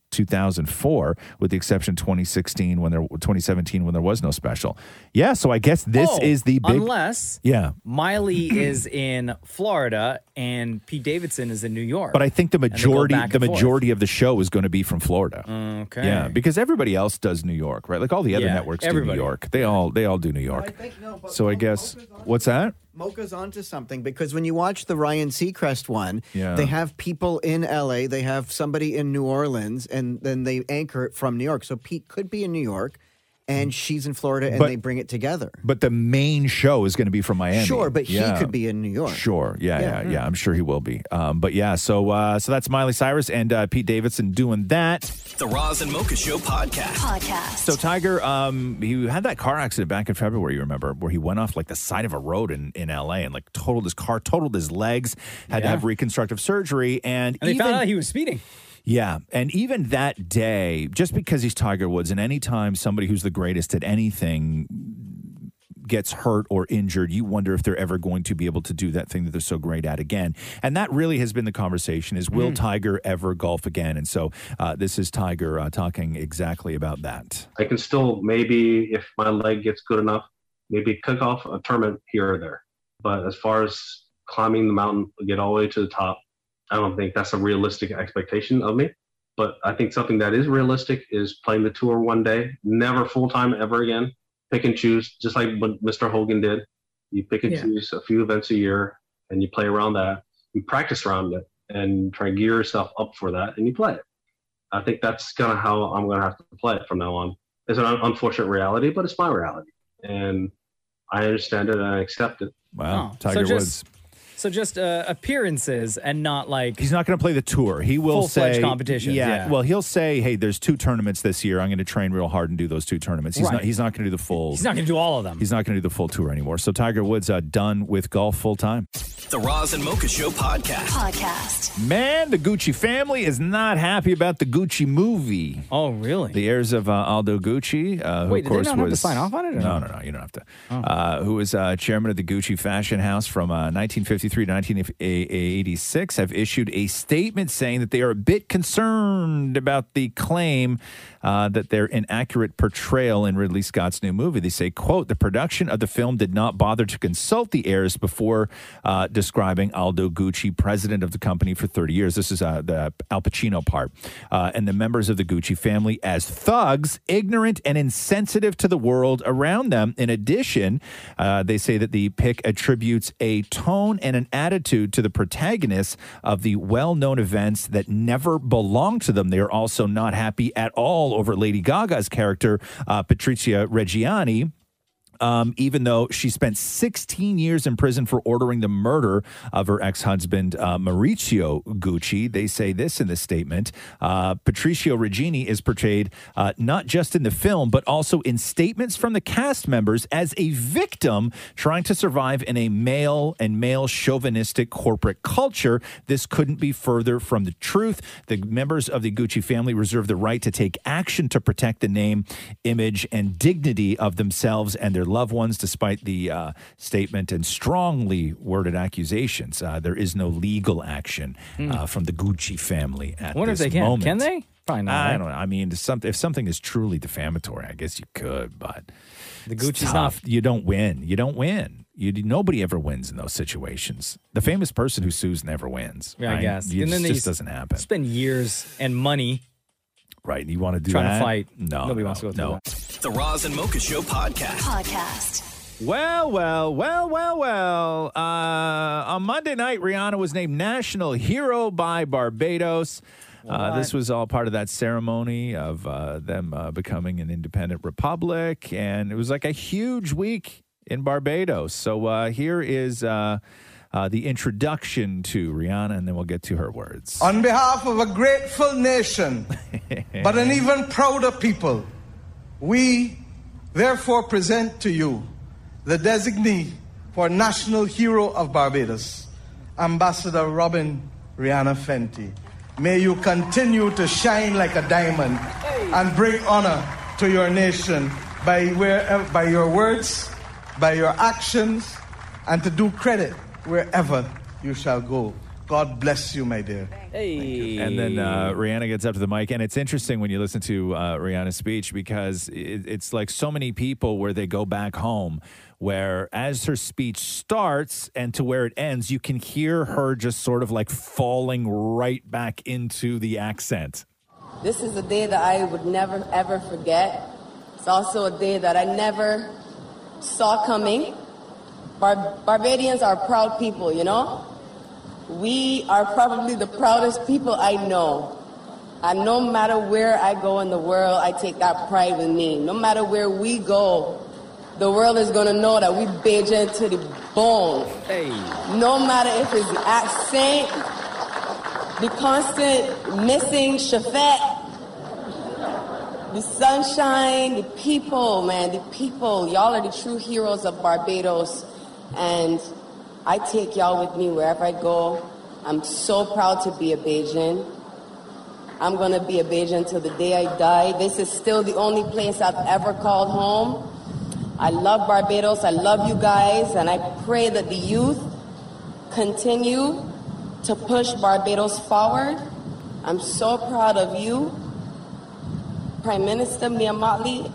Speaker 5: 2004, with the exception of 2016 when there 2017 when there was no special. Yeah, so I guess this
Speaker 8: Oh,
Speaker 5: is the big
Speaker 8: unless
Speaker 5: Yeah.
Speaker 8: Miley is in Florida and Pete Davidson is in New York.
Speaker 5: But I think the
Speaker 8: And they go
Speaker 5: majority
Speaker 8: back
Speaker 5: the
Speaker 8: and forth.
Speaker 5: majority of the show is going to be from Florida.
Speaker 8: Okay.
Speaker 5: Yeah, because everybody else does New York, right? Like all the other
Speaker 8: Yeah,
Speaker 5: networks
Speaker 8: everybody.
Speaker 5: do New York. They all they all do New York. so I guess what's that?
Speaker 20: Mocha's onto something because when you watch the Ryan Seacrest one,
Speaker 5: Yeah.
Speaker 20: they have people in LA, they have somebody in New Orleans, and then they anchor it from New York. So Pete could be in New York, and she's in Florida, and
Speaker 5: Mm. But-
Speaker 20: they bring it together.
Speaker 5: But the main show is going to be from Miami.
Speaker 20: Sure, but
Speaker 5: Yeah.
Speaker 20: he could be in New York.
Speaker 5: Sure. Yeah, yeah,
Speaker 20: Yeah.
Speaker 5: yeah. I'm sure he will be. Um, but yeah, so uh, so that's Miley Cyrus and uh, Pete Davidson doing that.
Speaker 2: The Roz and Mocha Show podcast.
Speaker 34: Podcast.
Speaker 5: So Tiger, um, he had that car accident back in February. You remember where he went off like the side of a road in, in L.A. and like totaled his car, totaled his legs, had to
Speaker 1: Yeah.
Speaker 5: have reconstructive surgery, and,
Speaker 1: And they
Speaker 5: even
Speaker 1: found out he was speeding.
Speaker 5: yeah. And even that day, just because he's Tiger Woods, and anytime somebody who's the greatest at anything gets hurt or injured, you wonder if they're ever going to be able to do that thing that they're so great at again. And that really has been the conversation is
Speaker 1: Hmm.
Speaker 5: will Tiger ever golf again? And so uh, this is Tiger uh, talking exactly about that.
Speaker 35: I can still maybe, if my leg gets good enough, maybe kick off a tournament here or there. But as far as climbing the mountain, get all the way to the top, I don't think that's a realistic expectation of me. But I think something that is realistic is playing the tour one day, never full time ever again. Pick and choose, just like what Mr. Hogan did. You pick and
Speaker 4: Yeah.
Speaker 35: choose a few events a year and you play around that. You practice around it and try and gear yourself up for that and you play it. I think that's kind of how I'm going to have to play it from now on. It's an un- unfortunate reality, but it's my reality. And I understand it and I accept it.
Speaker 5: Wow.
Speaker 35: Tiger
Speaker 1: so just, So just uh, appearances and not like
Speaker 5: He's not going to play the tour. He will
Speaker 1: Full-fledged
Speaker 5: say
Speaker 1: competitions, yeah.
Speaker 5: Well, he'll say, "Hey, there's two tournaments this year. I'm going to train real hard and do those two tournaments." He's
Speaker 1: Right.
Speaker 5: not. He's not going to do the full.
Speaker 1: he's not going to do all of them.
Speaker 5: He's not going to do the full tour anymore. So Tiger Woods uh, done with golf full time.
Speaker 2: The Roz and Mocha Show podcast.
Speaker 34: Podcast.
Speaker 5: Man, the Gucci family is not happy about the Gucci movie.
Speaker 1: Oh, really?
Speaker 5: The heirs of uh, Aldo Gucci, uh, who
Speaker 1: Wait, did
Speaker 5: of
Speaker 1: they
Speaker 5: course
Speaker 1: not have to
Speaker 5: was
Speaker 1: sign off on it or
Speaker 5: No,
Speaker 1: no?
Speaker 5: no, no, you don't have to. Uh, who was uh, chairman of the Gucci Fashion House from uh, 1953 to 1986, have issued a statement saying that they are a bit concerned about the claim uh, that they're inaccurate portrayal in Ridley Scott's new movie. They say, "quote The production of the film did not bother to consult the heirs before uh, describing Aldo Gucci, president of the company for 30 years. This is uh, the Al Pacino part, uh, and the members of the Gucci family as thugs, ignorant and insensitive to the world around them. In addition, uh, they say that the pick attributes a tone and an attitude to the protagonists of the well-known events that never belonged to them. They are also not happy at all over Lady Gaga's character, uh, Patricia Reggiani um, even though she spent 16 years in prison for ordering the murder of her ex husband, uh, Maurizio Gucci. They say this in the statement uh, Patricio Regini is portrayed uh, not just in the film, but also in statements from the cast members as a victim trying to survive in a male and male chauvinistic corporate culture. This couldn't be further from the truth. The members of the Gucci family reserve the right to take action to protect the name, image, and dignity of themselves and their loved ones, despite the uh, statement and strongly worded accusations. Uh, there is no legal action uh, from the Gucci family at
Speaker 1: Wonder Hmm. if
Speaker 5: this
Speaker 1: they can.
Speaker 5: moment.
Speaker 1: Can they? Probably not.
Speaker 5: I
Speaker 1: right?
Speaker 5: don't know. I mean, some, if something is truly defamatory, I guess you could, but
Speaker 1: The
Speaker 5: it's
Speaker 1: Gucci's
Speaker 5: tough. You don't win. You don't win. You nobody ever wins in those situations. The famous person who sues never wins.
Speaker 1: Yeah, I
Speaker 5: right?
Speaker 1: guess.
Speaker 5: You- It
Speaker 1: they
Speaker 5: just
Speaker 1: s-
Speaker 5: doesn't happen.
Speaker 1: Spend years and money.
Speaker 5: Right. You want to do
Speaker 1: trying
Speaker 5: that?
Speaker 1: to fight.
Speaker 5: No,
Speaker 1: Nobody
Speaker 5: no,
Speaker 1: wants to go through
Speaker 5: no.
Speaker 1: that.
Speaker 2: The Roz and Mocha Show podcast.
Speaker 34: Podcast.
Speaker 5: Well, well, well, well, well. Uh, on Monday night, Rihanna was named National Hero by Barbados. Uh, this was all part of that ceremony of uh, them uh, becoming an independent republic. And it was like a huge week in Barbados. So uh, here is uh, uh, the introduction to Rihanna, and then we'll get to her words.
Speaker 36: On behalf of a grateful
Speaker 4: <laughs>
Speaker 36: nation, but an even prouder people, we therefore present to you the designee for National Hero of Barbados, Ambassador Robin Rihanna Fenty. May you continue to shine like a diamond and bring honor to your nation by, where, by your words, by your actions, and to do credit wherever you shall go. God bless you, my dear.
Speaker 1: Hey.
Speaker 5: And then uh, Rihanna gets up to the mic, and it's interesting when you listen to uh, Rihanna's speech because it, it's like so many people where they go back home, where as her speech starts and to where it ends, you can hear her just sort of like falling right back into the accent.
Speaker 37: This is a day that I would never ever forget. It's also a day that I never saw coming. Bar- Barbadians are proud people, you know? We are probably the proudest people I know. And no matter where I go in the world, I take that pride with me. No matter where we go, the world is gonna know that we Bajan to the bone. Hey. No matter if it's the accent, the constant missing Shafet, the sunshine, the people, man, the people. Y'all are the true heroes of Barbados. And I take y'all with me wherever I go. I'm so proud to be a Bajan. I'm gonna be a Bajan till the day I die. This is still the only place I've ever called home. I love Barbados. I love you guys. And I pray that the youth continue to push Barbados forward. I'm so proud of you. Prime Minister Mia Motley,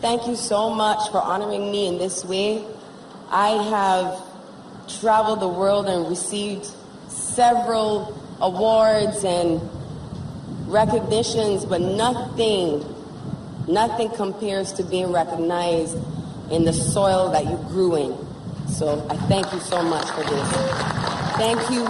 Speaker 37: thank you so much for honoring me in this way. I have traveled the world and received several awards and recognitions, but nothing, nothing compares to being recognized in the soil that you grew in. So I thank you so much for this. Thank you.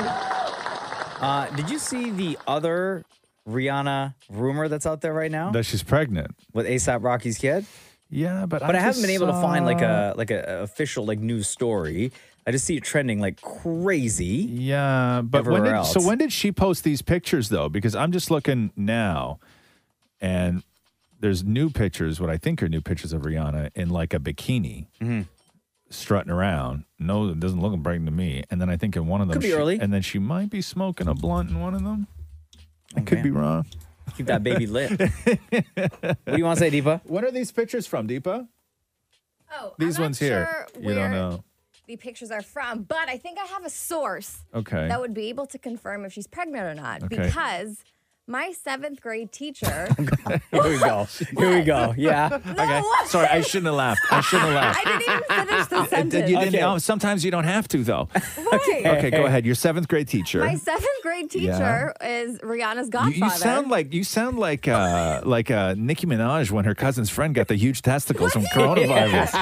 Speaker 1: Uh, did you see the other Rihanna rumor that's out there right now?
Speaker 5: That she's pregnant
Speaker 1: with ASAP Rocky's kid.
Speaker 5: Yeah, but
Speaker 1: But I, haven't been able to find like
Speaker 5: a.
Speaker 1: a like a official like news story. I just see it trending like crazy.
Speaker 5: Yeah, but when
Speaker 1: everywhere
Speaker 5: did,
Speaker 1: else.
Speaker 5: so when did she post these pictures though? Because I'm just looking now, and there's new pictures. What I think are new pictures of Rihanna in like a bikini, strutting around. No, it doesn't look bright to me. And then I think in one of them
Speaker 1: Could be
Speaker 5: she-
Speaker 1: early.
Speaker 5: And then she might be smoking a blunt in one of them. I could be wrong.
Speaker 1: Oh, Keep that baby
Speaker 5: <laughs>
Speaker 1: lit. what do you want to say, Deepa?
Speaker 5: What are these pictures from, Deepa?
Speaker 15: Oh,
Speaker 5: These
Speaker 15: I'm
Speaker 5: ones
Speaker 15: not
Speaker 5: here.
Speaker 15: Sure
Speaker 5: you
Speaker 15: where
Speaker 5: don't know.
Speaker 15: The pictures are from, but I think I have a source.
Speaker 5: Okay.
Speaker 15: That would be able to confirm if she's pregnant or not,
Speaker 5: Okay.
Speaker 15: because my seventh grade teacher.
Speaker 5: <laughs> Here we go. Here
Speaker 1: <laughs>
Speaker 5: we go. Yeah. okay.
Speaker 15: what?
Speaker 5: Sorry, I shouldn't have laughed. I shouldn't have laughed.
Speaker 15: I didn't even
Speaker 5: <laughs>
Speaker 15: finish the
Speaker 5: Uh,
Speaker 15: sentence.
Speaker 5: You didn't, oh, sometimes you don't have to, though.
Speaker 15: <laughs> Okay.
Speaker 5: Okay, go ahead. Your seventh grade teacher.
Speaker 15: My seventh grade teacher is Rihanna's
Speaker 5: You,
Speaker 15: godfather.
Speaker 5: you
Speaker 15: <laughs>
Speaker 5: sound like you sound like uh, like uh, Nicki Minaj when her cousin's friend got the huge testicles from
Speaker 15: <laughs>
Speaker 5: coronavirus.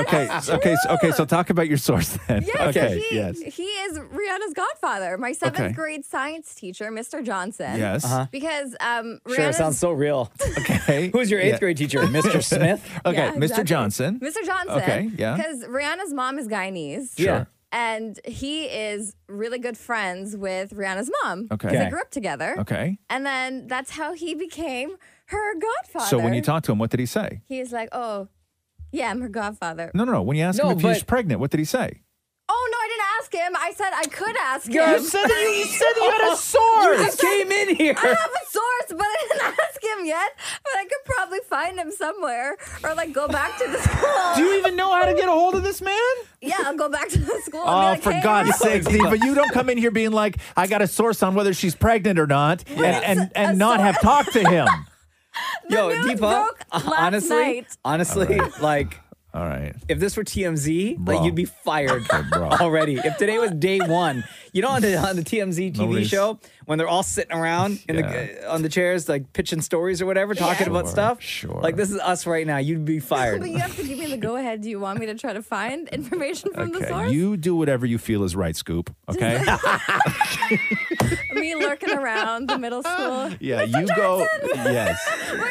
Speaker 5: okay, so- okay, so, okay. So talk about your source then.
Speaker 15: Yes,
Speaker 5: okay,
Speaker 15: he,
Speaker 5: yes.
Speaker 15: he is Rihanna's godfather. My seventh
Speaker 5: Okay.
Speaker 15: grade science teacher, Mr. Johnson.
Speaker 5: Yes. Uh-huh.
Speaker 15: Because um, Rihanna's
Speaker 1: Sure, it sounds so real.
Speaker 5: Okay.
Speaker 1: <laughs> Who's your eighth
Speaker 5: Yeah.
Speaker 1: grade teacher,
Speaker 5: <laughs>
Speaker 1: Mr. Smith?
Speaker 5: okay,
Speaker 15: Yeah,
Speaker 5: Mr.
Speaker 15: exactly.
Speaker 5: Johnson.
Speaker 15: Mr. Johnson.
Speaker 5: Okay, yeah.
Speaker 15: Because Rihanna's mom is Guyanese.
Speaker 5: Sure. Yeah.
Speaker 15: And he is really good friends with Rihanna's mom. 'cause
Speaker 5: Okay.
Speaker 15: They grew up together.
Speaker 5: Okay.
Speaker 15: And then that's how he became her godfather.
Speaker 5: So when you talked to him, what did he say?
Speaker 15: he is like, oh, yeah, I'm her godfather.
Speaker 5: No, no, no. When you asked
Speaker 15: No,
Speaker 5: him if he was
Speaker 15: but-
Speaker 5: pregnant, what did he say?
Speaker 15: Oh, no, I didn't ask him. I said I could ask
Speaker 8: You
Speaker 15: him.
Speaker 8: said that you- you said that
Speaker 1: <laughs>
Speaker 8: you
Speaker 15: <laughs>
Speaker 8: had a
Speaker 15: I
Speaker 8: <laughs> source.
Speaker 15: said-
Speaker 8: You came in here.
Speaker 15: I have a source, but I didn't ask him yet. But I could probably find him somewhere or like go back to
Speaker 5: <laughs>
Speaker 15: the school.
Speaker 8: Do you even know how to get a hold of
Speaker 5: this man?
Speaker 15: Yeah, I'll go back to the school. and be
Speaker 5: Oh,
Speaker 15: like,
Speaker 5: for
Speaker 15: "Hey,
Speaker 5: God's
Speaker 15: Rob."
Speaker 5: sake, Steve! But you don't come in here being like, "I got a source on whether she's pregnant or not," and and, and not have talked to
Speaker 15: <laughs>
Speaker 5: him.
Speaker 1: Yo, Deepa, uh,
Speaker 15: last
Speaker 1: honestly,
Speaker 15: night.
Speaker 1: honestly, like,
Speaker 5: all right.
Speaker 1: If this were TMZ, like you'd be fired <laughs> already. If today was day one, you know, on the, on the TMZ TV
Speaker 5: Nobody's-
Speaker 1: show when they're all sitting around in the on the chairs, like pitching stories or whatever, talking about stuff. Sure. Like this is us right now. You'd be
Speaker 15: <laughs>
Speaker 1: fired.
Speaker 15: But you have to give me the go ahead. Do you want me to try to find information from the
Speaker 5: Okay,
Speaker 15: source?
Speaker 5: you do whatever you feel is right, Scoop.
Speaker 15: <laughs>
Speaker 5: Okay.
Speaker 15: me lurking around the
Speaker 5: <laughs>
Speaker 15: middle school.
Speaker 5: yeah, you go. Yes.
Speaker 15: <laughs>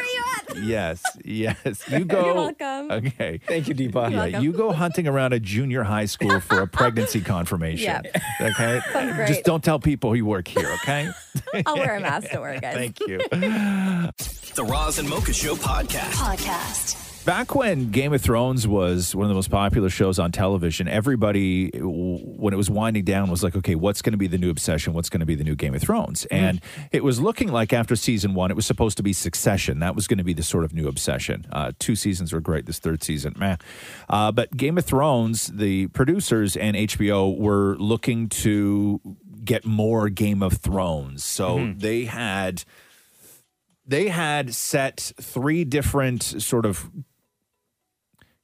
Speaker 5: Yes, yes. You go.
Speaker 15: You're welcome.
Speaker 5: Okay.
Speaker 1: Thank you, Deepa.
Speaker 5: Yeah,
Speaker 15: welcome.
Speaker 5: you go hunting around a junior high school for a
Speaker 15: <laughs>
Speaker 5: pregnancy confirmation.
Speaker 15: Yeah.
Speaker 5: Okay.
Speaker 15: Sounds great.
Speaker 5: Just don't tell people you work here. Okay.
Speaker 15: I'll wear a mask. Don't worry, guys.
Speaker 5: Thank you.
Speaker 2: <laughs> The Roz and Mocha Show podcast.
Speaker 15: Podcast.
Speaker 5: Back when Game of Thrones was one of the most popular shows on television, everybody, w- when it was winding down, was like, okay, what's going to be the new obsession? What's going to be the new Game of Thrones? And it was looking like after season one, it was supposed to be Succession. That was going to be the sort of new obsession. Uh, two seasons were great. This third season, meh. Uh, but Game of Thrones, the producers and HBO were looking to get more Game of Thrones. So
Speaker 27: Mhm.
Speaker 5: they had they had set three different sort of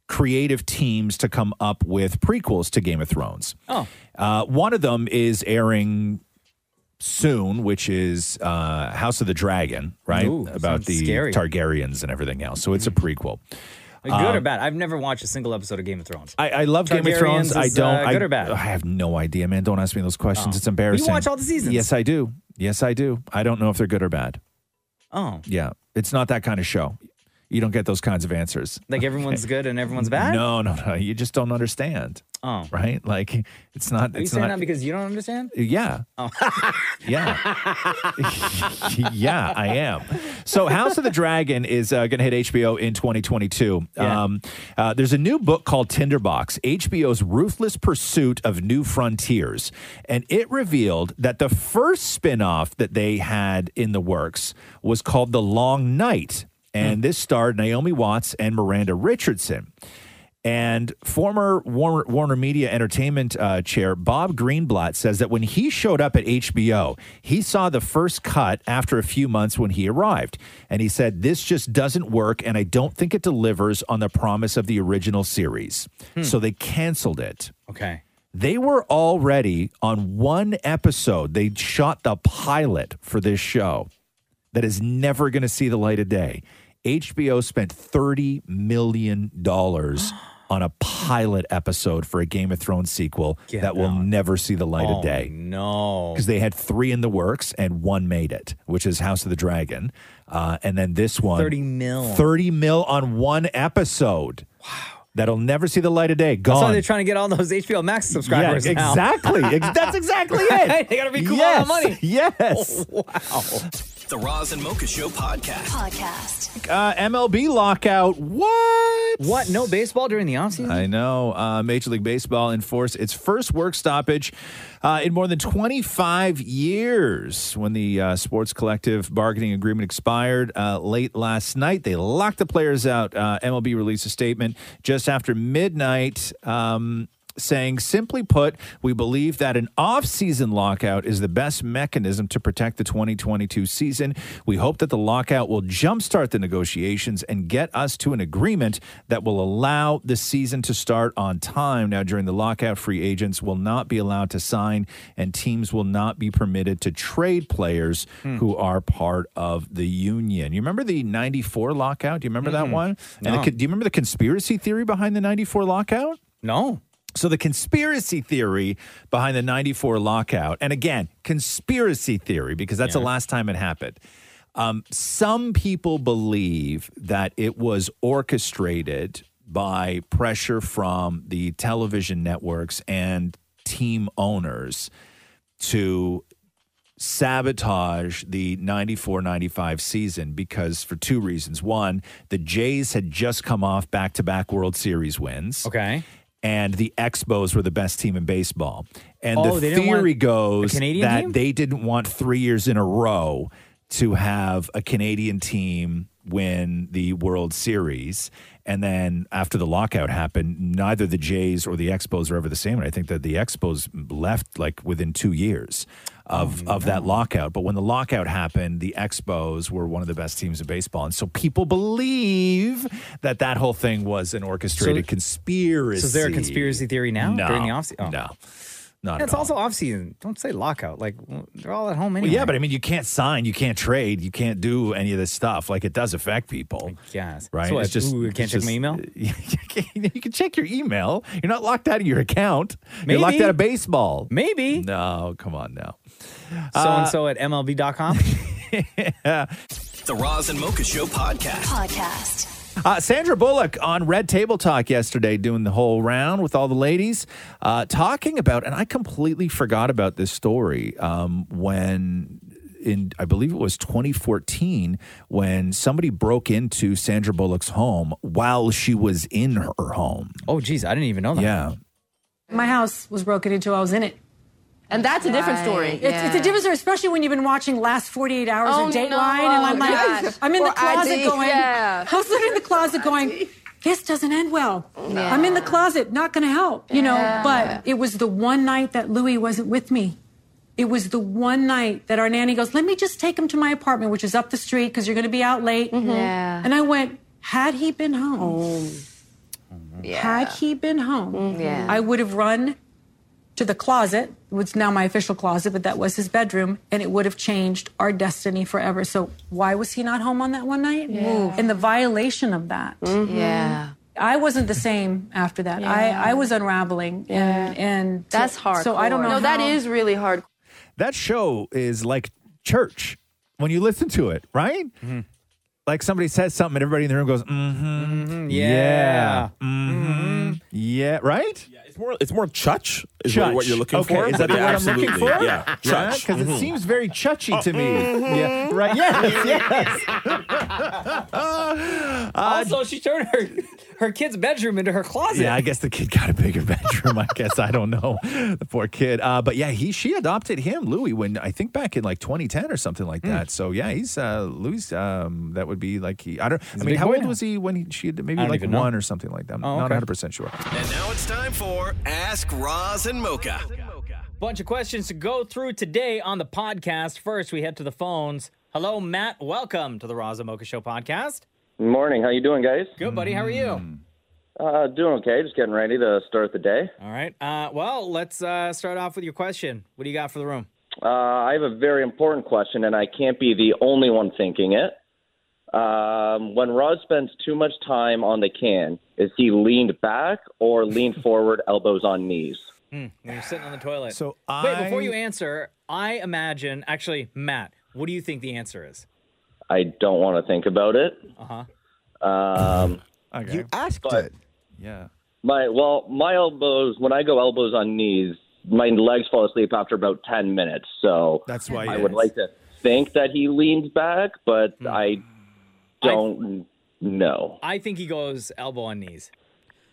Speaker 5: creative teams to come up with prequels to Game of Thrones.
Speaker 1: Oh.
Speaker 5: Uh, one of them is airing soon, which is uh, House of the Dragon, right?
Speaker 1: Ooh, that
Speaker 5: About
Speaker 1: sounds
Speaker 5: the
Speaker 1: scary.
Speaker 5: Targaryens and everything else. So it's a prequel.
Speaker 1: Like, good or
Speaker 5: Um,
Speaker 1: bad? I've never watched a single episode of Game of Thrones.
Speaker 5: I, I love Game of Thrones.
Speaker 1: Targaryens
Speaker 5: I
Speaker 1: is,
Speaker 5: don't.
Speaker 1: uh, good
Speaker 5: I,
Speaker 1: or bad?
Speaker 5: <laughs> I have no idea, man. Don't ask me those
Speaker 1: Oh.
Speaker 5: questions. It's embarrassing.
Speaker 1: You watch all the seasons.
Speaker 5: Yes, I do. Yes, I do. I don't know if they're good or bad.
Speaker 8: Oh.
Speaker 5: Yeah. It's not that kind of show. You don't get those kinds of answers.
Speaker 8: Like everyone's good and everyone's bad?
Speaker 5: No, no, no. You just don't understand.
Speaker 8: Oh.
Speaker 5: Right? Like it's not
Speaker 8: Are you
Speaker 5: it's
Speaker 8: saying
Speaker 5: not
Speaker 8: that because you don't understand?
Speaker 5: Yeah.
Speaker 8: Oh.
Speaker 1: <laughs>
Speaker 5: Yeah. <laughs> yeah, I am. So, House of the Dragon is uh, going to hit HBO in 2022. Um, uh, there's a new book called Tinderbox HBO's Ruthless Pursuit of New Frontiers. And it revealed that the first spin off that they had in the works was called The Long Night. And this starred Naomi Watts and Miranda Richardson. And former Warner, Warner Media Entertainment uh, chair Bob Greenblatt says that when he showed up at HBO, he saw the first cut after a few months when he arrived. And he said, This just doesn't work, and I don't think it delivers on the promise of the original series. So they canceled it.
Speaker 8: Okay.
Speaker 5: They were already on one episode. They shot the pilot for this show that is never going to see the light of day. HBO spent $30 million
Speaker 8: <gasps>
Speaker 5: on a pilot episode for a Game of Thrones sequel that will never see the light
Speaker 8: Oh,
Speaker 5: of day.
Speaker 8: No.
Speaker 5: Because they had three in the works and one made it, which is House of the Dragon. Uh, and then this one
Speaker 8: 30 mil.
Speaker 5: 30 mil on one episode. Wow. That'll never see the light of day. Gone.
Speaker 8: That's why they're trying to get all those HBO Max subscribers.
Speaker 5: Yeah,
Speaker 1: <laughs>
Speaker 8: now.
Speaker 5: exactly. Ex- That's exactly it.
Speaker 8: they gotta be cool
Speaker 5: yes.
Speaker 8: on the money.
Speaker 5: <laughs> Yes.
Speaker 2: wow. The Roz and Mocha Show podcast.
Speaker 11: Podcast.
Speaker 5: Uh, MLB lockout. What?
Speaker 8: What? No baseball during the offseason?
Speaker 5: I know. Uh, Major League Baseball enforced its first work stoppage uh, in more than 25 years when the uh, sports collective bargaining agreement expired uh, late last night. They locked the players out. Uh, MLB released a statement just after midnight. Um, Saying, simply put, we believe that an off-season lockout is the best mechanism to protect the 2022 season. We hope that the lockout will jumpstart the negotiations and get us to an agreement that will allow the season to start on time. Now, during the lockout, free agents will not be allowed to sign, and teams will not be permitted to trade players who are part of the union. You remember the '94 lockout? Do you remember that one? And
Speaker 8: No.
Speaker 5: the, do you remember the conspiracy theory behind the '94 lockout?
Speaker 8: No.
Speaker 5: So the conspiracy theory behind the 94 lockout, and again, conspiracy theory, because that's the last time it happened. Um, some people believe that it was orchestrated by pressure from the television networks and team owners to sabotage the 94 95 season because for two reasons. One, the Jays had just come off back to back World Series wins.
Speaker 8: Okay.
Speaker 5: And the Expos were the best team in baseball. And
Speaker 8: Oh,
Speaker 5: the
Speaker 8: they didn't want
Speaker 5: theory
Speaker 8: a
Speaker 5: goes
Speaker 8: Canadian
Speaker 5: that
Speaker 8: team?
Speaker 5: they didn't want three years in a row to have a Canadian team win the World Series. And then after the lockout happened, neither the Jays or the Expos are ever the same. And I think that the Expos left like within two years of,
Speaker 8: Oh,
Speaker 5: of that lockout. But when the lockout happened, the Expos were one of the best teams in baseball. And so people believe that that whole thing was an orchestrated
Speaker 8: So-
Speaker 5: conspiracy.
Speaker 8: So is there a conspiracy theory now
Speaker 5: No.
Speaker 8: during the offseason? Oh.
Speaker 5: No. Not
Speaker 8: Yeah, it's
Speaker 5: at all.
Speaker 8: also offseason. Don't say lockout. Like well, they're all at home
Speaker 5: Well,
Speaker 8: anyway.
Speaker 5: yeah, but I mean, you can't sign, you can't trade, you can't do any of this stuff. Like it does affect people.
Speaker 8: Yes.
Speaker 5: Right?
Speaker 8: So
Speaker 5: It's
Speaker 8: what,
Speaker 5: just-
Speaker 8: ooh, I
Speaker 5: it's
Speaker 8: can't check
Speaker 5: just-
Speaker 8: my email.
Speaker 5: <laughs> you can check your email. You're not locked out of your account. You're
Speaker 8: Maybe.
Speaker 5: locked out of baseball.
Speaker 8: Maybe.
Speaker 5: No, come on now. Uh,
Speaker 8: So and so at
Speaker 5: <laughs>
Speaker 8: MLB.com.
Speaker 2: The Roz and Mocha Show podcast.
Speaker 11: Podcast.
Speaker 5: Uh, Sandra Bullock on Red Table Talk yesterday, doing the whole round with all the ladies, uh, talking about, and I completely forgot about this story um, when. In, I believe it was 2014 when somebody broke into Sandra Bullock's home while she was in her home.
Speaker 8: Oh, geez, I didn't even know that.
Speaker 5: Yeah,
Speaker 16: My house was broken into. I was in it. And
Speaker 18: that's a different Right, story.
Speaker 16: It's, it's a different story, especially when you've been watching Last 48 Hours
Speaker 18: Oh,
Speaker 16: or Dateline.
Speaker 18: no.
Speaker 16: and I'm like,
Speaker 18: Yes.
Speaker 16: I'm in the
Speaker 18: Poor
Speaker 16: closet
Speaker 18: Adi.
Speaker 16: going,
Speaker 18: Yeah.
Speaker 16: I was sitting in the closet going, this doesn't end well.
Speaker 18: Yeah.
Speaker 16: I'm in the closet, not going to help, you know.
Speaker 18: Yeah.
Speaker 16: But it was the one night that Louis wasn't with me. It was the one night that our nanny goes, let me just take him to my apartment, which is up the street because you're going to be out late.
Speaker 18: Mm-hmm. Yeah.
Speaker 16: And I went, had he been home,
Speaker 18: Oh.
Speaker 16: had he been home,
Speaker 18: Mm-hmm. yeah.
Speaker 16: I would have run to the closet, which is now my official closet, but that was his bedroom, and it would have changed our destiny forever. So why was he not home on that one night?
Speaker 18: Yeah.
Speaker 16: And the violation of that.
Speaker 18: Yeah.
Speaker 16: I wasn't the same after that.
Speaker 18: Yeah.
Speaker 16: I, I was unraveling. And, and
Speaker 18: That's hard.
Speaker 16: So I don't know.
Speaker 18: No, that
Speaker 16: how-
Speaker 18: is really hard.
Speaker 5: that show is like church. when you listen to it, right? Like somebody says something, and everybody in the room goes, mm-hmm, yeah, mm-hmm, yeah, right?
Speaker 13: It's more, it's more chuch is
Speaker 5: Chutch. Mm-hmm.
Speaker 13: what you're looking
Speaker 5: okay,
Speaker 13: for.
Speaker 5: is that
Speaker 13: but
Speaker 5: the
Speaker 13: yeah,
Speaker 5: word I'm looking for?
Speaker 13: absolutely, Yeah,
Speaker 5: because
Speaker 13: chuch.
Speaker 5: it
Speaker 13: Mhm.
Speaker 5: seems very chuchy
Speaker 13: Oh,
Speaker 5: to me.
Speaker 13: mhm.
Speaker 5: Yeah, right. Yes,
Speaker 1: <laughs>
Speaker 5: yes. Uh,
Speaker 38: also, she turned her her kid's bedroom into her closet.
Speaker 5: Yeah, I guess the kid got a bigger <laughs> bedroom. I guess I don't know the poor kid. Uh, but yeah, he she adopted him, Louis, when I think back in like 2010 or something like that. So yeah, he's uh, Louis. Um, that would be like he. I don't. I
Speaker 2: a
Speaker 5: mean,
Speaker 2: big
Speaker 5: how
Speaker 2: boy
Speaker 5: old
Speaker 2: now.
Speaker 5: was he when he, she had
Speaker 2: I
Speaker 5: maybe
Speaker 2: don't
Speaker 5: like
Speaker 2: even know.
Speaker 5: one or something like that? I'm
Speaker 2: Oh,
Speaker 5: not
Speaker 2: okay.
Speaker 5: 100 percent sure.
Speaker 2: And now it's time for Ask Roz and Mocha.
Speaker 1: Bunch of questions to go through today on the podcast. First, we head to the phones. Hello, Matt. Welcome to the Raza Mocha Show podcast.
Speaker 18: Morning. How you doing, guys?
Speaker 1: Good, buddy. How are you?
Speaker 18: Uh, doing okay. Just getting ready to start the day.
Speaker 1: All right. Uh, well, let's uh, start off with your question. What do you got for the room?
Speaker 18: Uh, I have a very important question, and I can't be the only one thinking it. Um, when Rod spends too much time on the can, is he leaned back or
Speaker 1: <laughs>
Speaker 18: leaned forward, elbows on knees?
Speaker 1: Hmm, when you're sitting on the toilet.
Speaker 5: So
Speaker 1: wait, before
Speaker 5: I-
Speaker 1: you answer, I imagine actually, Matt, what do you think the answer is?
Speaker 18: I don't want to think about it.
Speaker 1: Uh huh.
Speaker 18: Um,
Speaker 5: You
Speaker 18: asked it.
Speaker 5: Yeah.
Speaker 18: My well, my elbows. When I go elbows on knees, my legs fall asleep after about ten minutes. So
Speaker 5: that's why
Speaker 18: I
Speaker 5: you-
Speaker 18: would like to think that he leans back, but
Speaker 5: Hmm.
Speaker 18: I don't know.
Speaker 1: I think he goes elbow on knees.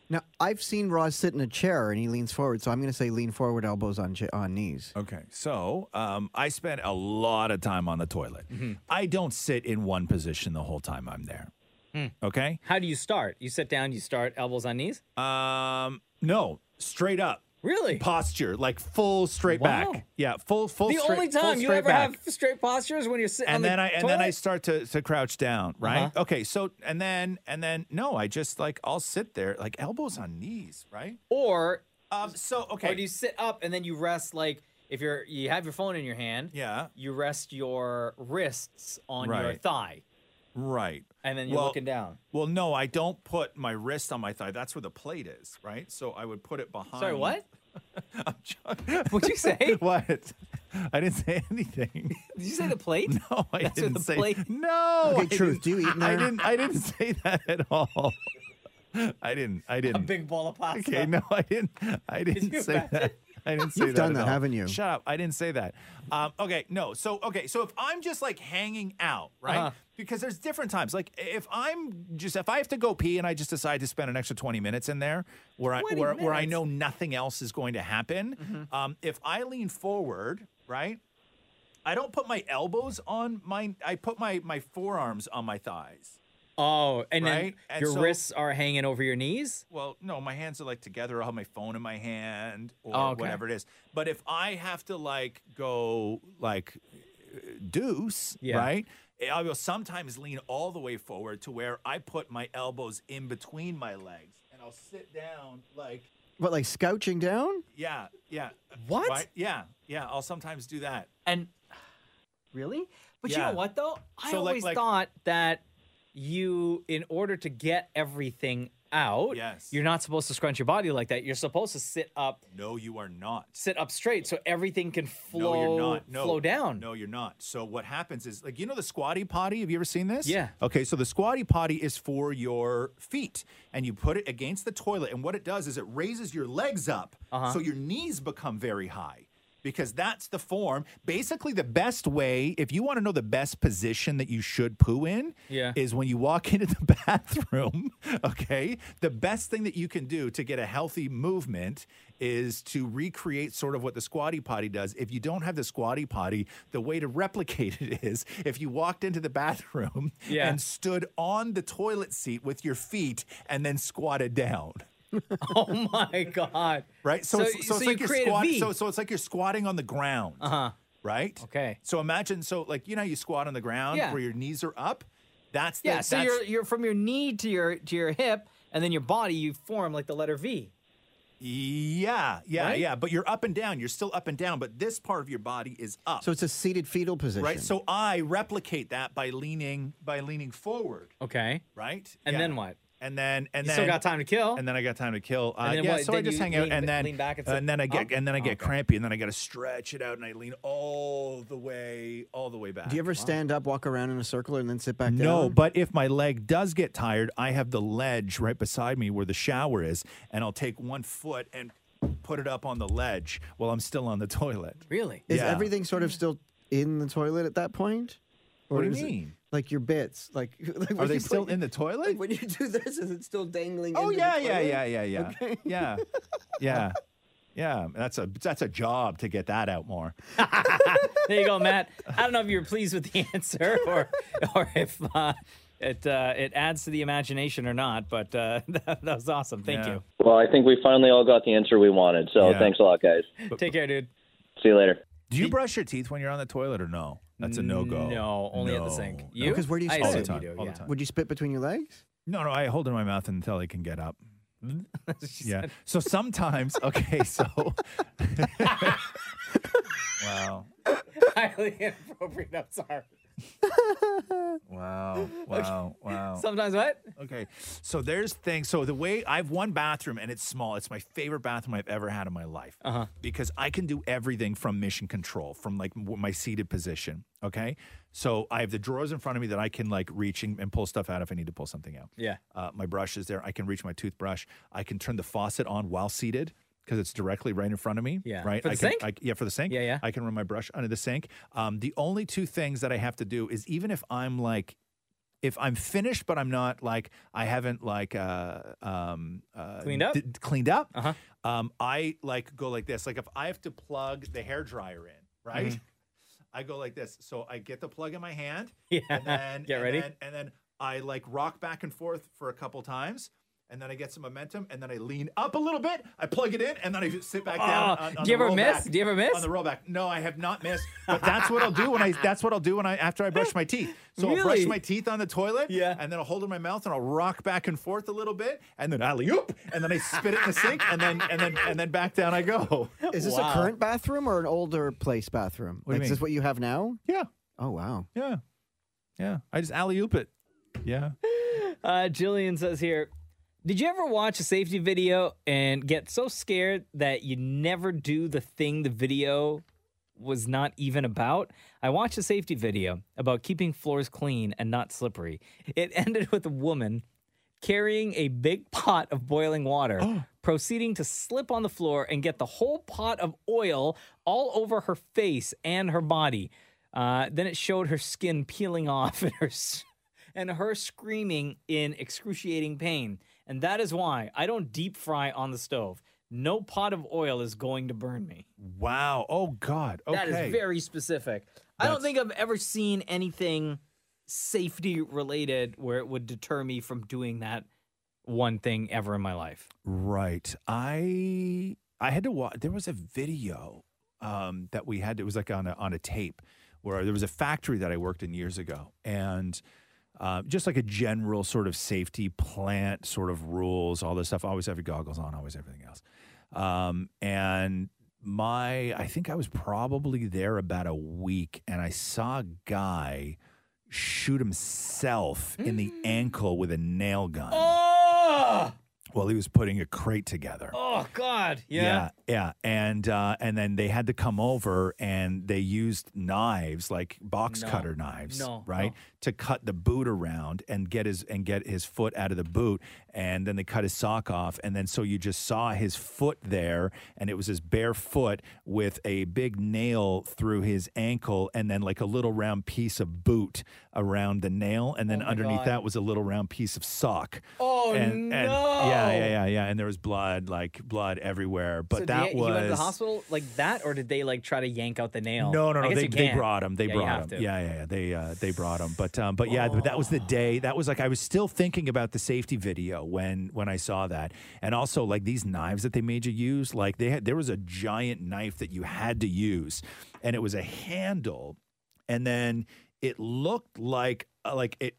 Speaker 20: Now, I've seen Roz sit in a chair and he leans forward, so I'm going to say lean forward, elbows on cha- on knees.
Speaker 5: Okay, so um, I spent a lot of time on the toilet. I don't sit in one position the whole time I'm there.
Speaker 1: Hmm.
Speaker 5: Okay.
Speaker 1: How do you start? You sit down, you start elbows on knees?
Speaker 5: Um, no, straight up.
Speaker 1: Really?
Speaker 5: Posture, like full straight
Speaker 1: Wow.
Speaker 5: back. Yeah, full full
Speaker 1: the
Speaker 5: straight
Speaker 1: only
Speaker 5: full
Speaker 1: time you
Speaker 5: straight
Speaker 1: ever
Speaker 5: back.
Speaker 1: have straight posture is when you're sitting on
Speaker 5: and
Speaker 1: the
Speaker 5: then I and
Speaker 1: toilet? Uh-huh.
Speaker 5: then I start to to crouch down, right? Okay, so and then and then no, I just like I'll sit there like elbows on knees, right?
Speaker 1: Or
Speaker 5: um, so
Speaker 1: okay. Or do you sit up and then you rest like if you're you have your phone in your hand?
Speaker 5: Yeah.
Speaker 1: You rest your wrists on your
Speaker 5: Right.
Speaker 1: thigh,
Speaker 5: Right.
Speaker 1: and then you're
Speaker 5: Well,
Speaker 1: looking down.
Speaker 5: Well, no, I don't put my wrist on my thigh. That's where the plate is, right? So I would put it behind.
Speaker 1: Sorry, what?
Speaker 5: <laughs>
Speaker 1: <laughs>
Speaker 5: What'd you say? <laughs> what? I didn't say anything.
Speaker 1: Did you say
Speaker 5: <laughs>
Speaker 1: the <laughs> plate?
Speaker 5: No,
Speaker 1: That's
Speaker 5: I
Speaker 1: where
Speaker 5: didn't
Speaker 1: the
Speaker 5: say.
Speaker 1: plate-
Speaker 5: <laughs> No.
Speaker 1: Okay,
Speaker 5: Oh, I
Speaker 1: truth.
Speaker 5: didn't-
Speaker 1: Do you eat in
Speaker 5: <laughs> I
Speaker 1: there?
Speaker 5: didn't. I didn't say that at all. <laughs> I didn't. I
Speaker 1: A
Speaker 5: didn't.
Speaker 1: big ball of pasta.
Speaker 5: Okay, no, I didn't. I didn't
Speaker 1: you
Speaker 5: say that. <laughs> I didn't say
Speaker 8: You've
Speaker 5: that.
Speaker 8: done
Speaker 5: at
Speaker 8: that,
Speaker 5: all.
Speaker 8: haven't you?
Speaker 5: Shut up! I didn't say that. Um, okay, no. So okay, so if I'm just like hanging out, right?
Speaker 2: Uh-huh.
Speaker 5: Because there's different times. Like if I'm just if I have to go pee and I just decide to spend an extra 20 minutes in there where I
Speaker 2: 20
Speaker 5: where, where I
Speaker 2: minutes?
Speaker 5: know nothing else is going to happen,
Speaker 1: Mm-hmm.
Speaker 5: um, if I lean forward, right? I don't put my elbows on my. I put my my forearms on my thighs.
Speaker 1: Oh, and
Speaker 5: Right?
Speaker 1: then
Speaker 5: And
Speaker 1: your
Speaker 5: so-
Speaker 1: wrists are hanging over your knees.
Speaker 5: Well, no, my hands are like together. I'll have my phone in my hand or
Speaker 1: Oh, okay.
Speaker 5: whatever it is. But if I have to like go like uh, deuce,
Speaker 2: Yeah.
Speaker 5: right? I will sometimes lean all the way forward to where I put my elbows in between my legs and I'll sit down like
Speaker 20: What, like scouching down?
Speaker 5: yeah, yeah.
Speaker 1: What?
Speaker 5: Right? Yeah, yeah. I'll sometimes do that.
Speaker 1: And really? But you
Speaker 5: Yeah.
Speaker 1: know what though? I
Speaker 5: So, like-
Speaker 1: always
Speaker 5: like-
Speaker 1: thought that you, in order to get everything out,
Speaker 5: Yes.
Speaker 1: you're not supposed to scrunch your body like that. You're supposed to sit up.
Speaker 5: No, you are not.
Speaker 1: Sit up straight so everything can flow.
Speaker 5: no, you're not. No,
Speaker 1: flow down. <laughs>
Speaker 5: No, you're not. So what happens is, like, you know, the squatty potty. Have you ever seen this?
Speaker 1: Yeah.
Speaker 5: Okay, so the squatty potty is for your feet, and you put it against the toilet, and what it does is it raises your legs up,
Speaker 2: Uh-huh.
Speaker 5: so your knees become very high. Because that's the form. Basically, the best way, if you want to know the best position that you should poo in,
Speaker 2: Yeah.
Speaker 5: is when you walk <laughs> into the bathroom, okay? The best thing that you can do to get a healthy movement is to recreate sort of what the squatty potty does. If you don't have the squatty potty, the way to replicate it is if you walked into the bathroom
Speaker 2: Yeah.
Speaker 5: and stood on the toilet seat with your feet and then squatted down.
Speaker 1: oh my god!
Speaker 5: Right? So,
Speaker 1: So-
Speaker 5: it's, so
Speaker 1: so
Speaker 5: it's
Speaker 1: you
Speaker 5: like you're
Speaker 1: create a
Speaker 5: squatting
Speaker 1: V.
Speaker 5: so, so it's like you're squatting on the ground. Uh-huh. Right?
Speaker 1: Okay.
Speaker 5: So imagine so like you know how you squat on the ground
Speaker 1: Yeah.
Speaker 5: where your knees are up? That's the,
Speaker 1: Yeah, so
Speaker 5: that's-
Speaker 1: you're you're from your knee to your to your hip, and then your body you form like the letter V.
Speaker 5: Yeah, yeah,
Speaker 1: Right?
Speaker 5: yeah. But you're up and down. You're still up and down, but this part of your body is up.
Speaker 20: So it's a seated fetal position.
Speaker 5: right. So I replicate that by leaning by leaning forward.
Speaker 1: Okay.
Speaker 5: Right.
Speaker 1: And
Speaker 5: Yeah.
Speaker 1: then what?
Speaker 5: and then and
Speaker 1: You
Speaker 5: then
Speaker 1: still got time to kill.
Speaker 5: And then I got time to kill. Uh,
Speaker 1: And then
Speaker 5: yeah,
Speaker 1: what-
Speaker 5: so I
Speaker 1: then
Speaker 5: just
Speaker 1: you
Speaker 5: hang out
Speaker 1: lean-
Speaker 5: and then
Speaker 1: lean back and sit
Speaker 5: and then I get
Speaker 1: up?
Speaker 5: and then I
Speaker 1: Oh,
Speaker 5: get
Speaker 1: okay.
Speaker 5: crampy and then I got to stretch it out and I lean all the way all the way back.
Speaker 15: Do you ever stand up, walk around in a circle, and then sit back down?
Speaker 5: No, but if my leg does get tired, I have the ledge right beside me where the shower is, and I'll take one foot and put it up on the ledge while I'm still on the <laughs> toilet.
Speaker 1: Really?
Speaker 15: Is
Speaker 5: yeah.
Speaker 15: everything sort of still in the toilet at that point?
Speaker 5: What do you
Speaker 15: is it-
Speaker 5: mean?
Speaker 15: like your bits, like, <laughs> like
Speaker 5: Are they still in the toilet?
Speaker 15: Like when you do this, is it still dangling?
Speaker 5: Oh
Speaker 15: into
Speaker 5: yeah,
Speaker 15: the
Speaker 5: yeah,
Speaker 15: toilet?
Speaker 5: yeah, yeah, yeah,
Speaker 15: <laughs> Okay.
Speaker 5: yeah, yeah, yeah. That's a that's a job to get that out more.
Speaker 1: there you go, Matt. I don't know if you're pleased with the <laughs> answer or or if uh, it uh, it adds to the imagination or not, but uh, <laughs> that, that was awesome. Thank you.
Speaker 18: Well, I think we finally all got the answer we wanted. So
Speaker 5: Yeah.
Speaker 18: thanks a lot, guys.
Speaker 1: Take care, dude. <laughs>
Speaker 18: See you later.
Speaker 5: Do you brush your teeth when you're on the toilet or no? That's a no go.
Speaker 1: No, only at the sink. You?
Speaker 15: Because where do you
Speaker 1: I
Speaker 15: spit?
Speaker 5: all the time? all the time.
Speaker 15: Would you spit between your
Speaker 5: <laughs>
Speaker 15: legs?
Speaker 5: No, no, I hold it in my mouth until I can get
Speaker 1: <laughs>
Speaker 5: up. yeah. So sometimes, okay, so. <laughs> wow.
Speaker 1: <laughs> Highly inappropriate. I'm
Speaker 5: <laughs>
Speaker 1: sorry.
Speaker 5: Wow. Wow. Wow.
Speaker 1: Sometimes what?
Speaker 5: Okay. So there's things. So the way I have one bathroom and it's small. It's my favorite bathroom I've ever had in my life uh-huh. because I can do everything from mission control, from like w- my seated position. Okay. So I have the drawers in front of me that I can like reach and, and pull stuff out if I need to pull something out.
Speaker 1: Yeah.
Speaker 5: Uh, my brush is there. I can reach my toothbrush. I can turn the faucet on while seated because it's directly right in front of me.
Speaker 1: Yeah.
Speaker 5: Right.
Speaker 1: For the
Speaker 5: I can,
Speaker 1: sink?
Speaker 5: I, yeah, for the sink. Yeah, yeah. I can run my brush under the sink. Um, the only two things that I have to do is even if I'm like, if I'm finished, but I'm not like I haven't like uh, um, uh,
Speaker 1: Cleaned up?
Speaker 5: cleaned up. Uh-huh. Um, I like go like this. Like if I have to plug the hair dryer in, right?
Speaker 1: Mhm.
Speaker 5: I go like this. So I get the plug in my hand,
Speaker 1: Yeah.
Speaker 5: and then
Speaker 1: <laughs> Get
Speaker 5: and
Speaker 1: ready.
Speaker 5: then- and then I like rock back and forth for a couple times, and then I get some momentum, and then I lean up a little bit. I plug it in, and then I just sit back down.
Speaker 1: Oh,
Speaker 5: on- on
Speaker 1: do you
Speaker 5: the
Speaker 1: ever miss?
Speaker 5: rollback-
Speaker 1: Do you ever miss?
Speaker 5: on the rollback? No, I have not missed. But that's what I'll do
Speaker 1: <laughs>
Speaker 5: when I. That's what I'll do when I after I brush my teeth. So I'll brush
Speaker 1: Really?
Speaker 5: my teeth on the toilet, yeah, and then I'll hold it in my mouth, and I'll rock back and forth a little bit, and then alley oop, and then I spit it in the sink, and then and then and then back down I go.
Speaker 15: Is this a current bathroom or an older place bathroom?
Speaker 5: What do you
Speaker 15: like, is this
Speaker 5: mean?
Speaker 15: what you have now?
Speaker 5: Yeah.
Speaker 15: Oh wow.
Speaker 5: Yeah. Yeah. I just alley oop it. Yeah.
Speaker 1: Uh, Jillian says here, did you ever watch a safety video and get so scared that you never do the thing the video was not even about? I watched a safety video about keeping floors clean and not slippery. It <laughs> ended with a woman carrying a big pot of boiling water, proceeding to slip on the floor and get the whole pot of oil all over her face and her body. Uh, then it showed her skin peeling off <laughs> and her s- and her screaming in excruciating pain. And that is why I don't deep fry on the stove. No pot of oil is going to burn me.
Speaker 5: Wow. Oh God. Okay.
Speaker 1: That is very specific. I don't think I've ever seen anything safety related where it would deter me from doing that one thing ever in my life.
Speaker 5: Right. I I had to watch. There was a video um, that we had. It was like on a, on a tape where there was a factory that I worked in years ago, and um, just like a general sort of safety plant sort of rules, all this stuff. Always have your goggles on. Always everything else. Um, and my, I think I was probably there about a week, and I saw a guy shoot himself in the ankle with a nail gun.
Speaker 1: Oh,
Speaker 5: <sighs> Well, he was putting a crate together.
Speaker 1: oh God. Yeah.
Speaker 5: yeah, yeah. and uh, and then they had to come over and they used knives, like box
Speaker 1: No.
Speaker 5: cutter knives,
Speaker 1: No,
Speaker 5: right,
Speaker 1: no.
Speaker 5: to cut the boot around and get his and get his foot out of the boot, and then they cut his sock off, and then so you just saw his foot there, and it was his bare foot with a big nail through his ankle, and then like a little round piece of boot around the nail, and then underneath
Speaker 1: Oh God.
Speaker 5: that was a little round piece of sock. <laughs>
Speaker 1: Oh,
Speaker 5: and, and- yeah,
Speaker 1: no.
Speaker 5: yeah, yeah, yeah. And there was blood, like blood everywhere. But
Speaker 1: So did
Speaker 5: that
Speaker 1: he,
Speaker 5: was
Speaker 1: he went to the hospital like that, or did they like try to yank out the nail?
Speaker 5: No, no,
Speaker 1: I
Speaker 5: no.
Speaker 1: guess
Speaker 5: They,
Speaker 1: you
Speaker 5: they
Speaker 1: can't.
Speaker 5: brought him. They
Speaker 1: Yeah, you have
Speaker 5: brought him.
Speaker 1: to. Oh.
Speaker 5: Yeah, yeah, yeah. They uh, they brought him. But um, but yeah, but that was the day. That was like I was still thinking about the safety video when when I saw that, and also like these knives that they made you use. Like they had there was a giant knife that you had to use, and it was a handle, and then it looked like uh, like it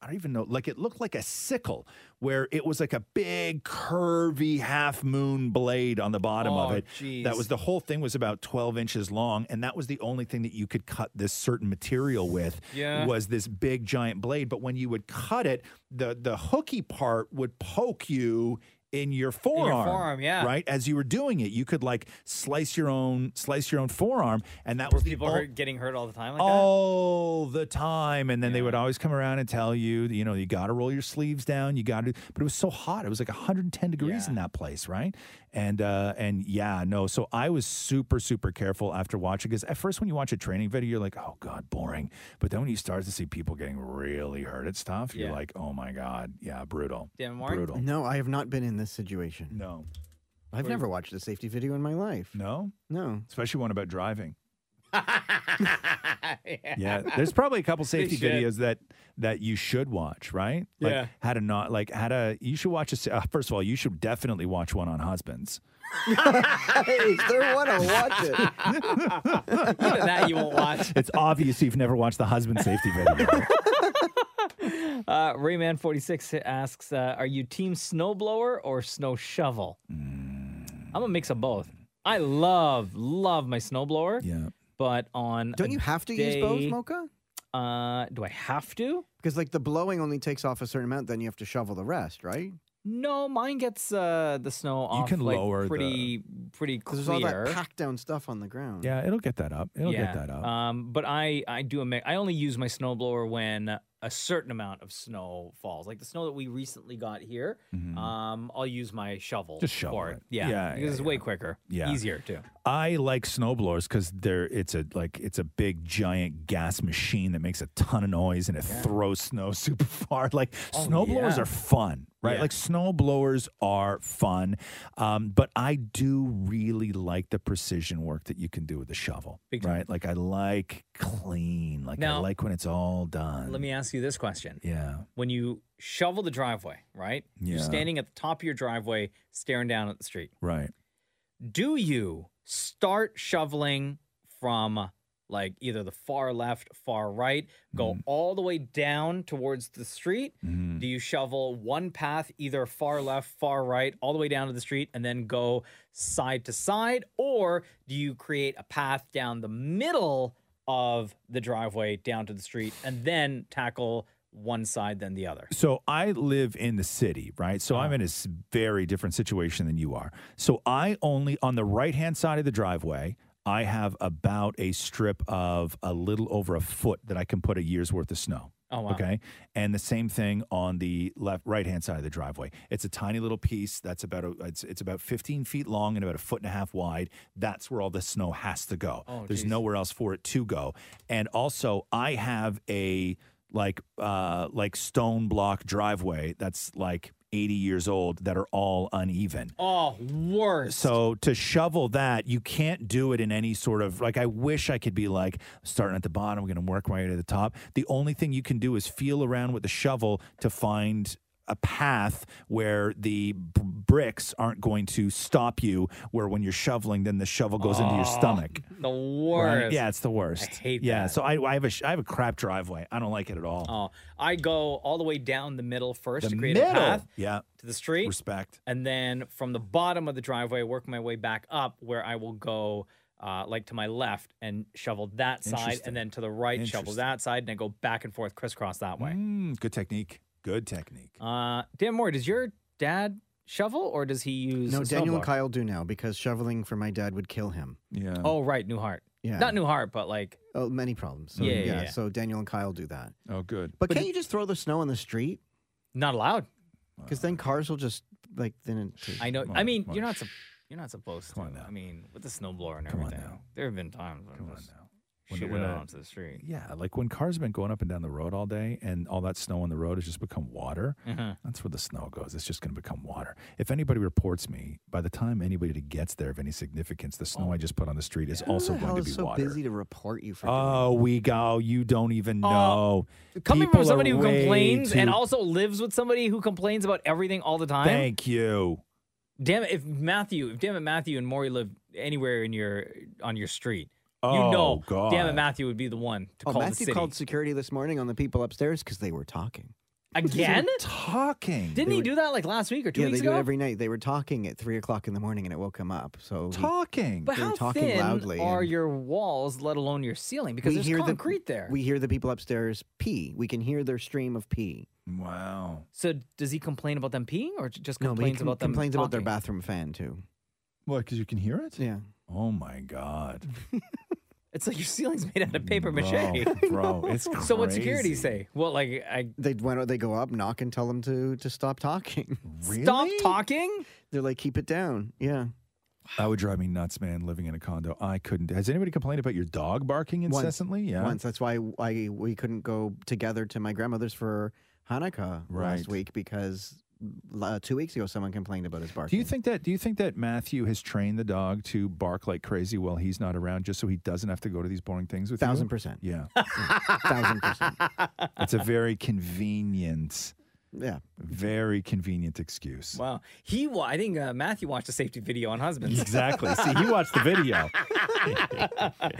Speaker 5: I don't even know. Like it looked like a sickle, where it was like a big curvy half moon blade on the bottom
Speaker 1: Oh,
Speaker 5: of it.
Speaker 1: geez.
Speaker 5: That was the whole thing was about twelve inches long, and that was the only thing that you could cut this certain material with.
Speaker 1: Yeah.
Speaker 5: was this big giant blade. But when you would cut it, the the hooky part would poke you. In your forearm,
Speaker 1: forearm, yeah.
Speaker 5: right. As you were doing it, you could like slice your own, slice your own forearm, and that was the
Speaker 1: People
Speaker 5: ol-
Speaker 1: are getting hurt all the time like
Speaker 5: Oh, all the time. And then they would always come around and tell you, you know, you got to roll your sleeves down. You got to, but it was so hot. It was like 110 degrees in that place, right? And uh, and yeah, no. So I was super super careful after watching because at first when you watch a training video, you're like, oh god, boring. But then when you start to see people getting really hurt at stuff, you're
Speaker 20: Yeah.
Speaker 5: like, oh my god, yeah, brutal. Brutal.
Speaker 20: No, I have not been in this situation.
Speaker 5: No.
Speaker 20: I've
Speaker 5: Were you-
Speaker 20: never watched a safety video in my life.
Speaker 5: No?
Speaker 20: No.
Speaker 5: Especially one about driving.
Speaker 1: that.
Speaker 5: Yeah, there's probably
Speaker 1: <laughs>
Speaker 5: a couple
Speaker 1: They
Speaker 5: safety
Speaker 1: should.
Speaker 5: videos that that you should watch, right? Like
Speaker 1: Yeah.
Speaker 5: how to not like how to you should watch a sa- uh, first of all, you should definitely watch one on husbands.
Speaker 20: Is there one? I'll watch
Speaker 5: <laughs>
Speaker 20: it.
Speaker 1: Even that you won't watch.
Speaker 5: It's obvious you've never watched the
Speaker 1: <laughs>
Speaker 5: husband safety video.
Speaker 1: Uh, Rayman46 asks, uh, are you team snowblower or snow shovel? I'm a mix of both. I love, love my snowblower.
Speaker 5: Yeah.
Speaker 1: But on
Speaker 20: Don't
Speaker 1: a
Speaker 20: you have to use both,
Speaker 1: day-
Speaker 20: Mocha?
Speaker 1: Uh, do I have to?
Speaker 20: Because like the blowing only takes off a certain amount, then you have to shovel the rest, right?
Speaker 1: No, mine gets uh, the snow off.
Speaker 20: can
Speaker 1: like,
Speaker 20: lower the-
Speaker 1: pretty, pretty clear.
Speaker 20: Because there's all that packed down stuff on the ground.
Speaker 5: Yeah, it'll get that up. It'll get that up.
Speaker 1: Um, but I I do a mi- I only use my snowblower when a certain amount of snow falls, like the snow that we recently got here. Um, I'll use my shovel.
Speaker 5: Mm-hmm. Just shovel
Speaker 1: for
Speaker 5: it.
Speaker 1: Yeah,
Speaker 5: Yeah,
Speaker 1: because
Speaker 5: yeah,
Speaker 1: it's way quicker.
Speaker 5: Yeah.
Speaker 1: easier too.
Speaker 5: I like snowblowers because they're it's a like it's a big giant gas machine that makes a ton of noise and it throws snow <laughs> super far. Like
Speaker 1: Oh,
Speaker 5: snowblowers
Speaker 1: yeah.
Speaker 5: are fun, right?
Speaker 1: Yeah.
Speaker 5: Like snowblowers are fun, um, but I do really like the precision work that you can do with the shovel,
Speaker 1: Big time.
Speaker 5: right? Like I like clean, like I
Speaker 1: Now-
Speaker 5: like when it's all done.
Speaker 1: Let me ask you this question:
Speaker 5: yeah,
Speaker 1: When you shovel the driveway, right? You're
Speaker 5: Yeah.
Speaker 1: standing at the top of your driveway, staring down at the street.
Speaker 5: right.
Speaker 1: do you start shoveling from like either the far left, far right, go
Speaker 5: Mm-hmm.
Speaker 1: all the way down towards the street? Do you shovel one path, either far left, far right, all the way down to the street, and then go side to side? Or do you create a path down the middle of the driveway down to the street and then tackle one side, then the other?
Speaker 5: So I live in the city, right? So
Speaker 1: Uh-huh.
Speaker 5: I'm in a s- very different situation than you are. So I only on the right hand side of the driveway. I have about a strip of a little over a foot that I can put a year's worth of snow.
Speaker 1: Oh, wow.
Speaker 5: Okay. And the same thing on the left, right hand side of the driveway. It's a tiny little piece that's about a, it's, it's about 15 feet long and about a foot and a half wide. That's where all the snow has to go.
Speaker 1: Oh,
Speaker 5: There's
Speaker 1: geez.
Speaker 5: nowhere else for it to go. And also, I have a like uh like stone block driveway that's like 80 years old that are all uneven.
Speaker 1: Oh, worse.
Speaker 5: So to shovel that, you can't do it in any sort of like. I wish I could be like starting at the bottom, going to work my way to the top. The only thing you can do is feel around with the shovel to find a path where the b- bricks aren't going to stop you. Where when you're shoveling, then the shovel goes into your
Speaker 1: Oh,
Speaker 5: stomach.
Speaker 1: The
Speaker 5: right?
Speaker 1: worst.
Speaker 5: Yeah, it's the worst.
Speaker 1: I hate
Speaker 5: yeah,
Speaker 1: that.
Speaker 5: so I, I have a sh- I have a crap driveway. I don't like it at all.
Speaker 1: Oh, I go all the way down the middle first
Speaker 5: The
Speaker 1: to create a
Speaker 5: middle.
Speaker 1: path
Speaker 5: Yeah.
Speaker 1: to the street.
Speaker 5: Respect.
Speaker 1: And then from the bottom of the driveway, work my way back up where I will go uh, like to my left and shovel that side,
Speaker 5: Interesting.
Speaker 1: and then to the right, shovel
Speaker 5: Interesting.
Speaker 1: that side, and then go back and forth, crisscross that way.
Speaker 5: Mm, good technique. Good technique.
Speaker 1: Uh, Dan Moore, does your dad shovel or does he use
Speaker 20: No,
Speaker 1: a
Speaker 20: Daniel
Speaker 1: snowblower?
Speaker 20: and Kyle do now because shoveling for my dad would kill him.
Speaker 5: Yeah.
Speaker 1: Oh, right, Newhart.
Speaker 20: Yeah.
Speaker 1: Not Newhart, but like.
Speaker 20: Oh, many problems. So,
Speaker 1: Yeah,
Speaker 20: yeah,
Speaker 1: yeah, yeah.
Speaker 20: So Daniel and Kyle do that.
Speaker 5: Oh, good.
Speaker 20: But, can't you just throw the snow on the street?
Speaker 1: Not allowed.
Speaker 20: Because then cars will just like then. It,
Speaker 1: I know. I mean, you're not sup- you're not supposed to. I mean, with the snowblower and everything, there have been times. Come on now.
Speaker 5: When the-
Speaker 1: shoot
Speaker 5: when
Speaker 1: it
Speaker 5: the-
Speaker 1: out onto the street.
Speaker 5: Yeah, like when cars have been going up and down the road all day and all that snow on the road has just become water,
Speaker 1: Mhm.
Speaker 5: that's where the snow goes. It's just going to become water. If anybody reports me, by the time anybody gets there of any significance, the
Speaker 1: Oh.
Speaker 5: snow I just put on the street is also
Speaker 20: Who the hell
Speaker 5: going to
Speaker 20: is
Speaker 5: be
Speaker 20: so
Speaker 5: water.
Speaker 20: busy to report you for?
Speaker 5: Oh, we go. You don't even
Speaker 1: Oh,
Speaker 5: know.
Speaker 1: Coming
Speaker 5: People
Speaker 1: from
Speaker 5: are
Speaker 1: somebody who
Speaker 5: way
Speaker 1: complains and
Speaker 5: too-
Speaker 1: also lives with somebody who complains about everything all the time.
Speaker 5: Thank you.
Speaker 1: Damn it! If Matthew, if damn it, Matthew and Maury live anywhere in your on your street,
Speaker 5: Oh,
Speaker 1: you know,
Speaker 20: God.
Speaker 1: damn it, Matthew would be the one to
Speaker 20: Oh,
Speaker 1: call the
Speaker 20: Matthew
Speaker 1: city
Speaker 20: called security this morning on the people upstairs because they were talking. <laughs>
Speaker 1: again.
Speaker 5: Talking.
Speaker 1: Didn't
Speaker 20: They
Speaker 1: he
Speaker 20: were-
Speaker 1: do that like last week or two
Speaker 20: yeah,
Speaker 1: weeks
Speaker 20: they do
Speaker 1: ago?
Speaker 20: it every night. They were talking at three o'clock in the morning, and it woke him up. So he-
Speaker 5: Talking.
Speaker 1: But
Speaker 20: they were
Speaker 1: how
Speaker 20: talking
Speaker 1: thin
Speaker 20: loudly.
Speaker 1: are
Speaker 20: and
Speaker 1: your walls, let alone your ceiling? Because
Speaker 20: we
Speaker 1: there's
Speaker 20: hear
Speaker 1: concrete
Speaker 20: the,
Speaker 1: there.
Speaker 20: We hear the people upstairs pee. We can hear their stream of pee.
Speaker 5: Wow.
Speaker 1: so does he complain about them peeing or j- just
Speaker 20: No, but he
Speaker 1: complains
Speaker 20: com-
Speaker 1: about them
Speaker 20: complains about their
Speaker 1: talking?
Speaker 20: bathroom fan too.
Speaker 5: What? Because you can hear it?
Speaker 20: Yeah.
Speaker 5: Oh my God.
Speaker 1: <laughs> It's like your ceiling's made out of paper mache. <laughs>
Speaker 5: bro, it's
Speaker 1: So what security
Speaker 5: crazy.
Speaker 1: say? Well, like I
Speaker 20: They went. They go up, knock, and tell them to to stop
Speaker 5: <laughs>
Speaker 20: talking.
Speaker 1: stop talking?
Speaker 20: They're like, keep it down. Yeah.
Speaker 5: That would drive me nuts, man. Living in a condo, I couldn't. Has anybody complained about your dog barking
Speaker 20: Once-
Speaker 5: incessantly? yeah.
Speaker 20: Once. That's why I we couldn't go together to my grandmother's for Hanukkah
Speaker 5: Right.
Speaker 20: last week because uh, two weeks ago someone complained about his barking.
Speaker 5: Do you think that? Do you think that Matthew has trained the dog to bark like crazy while he's not around, just so he doesn't have to go to these boring things with
Speaker 20: Thousand
Speaker 5: you?
Speaker 20: percent.
Speaker 5: Yeah,
Speaker 20: <laughs> Thousand percent.
Speaker 5: it's a very convenient.
Speaker 20: Yeah.
Speaker 5: Very convenient excuse.
Speaker 1: Wow. He wa- I think uh, Matthew watched a safety video on husbands.
Speaker 5: <laughs> Exactly. See, he watched the <laughs> video.
Speaker 1: <laughs> Uh,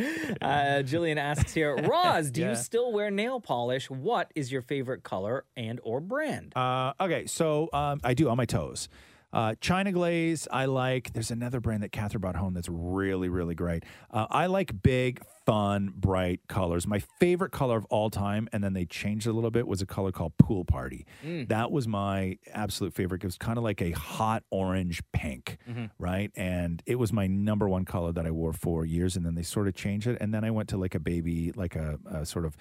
Speaker 1: Jillian asks
Speaker 5: <laughs>
Speaker 1: here, Roz, do
Speaker 5: Yeah.
Speaker 1: you still wear nail polish? What is your favorite color and or brand?
Speaker 5: Uh, okay, so um, I do on my toes. Uh, China Glaze, I like. There's another brand that Catherine brought home that's really, really great. Uh, I like big, fun, bright colors. My favorite color of all time, and then they changed it a little bit, was a color called Pool Party.
Speaker 13: Mm.
Speaker 5: That was my absolute favorite. It was kind of like a hot orange pink,
Speaker 13: Mhm.
Speaker 5: right? And it was my number one color that I wore for years, and then they sort of changed it. And then I went to like a baby, like a, a sort of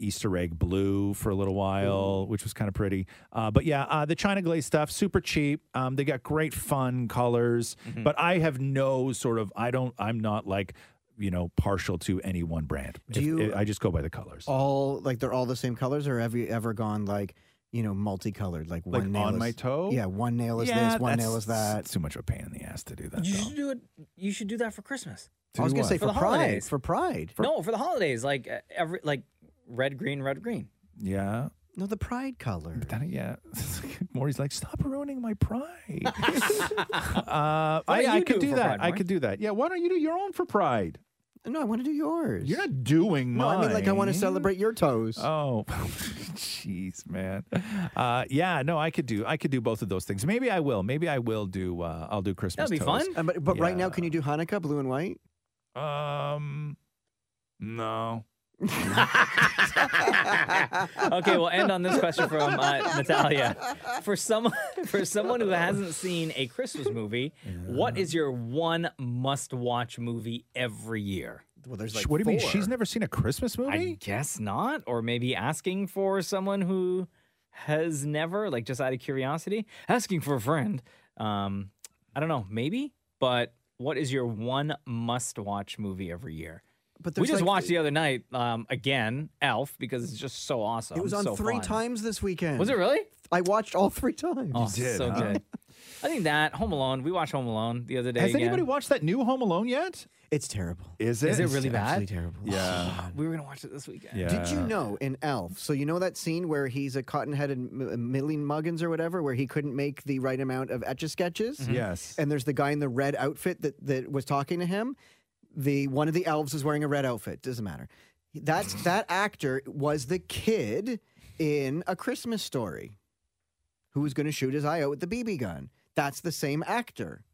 Speaker 5: Easter egg blue for a little while, which was kind of pretty. Uh, but yeah, uh, the China glaze stuff, super cheap. Um, they got great fun colors,
Speaker 20: Mm-hmm.
Speaker 13: Mhm.
Speaker 5: but I have no sort of, I don't, I'm not like, you know, partial to any one brand.
Speaker 20: Do
Speaker 5: If-
Speaker 20: you-
Speaker 5: if- I just go by the colors.
Speaker 20: All like they're all the same colors, or have you ever gone like you know multicolored, like,
Speaker 5: Like
Speaker 20: one nail
Speaker 5: on
Speaker 20: is,
Speaker 5: my toe?
Speaker 20: Yeah, one nail is
Speaker 5: Yeah,
Speaker 20: this, one nail
Speaker 5: that's-
Speaker 20: is that.
Speaker 5: it's too much of a pain in the ass to do that.
Speaker 1: You should do it. You should do that for Christmas.
Speaker 20: I was gonna say for,
Speaker 1: the
Speaker 20: pride,
Speaker 1: holidays.
Speaker 20: for pride.
Speaker 1: no, for the holidays, like uh, every like red, green, red, green.
Speaker 5: Yeah.
Speaker 20: No, the pride color.
Speaker 5: yeah. <laughs> Maury's like, stop ruining my pride.
Speaker 20: <laughs>
Speaker 5: uh,
Speaker 20: Why
Speaker 5: I,
Speaker 20: don't
Speaker 5: I
Speaker 20: you do
Speaker 5: could
Speaker 20: it
Speaker 5: do
Speaker 20: for
Speaker 5: that.
Speaker 20: Pride,
Speaker 5: I
Speaker 20: Maury?
Speaker 5: could do that. Yeah. Why don't you do your own for pride?
Speaker 20: No, I want to do yours.
Speaker 5: You're not doing
Speaker 20: No,
Speaker 5: mine.
Speaker 20: I mean like I want to celebrate your toes.
Speaker 5: Oh, <laughs> jeez, man. Uh, yeah, no, I could do. I could do both of those things. Maybe I will. Maybe I will do. Uh, I'll do Christmas. toast.
Speaker 20: Uh, but but right now,
Speaker 5: Yeah.
Speaker 20: can you do Hanukkah blue and white?
Speaker 5: Um,
Speaker 20: <laughs>
Speaker 5: no.
Speaker 1: okay, we'll end on
Speaker 5: <laughs>
Speaker 1: this question from uh, Natalia. For someone <laughs> for someone who hasn't seen a Christmas movie, what is your one must-watch movie every year?
Speaker 20: Well, there's
Speaker 5: Sh- what do you mean? She's never seen a Christmas movie?
Speaker 1: I guess not, or maybe asking for someone who has never, like, just out of curiosity, asking for a friend. Um, I don't know, maybe. But what is your one must-watch movie every year?
Speaker 20: But
Speaker 1: we
Speaker 20: there's,
Speaker 1: just
Speaker 20: like,
Speaker 1: watched the other night um, again, Elf, because it's just so awesome.
Speaker 20: It was on
Speaker 1: so
Speaker 20: three
Speaker 1: fun.
Speaker 20: times this weekend.
Speaker 1: Was it really?
Speaker 20: I watched all three times.
Speaker 1: Oh, so good. I think that Home Alone. We watched Home Alone the other day.
Speaker 5: Has
Speaker 1: again.
Speaker 5: anybody watched that new Home Alone yet?
Speaker 20: It's terrible.
Speaker 5: Is it?
Speaker 1: Is it really bad?
Speaker 20: absolutely terrible.
Speaker 5: Yeah.
Speaker 1: We were gonna watch it this weekend.
Speaker 20: Did you
Speaker 5: Yeah.
Speaker 20: know in Elf? So you know that scene where he's a cotton-headed M- Millie Muggins or whatever, where he couldn't make the right amount of etch a sketches.
Speaker 5: Mhm. Yes.
Speaker 20: And there's the guy in the red outfit that that was talking to him. The one of the elves is wearing a red outfit. Doesn't matter. That's
Speaker 5: <laughs>
Speaker 20: that actor was the kid in A Christmas Story, who was going to shoot his eye out with the BB gun. That's the same actor.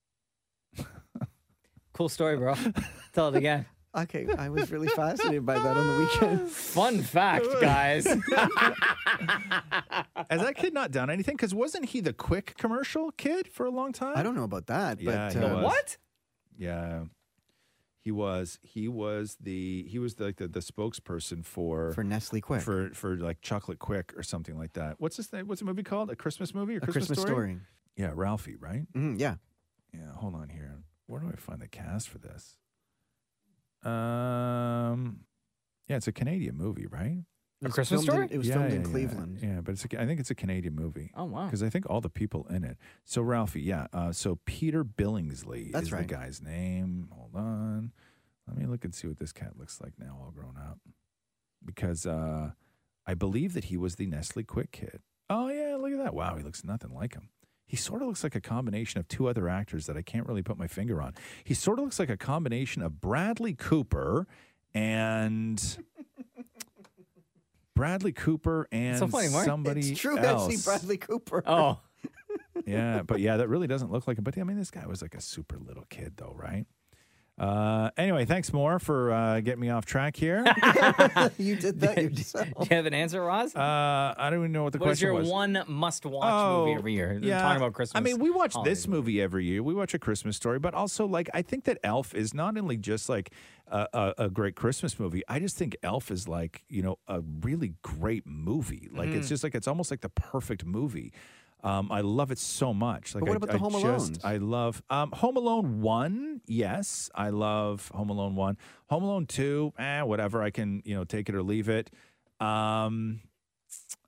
Speaker 1: <laughs> Cool story, bro. Tell it again.
Speaker 20: <laughs> Okay, I was really fascinated by that on the
Speaker 1: <laughs>
Speaker 20: weekend.
Speaker 1: Fun
Speaker 5: <laughs>
Speaker 1: fact, guys.
Speaker 5: Has that kid not done anything? Because wasn't he the quick commercial kid for a long time?
Speaker 20: I don't know about that, but
Speaker 5: Yeah, he
Speaker 20: uh,
Speaker 5: was. Yeah. He was he was the he was the, like the, the spokesperson for
Speaker 20: For Nestle Quick.
Speaker 5: for for like Chocolate Quick or something like that. What's this thing? What's the movie called? A Christmas movie or
Speaker 20: A Christmas Story.
Speaker 5: Yeah, Ralphie, right?
Speaker 20: Mm, yeah.
Speaker 5: Yeah, hold on here. Where do I find the cast for this? Um Yeah, it's a Canadian movie, right?
Speaker 20: A It's Christmas filmed in- Story? it was filmed in Cleveland.
Speaker 5: Yeah, but it's a, I think it's a Canadian movie.
Speaker 1: Oh, wow.
Speaker 5: Because I think all the people in it. So Ralphie, yeah. Uh, so Peter Billingsley
Speaker 20: That's
Speaker 5: is
Speaker 20: right.
Speaker 5: the guy's name. Mm, Hold on, let me look and see what this cat looks like now, all grown up. Because uh, I believe that he was the Nestle Quick kid. Oh yeah, look at that! Wow, he looks nothing like him. He sort of looks like a combination of two other actors that I can't really put my finger on. He sort of looks like a combination of Bradley Cooper
Speaker 15: <laughs>
Speaker 5: and Bradley Cooper and
Speaker 15: so funny, Mark.
Speaker 5: somebody
Speaker 15: It's true.
Speaker 5: else.
Speaker 15: I see Bradley Cooper.
Speaker 1: <laughs>
Speaker 5: Oh. yeah, but yeah, that really doesn't look like him. But I mean, this guy was like a super little kid, though, right? Uh, anyway, thanks more for uh, getting me off track
Speaker 1: <laughs>
Speaker 5: here.
Speaker 15: <laughs> you did that yourself.
Speaker 1: Do you have an answer, Roz?
Speaker 5: Uh, I don't even know what the
Speaker 1: What's
Speaker 5: question
Speaker 1: your
Speaker 5: was. Oh,
Speaker 1: one must-watch movie every year? We're
Speaker 5: yeah.
Speaker 1: Talking about Christmas.
Speaker 5: I mean, we watch
Speaker 1: holidays.
Speaker 5: this movie every year. We watch A Christmas Story, but also like I think that Elf is not only just like a, a, a great Christmas movie. I just think Elf is like you know a really great movie. Like it's
Speaker 1: Mm-hmm.
Speaker 15: Mhm.
Speaker 5: just like it's almost like the perfect movie. Um, I love it so much. Like
Speaker 15: But what
Speaker 5: I,
Speaker 15: about
Speaker 5: I
Speaker 15: the Home
Speaker 5: just-
Speaker 15: Alones?
Speaker 5: I love um, Home Alone one. Yes, I love Home Alone one. Home Alone two. Eh, whatever. I can you know take it or leave it. Um,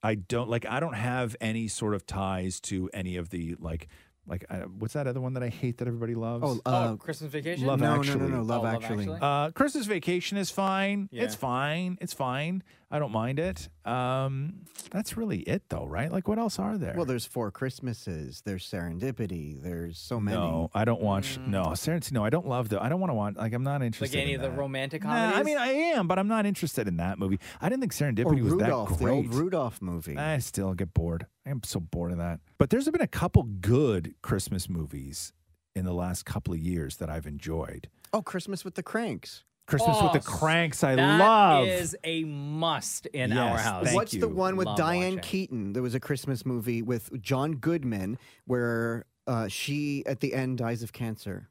Speaker 5: I don't like. I don't have any sort of ties to any of the like. Like I, what's that other one that I hate that everybody loves?
Speaker 15: Oh, uh, Oh,
Speaker 1: Christmas Vacation?
Speaker 5: Love
Speaker 15: No, no, no,
Speaker 5: Actually.
Speaker 15: no, Love Oh, Love Actually. Actually.
Speaker 5: Uh, Christmas Vacation is fine.
Speaker 15: Yeah.
Speaker 5: It's fine. It's fine. I don't mind it. Um, that's really it though, right? Like what else are there?
Speaker 15: Well, there's four Christmases. There's Serendipity. There's so many.
Speaker 5: No, I don't watch.
Speaker 1: Mm.
Speaker 5: No, Serendipity. No, I don't love the. I don't want to watch. Like I'm not interested.
Speaker 1: like any
Speaker 5: in
Speaker 1: of the
Speaker 5: that.
Speaker 1: romantic
Speaker 5: Nah,
Speaker 1: comedies.
Speaker 5: I mean, I am, but I'm not interested in that movie. I didn't think Serendipity
Speaker 15: Or
Speaker 5: was
Speaker 15: Oh, Rudolph,
Speaker 5: that
Speaker 15: the
Speaker 5: great.
Speaker 15: old Rudolph movie.
Speaker 5: I still get bored. I'm so bored of that. But there's been a couple good Christmas movies in the last couple of years that I've enjoyed.
Speaker 15: Oh, Christmas with the Cranks.
Speaker 5: Christmas with the Cranks, I
Speaker 1: That
Speaker 5: love.
Speaker 1: is a must in
Speaker 5: Yes,
Speaker 1: our house.
Speaker 5: thank
Speaker 15: What's the
Speaker 5: you.
Speaker 15: one with
Speaker 1: Love
Speaker 15: Diane
Speaker 1: watching.
Speaker 15: Keaton? There was a Christmas movie with John Goodman where uh, she at the end dies of cancer.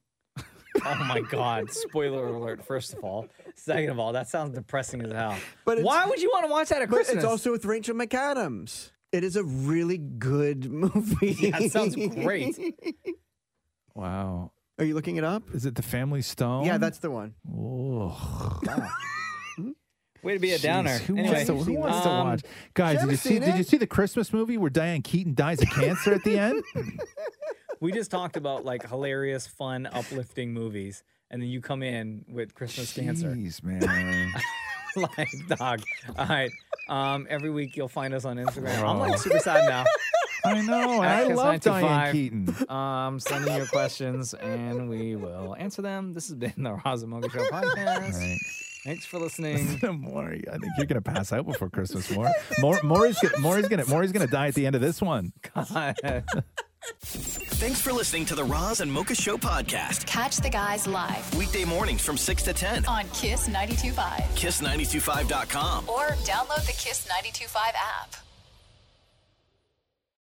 Speaker 1: Oh my
Speaker 15: <laughs>
Speaker 1: god! Spoiler alert. First of all, second of all, that sounds depressing as hell.
Speaker 15: But it's-
Speaker 1: why would you want to watch that at
Speaker 15: but
Speaker 1: Christmas?
Speaker 15: It's also with Rachel McAdams. It is a really good <laughs> movie.
Speaker 1: <laughs> Yeah, it sounds great.
Speaker 5: Wow.
Speaker 15: Are you looking it up?
Speaker 5: Is it The Family Stone?
Speaker 15: Yeah, that's the one.
Speaker 5: Oh.
Speaker 1: Way to be a
Speaker 5: Jeez,
Speaker 1: downer.
Speaker 5: Who
Speaker 1: anyway,
Speaker 5: wants, to, who wants to
Speaker 1: um,
Speaker 5: watch? Guys, did you see? Did you see the Christmas movie where Diane Keaton dies of cancer at
Speaker 1: <laughs>
Speaker 5: the end?
Speaker 1: We just talked about like hilarious, fun, uplifting movies, and then you come in with Christmas cancer.
Speaker 5: Jeez, man.
Speaker 1: <laughs> like dog. All right. Um, every week you'll find us on Instagram. I'm
Speaker 5: Bro.
Speaker 1: like super sad now.
Speaker 5: I know. and Oh. I
Speaker 1: Atticus
Speaker 5: love Diane
Speaker 1: 925.
Speaker 5: Keaton.
Speaker 1: Um, send in your questions and we will answer them. This has been the
Speaker 5: <laughs>
Speaker 1: Razamoga Show
Speaker 5: All
Speaker 1: podcast.
Speaker 5: right.
Speaker 1: Thanks for
Speaker 5: <laughs>
Speaker 1: listening.
Speaker 5: Maury, I think you're gonna pass out before Christmas. Maury, Maury- Maury's gonna, Maury's gonna, Maury's gonna die at the end of this one.
Speaker 2: Thanks for listening to the Roz and Mocha Show podcast.
Speaker 11: Catch the guys live
Speaker 2: Weekday mornings from 6 to 10 on
Speaker 11: on Kiss 92.5
Speaker 2: kiss925.com.
Speaker 11: or download the Kiss 92.5 app.